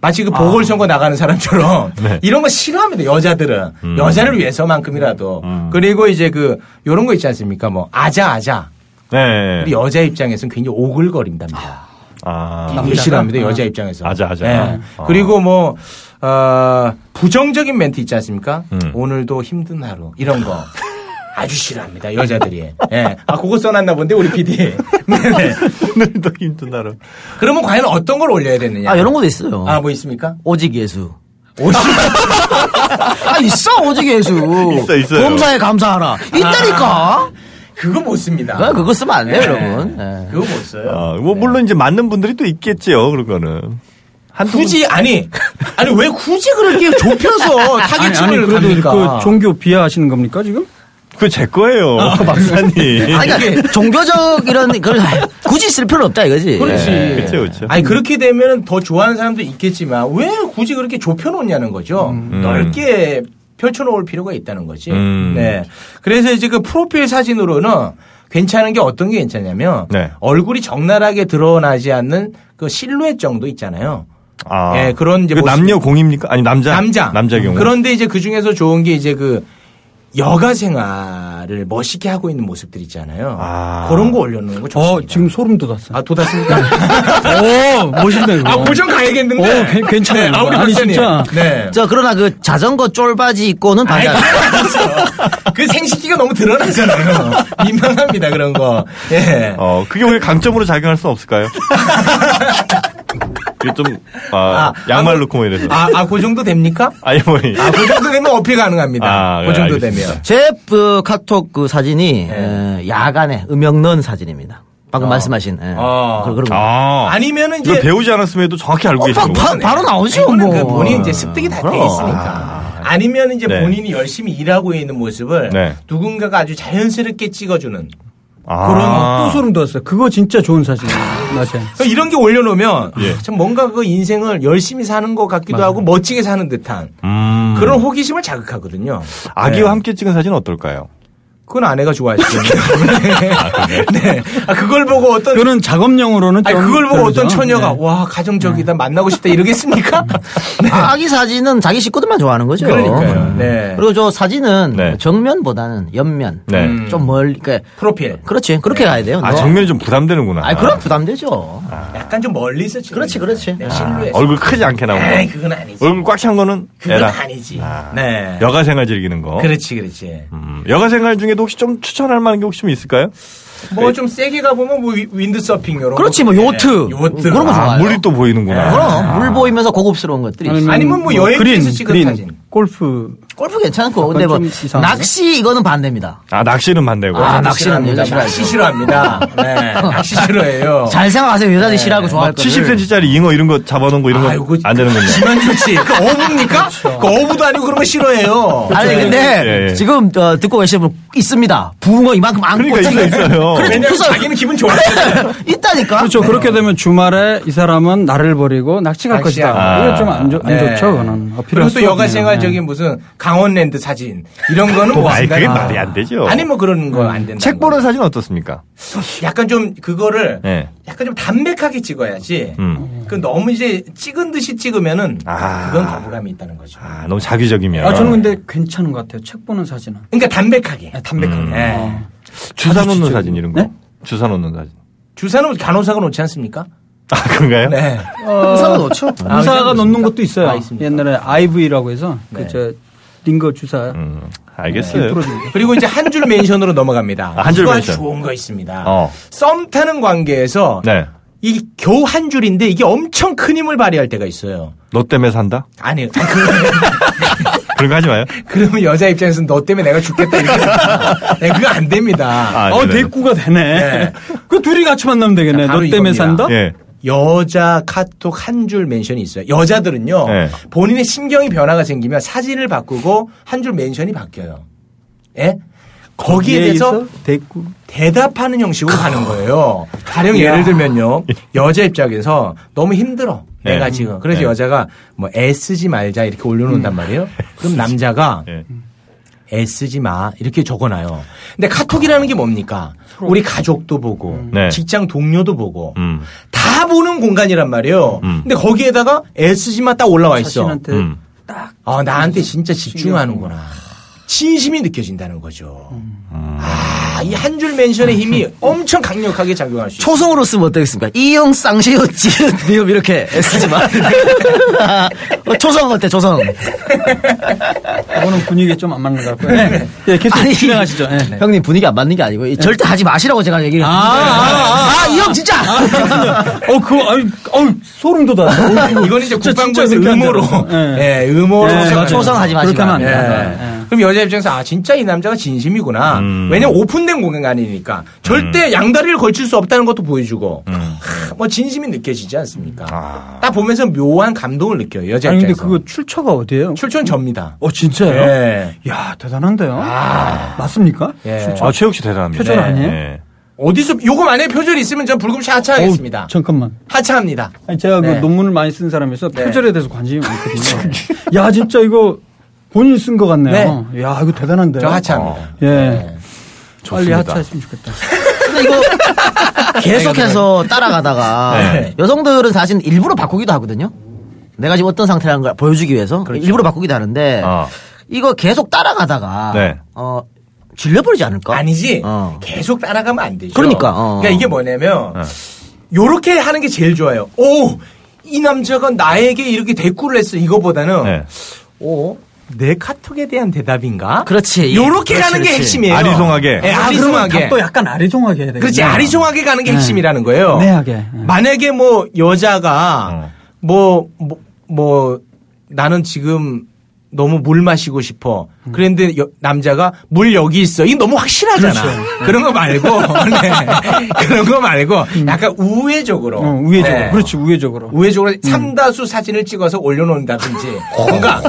Speaker 5: 마치
Speaker 7: 아.
Speaker 5: 그 보궐선거 나가는 사람처럼
Speaker 6: 네.
Speaker 5: 이런 거 싫어합니다. 여자들은
Speaker 6: 음.
Speaker 5: 여자를 위해서만큼이라도 그리고 이제 그 요런 거 있지 않습니까? 뭐 아자 아자.
Speaker 6: 네.
Speaker 5: 우리 어- 여자 입장에서는 굉장히 오글거린답니다.
Speaker 6: 아
Speaker 5: 이게 싫어합니다 그 여자 입장에서.
Speaker 6: 아자, 아자.
Speaker 5: 예.
Speaker 6: 아.
Speaker 5: 그리고 뭐 어, 부정적인 멘트 있지 않습니까?
Speaker 6: 음.
Speaker 5: 오늘도 힘든 하루 이런 거. 아주 싫어합니다 여자들이. 예, 아 그거 써놨나 본데 우리 PD. 네네.
Speaker 6: 오늘도 힘든 하루.
Speaker 5: 그러면 과연 어떤 걸 올려야 되느냐?
Speaker 8: 아 이런 것도 있어요.
Speaker 5: 아, 뭐 있습니까?
Speaker 8: 오직 예수.
Speaker 5: 오십.
Speaker 8: 아 있어 오직 예수.
Speaker 6: 있어, 있어요.
Speaker 8: 범사에 감사하라. 있다니까.
Speaker 5: 그거 못 씁니다.
Speaker 8: 아, 그거 쓰면 안 돼요,
Speaker 5: 예.
Speaker 8: 여러분. 예.
Speaker 5: 그거 못 써요.
Speaker 6: 아, 뭐 물론 이제 맞는 분들이 또 있겠지요. 그런 거는. 한두
Speaker 5: 굳이 아니 아니 왜 굳이 그렇게 좁혀서 타겟층을
Speaker 7: 그래도
Speaker 5: 갑니까?
Speaker 7: 그 종교 비하하시는 겁니까 지금?
Speaker 6: 그거 제 거예요.
Speaker 5: 아,
Speaker 6: 박사님.
Speaker 8: 아니, 그러니까 종교적 이런 걸 굳이 쓸 필요는 없다 이거지.
Speaker 5: 그렇지.
Speaker 8: 예.
Speaker 6: 그렇죠, 그렇죠.
Speaker 5: 아니 그렇게 되면 더 좋아하는 사람도 있겠지만 왜 굳이 그렇게 좁혀놓냐는 거죠.
Speaker 7: 음.
Speaker 5: 넓게 펼쳐놓을 필요가 있다는 거지.
Speaker 6: 음.
Speaker 5: 네. 그래서 이제 그 프로필 사진으로는 괜찮은 게 어떤 게 괜찮냐면
Speaker 6: 네.
Speaker 5: 얼굴이 적나라하게 드러나지 않는 그 실루엣 정도 있잖아요.
Speaker 6: 아.
Speaker 5: 예, 그런 이제
Speaker 6: 그
Speaker 5: 모습.
Speaker 6: 남녀 공입니까? 아니 남자
Speaker 5: 남자.
Speaker 6: 경우.
Speaker 5: 그런데 이제 그 중에서 좋은 게 이제 그 여가 생활을 멋있게 하고 있는 모습들 있잖아요.
Speaker 6: 아.
Speaker 5: 그런 거 올려놓는 거 좋습니다.
Speaker 7: 어 지금 소름 돋았어요.
Speaker 5: 아 돋았습니까?
Speaker 6: 네.
Speaker 7: 오 멋있네 그거.
Speaker 5: 아, 고정 가야겠는데.
Speaker 7: 오, 어. 괜- 괜찮아요.
Speaker 5: 네, 아, 우리
Speaker 7: 아니,
Speaker 5: 박사님.
Speaker 7: 진짜.
Speaker 5: 네.
Speaker 8: 저 그러나 그 자전거 쫄바지 입고는
Speaker 5: 아이,
Speaker 8: 반대.
Speaker 5: 그 생식기가 너무 드러나잖아요. 민망합니다, 그런 거. 예.
Speaker 6: 어, 그게 오히려 강점으로 작용할 수 없을까요? 그게 좀, 아,
Speaker 5: 아,
Speaker 6: 양말
Speaker 5: 아,
Speaker 6: 놓고 뭐 이래서.
Speaker 5: 아, 아, 그 정도 됩니까?
Speaker 6: 아니, 뭐, 이-
Speaker 5: 아, 그 정도 되면 어필 가능합니다.
Speaker 6: 아,
Speaker 5: 그 정도
Speaker 6: 알겠습니다.
Speaker 5: 되면.
Speaker 8: 제 그, 카톡 그 사진이
Speaker 5: 네.
Speaker 8: 에, 야간에 음영 넣은 사진입니다.
Speaker 5: 아.
Speaker 8: 방금 말씀하신 예.
Speaker 5: 어.
Speaker 8: 그- 그런 거.
Speaker 6: 아.
Speaker 5: 아니면은
Speaker 6: 이걸
Speaker 5: 이제.
Speaker 6: 배우지 않았음에도 정확히 알고
Speaker 8: 어,
Speaker 6: 계시는
Speaker 8: 바,
Speaker 6: 거예요.
Speaker 8: 로 나오죠.
Speaker 5: 이거는
Speaker 8: 뭐.
Speaker 5: 그 본인 이제 습득이 다 돼
Speaker 8: 그럼.
Speaker 5: 예, 있으니까. 아니면 이제
Speaker 6: 네.
Speaker 5: 본인이 열심히 일하고 있는 모습을
Speaker 6: 네.
Speaker 5: 누군가가 아주 자연스럽게 찍어주는
Speaker 7: 아, 또 소름 돋았어요. 그거 진짜 좋은 사진이에요. 맞아요.
Speaker 5: 그러니까 이런 게 올려놓으면
Speaker 6: 예.
Speaker 5: 아, 참 뭔가 그 인생을 열심히 사는 것 같기도 하고 멋지게 사는 듯한
Speaker 6: 음.
Speaker 5: 그런 호기심을 자극하거든요.
Speaker 6: 아기와
Speaker 5: 네.
Speaker 6: 함께 찍은 사진은 어떨까요?
Speaker 5: 그건 아내가 좋아하시겠네요. 네. 네. 아, 그걸 보고 어떤
Speaker 7: 그거는 작업용으로는 좀.
Speaker 5: 아니, 그걸 보고
Speaker 7: 다르죠.
Speaker 5: 어떤 처녀가
Speaker 7: 네.
Speaker 5: 와 가정적이다 만나고 싶다 이러겠습니까? 네.
Speaker 8: 아, 아기 사진은 자기 식구들만 좋아하는 거죠.
Speaker 5: 그러니까요. 네.
Speaker 8: 그리고 저 사진은
Speaker 6: 네.
Speaker 8: 정면보다는 옆면.
Speaker 6: 네.
Speaker 5: 음.
Speaker 8: 좀 멀리, 그,
Speaker 5: 프로필
Speaker 8: 그렇지. 그렇게 가야 돼요.
Speaker 5: 뭐?
Speaker 6: 아,
Speaker 8: 너.
Speaker 6: 정면이 아. 좀 부담되는구나.
Speaker 8: 아니, 그럼 부담되죠.
Speaker 5: 약간 좀 멀리서 찍.
Speaker 8: 그렇지, 그렇지. 아,
Speaker 5: 네, 실루엣.
Speaker 6: 아, 얼굴 크지 않게 나오는
Speaker 5: 에이,
Speaker 6: 거.
Speaker 5: 그건 아니지.
Speaker 6: 얼굴 음, 꽉 찬 거는
Speaker 5: 그건
Speaker 6: 애라.
Speaker 5: 아니지. 네.
Speaker 6: 여가 생활 즐기는 거.
Speaker 5: 그렇지, 그렇지.
Speaker 6: 음, 여가 생활 중에도 혹시 좀 추천할 만한 게 혹시 좀 있을까요?
Speaker 5: 뭐 좀 세게 가보면 뭐 윈- 윈드서핑 이런
Speaker 8: 그렇지,
Speaker 5: 거. 네.
Speaker 8: 뭐, 요트.
Speaker 5: 요트.
Speaker 8: 그런 거
Speaker 6: 아,
Speaker 8: 좋아요. 네,
Speaker 6: 물이 또 보이는구나.
Speaker 8: 그럼, 물 보이면서 고급스러운 것들이 있어요.
Speaker 5: 아니면 뭐 여행지에서 찍은
Speaker 7: 그린,
Speaker 5: 사진.
Speaker 7: 골프
Speaker 8: 골프 괜찮고 근데
Speaker 7: 약간
Speaker 8: 뭐
Speaker 7: 좀 이상한데?
Speaker 8: 낚시 이거는 반대입니다.
Speaker 6: 아, 낚시는 반대고.
Speaker 8: 아,
Speaker 6: 막
Speaker 8: 낚시는 여자
Speaker 5: 낚시 싫어합니다. 네, 낚시 싫어해요.
Speaker 8: 잘 생각하세요.
Speaker 6: 네.
Speaker 8: 여자들이 싫어하고 좋아할 거를.
Speaker 6: 70cm짜리 잉어 이런 거 잡아놓은 거 이런 거
Speaker 5: 아이고,
Speaker 6: 안 되는군요.
Speaker 5: 지만 좋지. 그 어부입니까?
Speaker 7: 그렇죠.
Speaker 5: 그 어부도 아니고 그런 거 싫어해요. 그렇죠.
Speaker 8: 아니 근데
Speaker 6: 예, 예.
Speaker 8: 지금 어, 듣고 계신 분 있습니다. 붕어 이만큼 안고
Speaker 6: 그러니까 있어, 있어요.
Speaker 8: 그래
Speaker 5: 왜냐면
Speaker 8: 없어요.
Speaker 5: 자기는 기분
Speaker 7: 네.
Speaker 5: 좋아하잖아요.
Speaker 8: 있다니까.
Speaker 7: 그렇죠.
Speaker 5: 네.
Speaker 7: 그렇게 되면 주말에 이 사람은 나를 버리고 낚시 갈
Speaker 5: 낚시야.
Speaker 7: 것이다. 이거 좀안 안 좋죠. 그거는 어필할
Speaker 5: 네. 그리고
Speaker 7: 수
Speaker 5: 또
Speaker 7: 없네요.
Speaker 5: 여가생활적인 무슨 강원랜드 사진 이런 거는
Speaker 6: 뭐,
Speaker 5: 뭐
Speaker 6: 아이, 그게
Speaker 5: 없습니다.
Speaker 6: 말이 안 되죠.
Speaker 5: 아니 뭐 그런 거 안 된다.
Speaker 6: 책 보는 사진 어떻습니까?
Speaker 5: 약간 좀 그거를
Speaker 6: 예.
Speaker 5: 약간 좀 담백하게 찍어야지.
Speaker 6: 음.
Speaker 5: 그 너무 이제 찍은 듯이 찍으면은
Speaker 6: 아.
Speaker 5: 그건 거부감이 있다는 거죠.
Speaker 6: 아, 너무 자기적이면.
Speaker 5: 뭐
Speaker 7: 아, 저는
Speaker 5: 네.
Speaker 7: 근데 괜찮은 것 같아요. 책 보는 사진은.
Speaker 5: 그러니까 담백하게.
Speaker 7: 네, 담백하게.
Speaker 6: 음.
Speaker 5: 예.
Speaker 7: 어.
Speaker 6: 주사 놓는
Speaker 7: 자기적이면.
Speaker 6: 사진 이런 거.
Speaker 7: 네?
Speaker 6: 주사 놓는 사진.
Speaker 5: 주사는 간호사가 놓지 않습니까?
Speaker 6: 아, 그런가요?
Speaker 5: 네.
Speaker 8: 의사가 놓죠.
Speaker 5: 아,
Speaker 7: 의사가 놓는 것도 있어요.
Speaker 5: 아, 있습니다.
Speaker 7: 옛날에 IV라고 해서
Speaker 5: 네.
Speaker 7: 그 저 링거 주사
Speaker 6: 음,
Speaker 7: 네,
Speaker 6: 알겠어요.
Speaker 5: 그리고 이제 한 줄 멘션으로 넘어갑니다.
Speaker 6: 아, 한줄
Speaker 5: 이거
Speaker 6: 멘션.
Speaker 5: 아주 좋은 거 있습니다.
Speaker 6: 어.
Speaker 5: 썸 타는 관계에서
Speaker 6: 네.
Speaker 5: 이 겨우 한 줄인데 이게 엄청 큰 힘을 발휘할 때가 있어요.
Speaker 6: 너 때문에 산다?
Speaker 5: 아니, 그,
Speaker 6: 그런 거 하지 마요.
Speaker 5: 그러면 여자 입장에서는 너 때문에 내가 죽겠다 이렇게. 생각해요. 네, 그거 안 됩니다.
Speaker 6: 아,
Speaker 7: 어
Speaker 6: 네네.
Speaker 7: 대꾸가 되네.
Speaker 5: 네.
Speaker 7: 그 둘이 같이 만나면 되겠네.
Speaker 5: 자,
Speaker 7: 너
Speaker 5: 바로
Speaker 7: 때문에
Speaker 5: 이겁니다.
Speaker 7: 산다?
Speaker 6: 예.
Speaker 5: 여자 카톡 한 줄 멘션이 있어요. 여자들은요,
Speaker 6: 네.
Speaker 5: 본인의 심경이 변화가 생기면 사진을 바꾸고 한 줄 멘션이 바뀌어요. 예? 거기에 대해서
Speaker 7: 예, 대해서 대꾸.
Speaker 5: 대답하는 형식으로 가는 거예요. 가령 예를 들면요. 여자 입장에서 너무 힘들어.
Speaker 6: 네.
Speaker 5: 내가 지금. 그래서
Speaker 6: 네. 음.
Speaker 5: 여자가 뭐 애쓰지 말자 이렇게 올려놓는단 말이에요. 그럼 남자가
Speaker 6: 예.
Speaker 5: 애쓰지 마 이렇게 적어놔요. 근데 카톡이라는 게 뭡니까? 우리 가족도 보고
Speaker 7: 음.
Speaker 6: 네.
Speaker 5: 직장 동료도 보고
Speaker 6: 음.
Speaker 5: 다 보는 공간이란 말이에요.
Speaker 6: 음.
Speaker 5: 근데 거기에다가 애쓰지 마 딱 올라와 있어.
Speaker 7: 자신한테
Speaker 6: 음.
Speaker 5: 아 나한테 진짜 집중하는구나. 진심이 느껴진다는 거죠.
Speaker 7: 음.
Speaker 5: 아, 이 한 줄 멘션의 힘이 엄청 강력하게 작용할 수 있어요.
Speaker 8: 초성으로 쓰면 어떻겠습니까? 이용 쌍시였지. 미흡 이렇게 쓰지 마. 어, 초성 어때? 초성.
Speaker 7: 그거는 분위기에 좀 안 맞는 것 같고요. 네. 예, 계속
Speaker 8: 아니,
Speaker 7: 진행하시죠. 예.
Speaker 8: 형님 분위기 안 맞는 게 아니고 이 절대 하지 마시라고 제가 얘기를.
Speaker 7: 아,
Speaker 8: 아, 이 형 진짜.
Speaker 7: 어, 그거, 아유, 어우, 소름 돋아.
Speaker 5: 이건 이제
Speaker 7: 진짜,
Speaker 5: 국방부에서
Speaker 7: 진짜 그렇게
Speaker 5: 음모로.
Speaker 7: 한다.
Speaker 5: 예, 음모로.
Speaker 7: 예,
Speaker 5: 생각해요.
Speaker 8: 초성하지 마시고.
Speaker 7: 그렇게 하면 안
Speaker 5: 예.
Speaker 7: 된다. 예.
Speaker 5: 그럼 여자 입장에서 아 진짜 이 남자가 진심이구나.
Speaker 6: 음.
Speaker 5: 왜냐면 오픈된 공간이니까
Speaker 7: 음.
Speaker 5: 절대 양다리를 걸칠 수 없다는 것도 보여주고 하, 뭐 진심이 느껴지지 않습니까?
Speaker 6: 아.
Speaker 5: 딱 보면서 묘한 감동을 느껴요 여자
Speaker 7: 아니, 근데
Speaker 5: 입장에서.
Speaker 7: 그거 출처가 어디예요?
Speaker 5: 네. 출처는 접니다.
Speaker 7: 어, 진짜요?
Speaker 5: 예.
Speaker 7: 야 대단한데요? 맞습니까?
Speaker 5: 예.
Speaker 6: 아, 최욱 씨 대단합니다.
Speaker 7: 표절 아니에요?
Speaker 6: 예.
Speaker 5: 어디서 요거만의 표절이 있으면 전 불금 씨 하차하겠습니다.
Speaker 7: 어우, 잠깐만.
Speaker 5: 하차합니다.
Speaker 7: 아니, 제가
Speaker 5: 네.
Speaker 7: 그 논문을 많이 쓴 사람에서 표절에 대해서 관심이 많거든요.
Speaker 5: 그렇죠.
Speaker 7: 야, 진짜 이거 본인 쓴 것 같네요. 야, 이거 대단한데요?
Speaker 5: 저 하차합니다. 네.
Speaker 7: 예. 빨리
Speaker 6: 좋습니다.
Speaker 7: 하차했으면 좋겠다.
Speaker 8: 근데 이거 계속해서 따라가다가
Speaker 6: 네.
Speaker 8: 여성들은 사실 일부러 바꾸기도 하거든요. 내가 지금 어떤 상태라는 걸 보여주기 위해서 일부러 바꾸기도 하는데
Speaker 6: 어.
Speaker 8: 이거 계속 따라가다가
Speaker 6: 네.
Speaker 8: 어, 질려버리지 않을까?
Speaker 5: 아니지.
Speaker 8: 어.
Speaker 5: 계속 따라가면 안 되죠.
Speaker 8: 그러니까, 어.
Speaker 5: 그러니까 이게 뭐냐면 요렇게 하는 게 제일 좋아요. 오, 이 남자가 나에게 이렇게 대꾸를 했어. 이거보다는
Speaker 8: 네.
Speaker 6: 예.
Speaker 5: 오, 내 카톡에 대한 대답인가?
Speaker 8: 그렇지.
Speaker 5: 요렇게
Speaker 8: 그렇지,
Speaker 5: 가는 게
Speaker 8: 그렇지.
Speaker 5: 핵심이에요.
Speaker 6: 아리송하게.
Speaker 5: 예, 아리송하게.
Speaker 7: 또 약간 아리송하게 해야 되겠네. 네.
Speaker 5: 그렇지. 아리송하게 가는 게 핵심이라는 거예요.
Speaker 7: 내하게. 예.
Speaker 5: 만약에 뭐 여자가
Speaker 6: 어.
Speaker 5: 뭐, 뭐, 뭐, 나는 지금 너무 물 마시고 싶어.
Speaker 7: 음.
Speaker 5: 그런데 여- 남자가 물 여기 있어. 이게 너무 확실하잖아.
Speaker 7: 그렇죠.
Speaker 5: 그런거 말고 네. 그런 거 말고 약간 우회적으로.
Speaker 7: 음. 어, 우회적으로. 음.
Speaker 5: 네.
Speaker 7: 그렇지, 우회적으로.
Speaker 5: 우회적으로 삼다수 사진을 찍어서 올려놓는다든지 뭔가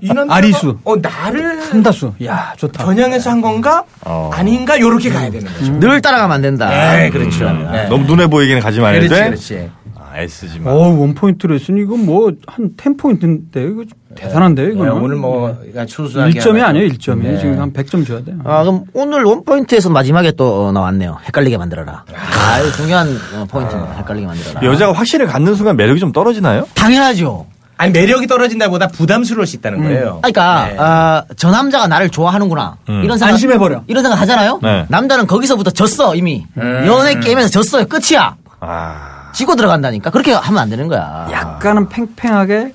Speaker 5: 이 남자가
Speaker 7: 어. 아리수.
Speaker 5: 어 나를
Speaker 7: 한다수. 야, 좋다.
Speaker 5: 전향해서 한 건가
Speaker 6: 어.
Speaker 5: 아닌가 요렇게 가야 되는
Speaker 7: 음.
Speaker 5: 거죠.
Speaker 8: 늘 따라가면 안 된다. 음.
Speaker 5: 네, 그렇죠. 네.
Speaker 6: 아, 너무 눈에 보이게는 가지 말아야 돼.
Speaker 5: 그렇지, 그렇지.
Speaker 6: 아, 애쓰지 마.
Speaker 7: 어, 원포인트로 했으니 이건 뭐, 한 10포인트인데, 이거 좀 대단한데요,
Speaker 5: 네,
Speaker 7: 이거는.
Speaker 5: 오늘 뭐 그러니까 추수하게
Speaker 7: 1점이
Speaker 5: 하나.
Speaker 7: 아니에요, 1점이.
Speaker 5: 네.
Speaker 7: 지금 한 100점 줘야 돼요.
Speaker 8: 아, 그럼 오늘 원포인트에서 마지막에 또 어, 나왔네요. 헷갈리게 만들어라. 아, 이거 중요한 어, 포인트입니다. 헷갈리게 만들어라.
Speaker 6: 여자가 확신을 갖는 순간 매력이 좀 떨어지나요?
Speaker 8: 당연하죠.
Speaker 5: 아니 매력이 떨어진다보다 부담스러울 수
Speaker 7: 음.
Speaker 5: 있다는 거예요.
Speaker 8: 아니, 그러니까
Speaker 5: 네.
Speaker 8: 아, 저 남자가 나를 좋아하는구나
Speaker 6: 음.
Speaker 8: 이런 생각
Speaker 7: 안심해버려.
Speaker 8: 이런 생각 하잖아요.
Speaker 6: 네.
Speaker 8: 남자는 거기서부터 졌어 이미 연애 게임에서 졌어요 끝이야
Speaker 6: 아.
Speaker 8: 지고 들어간다니까 그렇게 하면 안 되는 거야.
Speaker 7: 약간은 팽팽하게.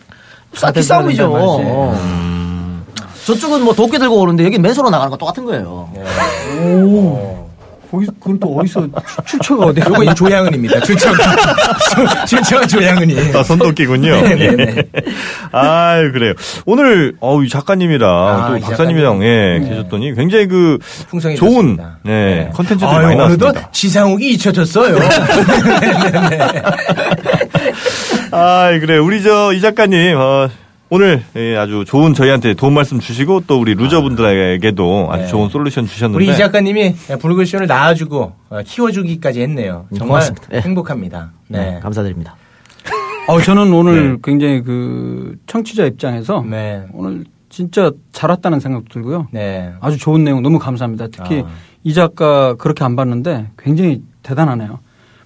Speaker 8: 싸기 싸움이죠. 어. 저쪽은 뭐 도끼 들고 오는데 여기 맨손으로 나가는 거 똑같은 거예요.
Speaker 7: 거기 그걸 또 어디서 추- 출처가 어디?
Speaker 5: 요거 이 조양은입니다. 출처가 출처가 조양은이.
Speaker 6: 아, 선도끼군요. 예.
Speaker 5: 네, 네.
Speaker 6: 아유, 그래요. 오늘, 어우, 이 작가님이랑
Speaker 5: 아,
Speaker 6: 또
Speaker 5: 이
Speaker 6: 박사님이랑, 예, 계셨더니 굉장히 그, 좋은,
Speaker 5: 풍성해졌습니다. 네.
Speaker 6: 예, 컨텐츠들이
Speaker 5: 아유,
Speaker 6: 많이
Speaker 5: 어느덧
Speaker 6: 나왔습니다.
Speaker 5: 지상욱이 잊혀졌어요.
Speaker 6: 아이, 그래. 우리 저, 이 작가님, 어, 오늘 예, 아주 좋은 저희한테 도움 말씀 주시고 또 우리 루저분들에게도 아주
Speaker 5: 네.
Speaker 6: 좋은 솔루션 주셨는데
Speaker 5: 우리 이 작가님이 불글쇼를 낳아주고 어, 키워주기까지 했네요.
Speaker 6: 음,
Speaker 5: 정말
Speaker 8: 고맙습니다. 네.
Speaker 5: 행복합니다.
Speaker 8: 네.
Speaker 5: 네.
Speaker 8: 감사드립니다.
Speaker 7: 어, 저는 오늘 굉장히 그 청취자 입장에서
Speaker 5: 네.
Speaker 7: 오늘 진짜 잘 왔다는 생각도 들고요.
Speaker 5: 네.
Speaker 7: 아주 좋은 내용 너무 감사합니다. 특히
Speaker 5: 아.
Speaker 7: 이 작가 그렇게 안 봤는데 굉장히 대단하네요.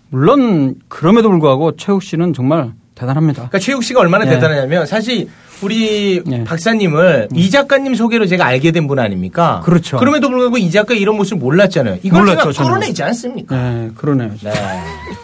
Speaker 7: 물론 그럼에도 불구하고 최욱 씨는 정말 대단합니다.
Speaker 5: 그러니까 최욱 씨가 얼마나
Speaker 7: 예.
Speaker 5: 대단하냐면 사실 우리
Speaker 7: 예.
Speaker 5: 박사님을 이 작가님 소개로 제가 알게 된 분 아닙니까?
Speaker 7: 그렇죠.
Speaker 5: 그럼에도 불구하고 이 작가 이런 모습 몰랐잖아요. 이걸
Speaker 7: 몰랐죠,
Speaker 5: 제가
Speaker 7: 저는.
Speaker 5: 끌어내지 않습니까?
Speaker 7: 네, 그러네요.
Speaker 5: 네.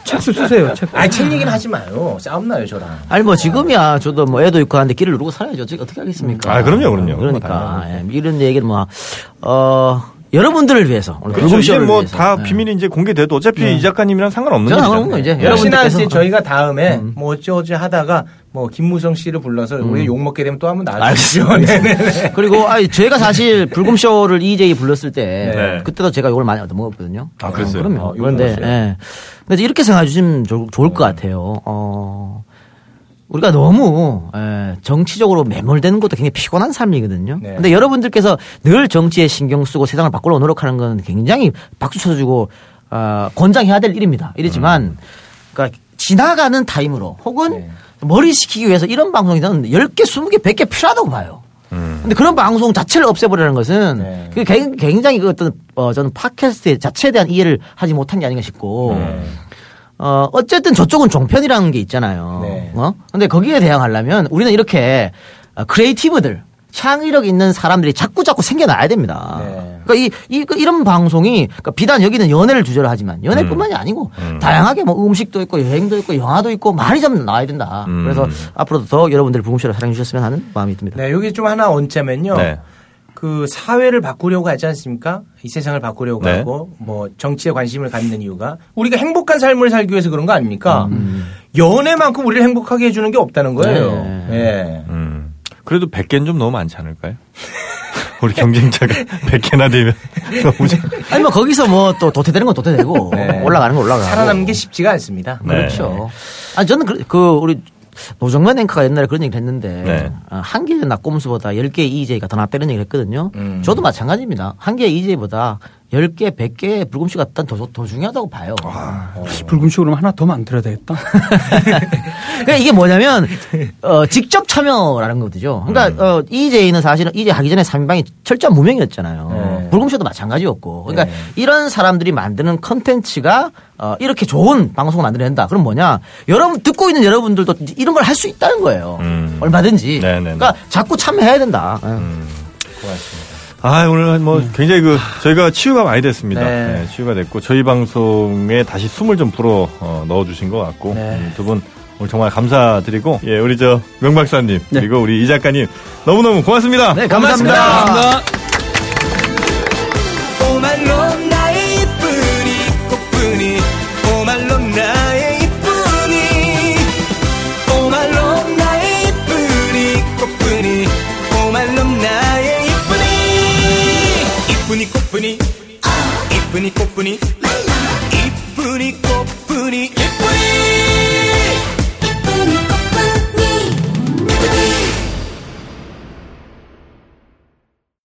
Speaker 7: 책도 쓰세요. 책.
Speaker 5: 아니 책 얘기는 하지 마요. 싸움 나요 저랑.
Speaker 8: 아니 뭐 지금이야 저도 뭐 애도 있고 하는데 길을 누르고 살아야죠. 지금 어떻게 하겠습니까?
Speaker 6: 아, 그럼요, 그럼요.
Speaker 8: 그러니까 예, 이런 얘기를 뭐어 여러분들을 위해서 오늘
Speaker 6: 그렇죠. 이제
Speaker 8: 불금쇼를
Speaker 6: 뭐
Speaker 8: 위해서.
Speaker 6: 다
Speaker 8: 예.
Speaker 6: 비밀이 이제 공개돼도 어차피 이 작가님이랑 상관없는 거죠.
Speaker 8: 저는
Speaker 6: 예.
Speaker 8: 상관없는 거죠, 이제.
Speaker 5: 역시나
Speaker 8: 여러분들께서-
Speaker 5: 이제 저희가 다음에 뭐 어쩌고저쩌고 하다가 뭐 김무성 씨를 불러서 우리 욕먹게 되면 또 한번 나와주시죠. 네네네.
Speaker 8: 그리고 아 제가 사실 불금쇼를 EJ 불렀을 때
Speaker 6: 네.
Speaker 8: 그때도 제가 욕을 많이 얻어먹었거든요.
Speaker 6: 아, 그랬어요?
Speaker 8: 그럼요.
Speaker 5: 아, 욕을
Speaker 8: 그런데
Speaker 5: 먹었어요?
Speaker 8: 예. 근데 이렇게 생각해 주시면 좋- 좋을 것 같아요. 어, 우리가 너무 예, 정치적으로 매몰되는 것도 굉장히 피곤한 삶이거든요.
Speaker 5: 네.
Speaker 8: 근데 여러분들께서 늘 정치에 신경 쓰고 세상을 바꾸려 노력하는 건 굉장히 박수 쳐주고 아, 권장해야 될 일입니다. 이렇지만 그러니까 지나가는 타임으로 혹은
Speaker 5: 음. 네.
Speaker 8: 머리 식히기 위해서 이런 방송이 저는 10개, 20개, 100개 필요하다고 봐요. 근데 그런 방송 자체를 없애버리는 것은
Speaker 5: 음. 네.
Speaker 8: 그게 굉- 굉장히 그 어떤 어, 저는 팟캐스트 자체에 대한 이해를 하지 못한 게 아닌가 싶고
Speaker 5: 네.
Speaker 8: 어, 어쨌든 저쪽은 종편이라는 게 있잖아요.
Speaker 5: 네.
Speaker 8: 어? 근데 거기에 대항하려면 우리는 이렇게 어, 크리에이티브들, 창의력 있는 사람들이 자꾸 자꾸 생겨나야 됩니다.
Speaker 5: 네.
Speaker 8: 그러니까 이, 이, 그 이런 방송이 그러니까 비단 여기는 연애를 주제로 하지만 연애뿐만이 아니고 다양하게 뭐 음식도 있고 여행도 있고 영화도 있고 많이 좀 나와야 된다. 그래서 앞으로도 더 여러분들 부금쇼를 사랑해 주셨으면 하는 마음이 듭니다.
Speaker 5: 네, 여기 좀 하나 얹자면요.
Speaker 6: 네.
Speaker 5: 그 사회를 바꾸려고 하지 않습니까? 이 세상을 바꾸려고
Speaker 6: 네.
Speaker 5: 하고 뭐 정치에 관심을 갖는 이유가 우리가 행복한 삶을 살기 위해서 그런 거 아닙니까?
Speaker 6: 음.
Speaker 5: 연애만큼 우리를 행복하게 해주는 게 없다는 거예요.
Speaker 8: 네.
Speaker 5: 예.
Speaker 6: 음. 그래도 100개는 좀 너무 많지 않을까요? 우리 경쟁자가 100개나 되면 너무 잘-
Speaker 8: 아니 뭐 거기서 뭐 또 도태되는 건 도태되고
Speaker 5: 네.
Speaker 8: 올라가는 건 올라가고
Speaker 5: 살아남는 게 쉽지가 않습니다.
Speaker 6: 뭐. 네.
Speaker 8: 그렇죠. 아니 저는 그, 그 우리 노정면 앵커가 옛날에 그런 얘기를 했는데
Speaker 6: 네.
Speaker 8: 아, 한 개의 낙꼼수보다 열 개의 EJ가 더 낫다는 얘기를 했거든요.
Speaker 5: 음.
Speaker 8: 저도 마찬가지입니다. 한 개의 EJ보다 열 개, 백 개의 불금쇼가 일단 더, 더 중요하다고 봐요.
Speaker 6: 아.
Speaker 7: 불금쇼 그럼 하나 더 만들어야 되겠다.
Speaker 8: 그러니까 이게 뭐냐면 어, 직접 참여라는 거죠.
Speaker 6: 음.
Speaker 8: 그러니까 어, EJ는 사실은 EJ 하기 전에 삼인방이 철저한 무명이었잖아요.
Speaker 5: 네.
Speaker 8: 불금쇼도 마찬가지였고. 그러니까
Speaker 5: 네.
Speaker 8: 이런 사람들이 만드는 컨텐츠가 어, 이렇게 좋은 방송을 만들어낸다. 그럼 뭐냐? 여러분 듣고 있는 여러분들도 이런 걸 할 수 있다는 거예요.
Speaker 6: 음.
Speaker 8: 얼마든지.
Speaker 6: 네, 음. 네, 네.
Speaker 8: 그러니까 자꾸 참여해야 된다.
Speaker 6: 아, 오늘 뭐 굉장히 그 저희가 치유가 많이 됐습니다.
Speaker 5: 네.
Speaker 6: 네, 치유가 됐고 저희 방송에 다시 숨을 좀 불어 어, 넣어주신 것 같고 음,
Speaker 5: 네.
Speaker 6: 두 분 오늘 정말 감사드리고 예, 우리 저 명박사님 그리고 우리 이 작가님 너무너무 고맙습니다.
Speaker 8: 네, 감사합니다.
Speaker 5: 오말론 나의 이쁜이 꽃뿐이 오말론 나의 이쁜이 오말론 나의 이쁜이 꽃뿐이 오말론 나의 이쁜이 이쁜이 꽃뿐이 이쁜이 꽃뿐이 이쁜이 꽃뿐이 이쁜이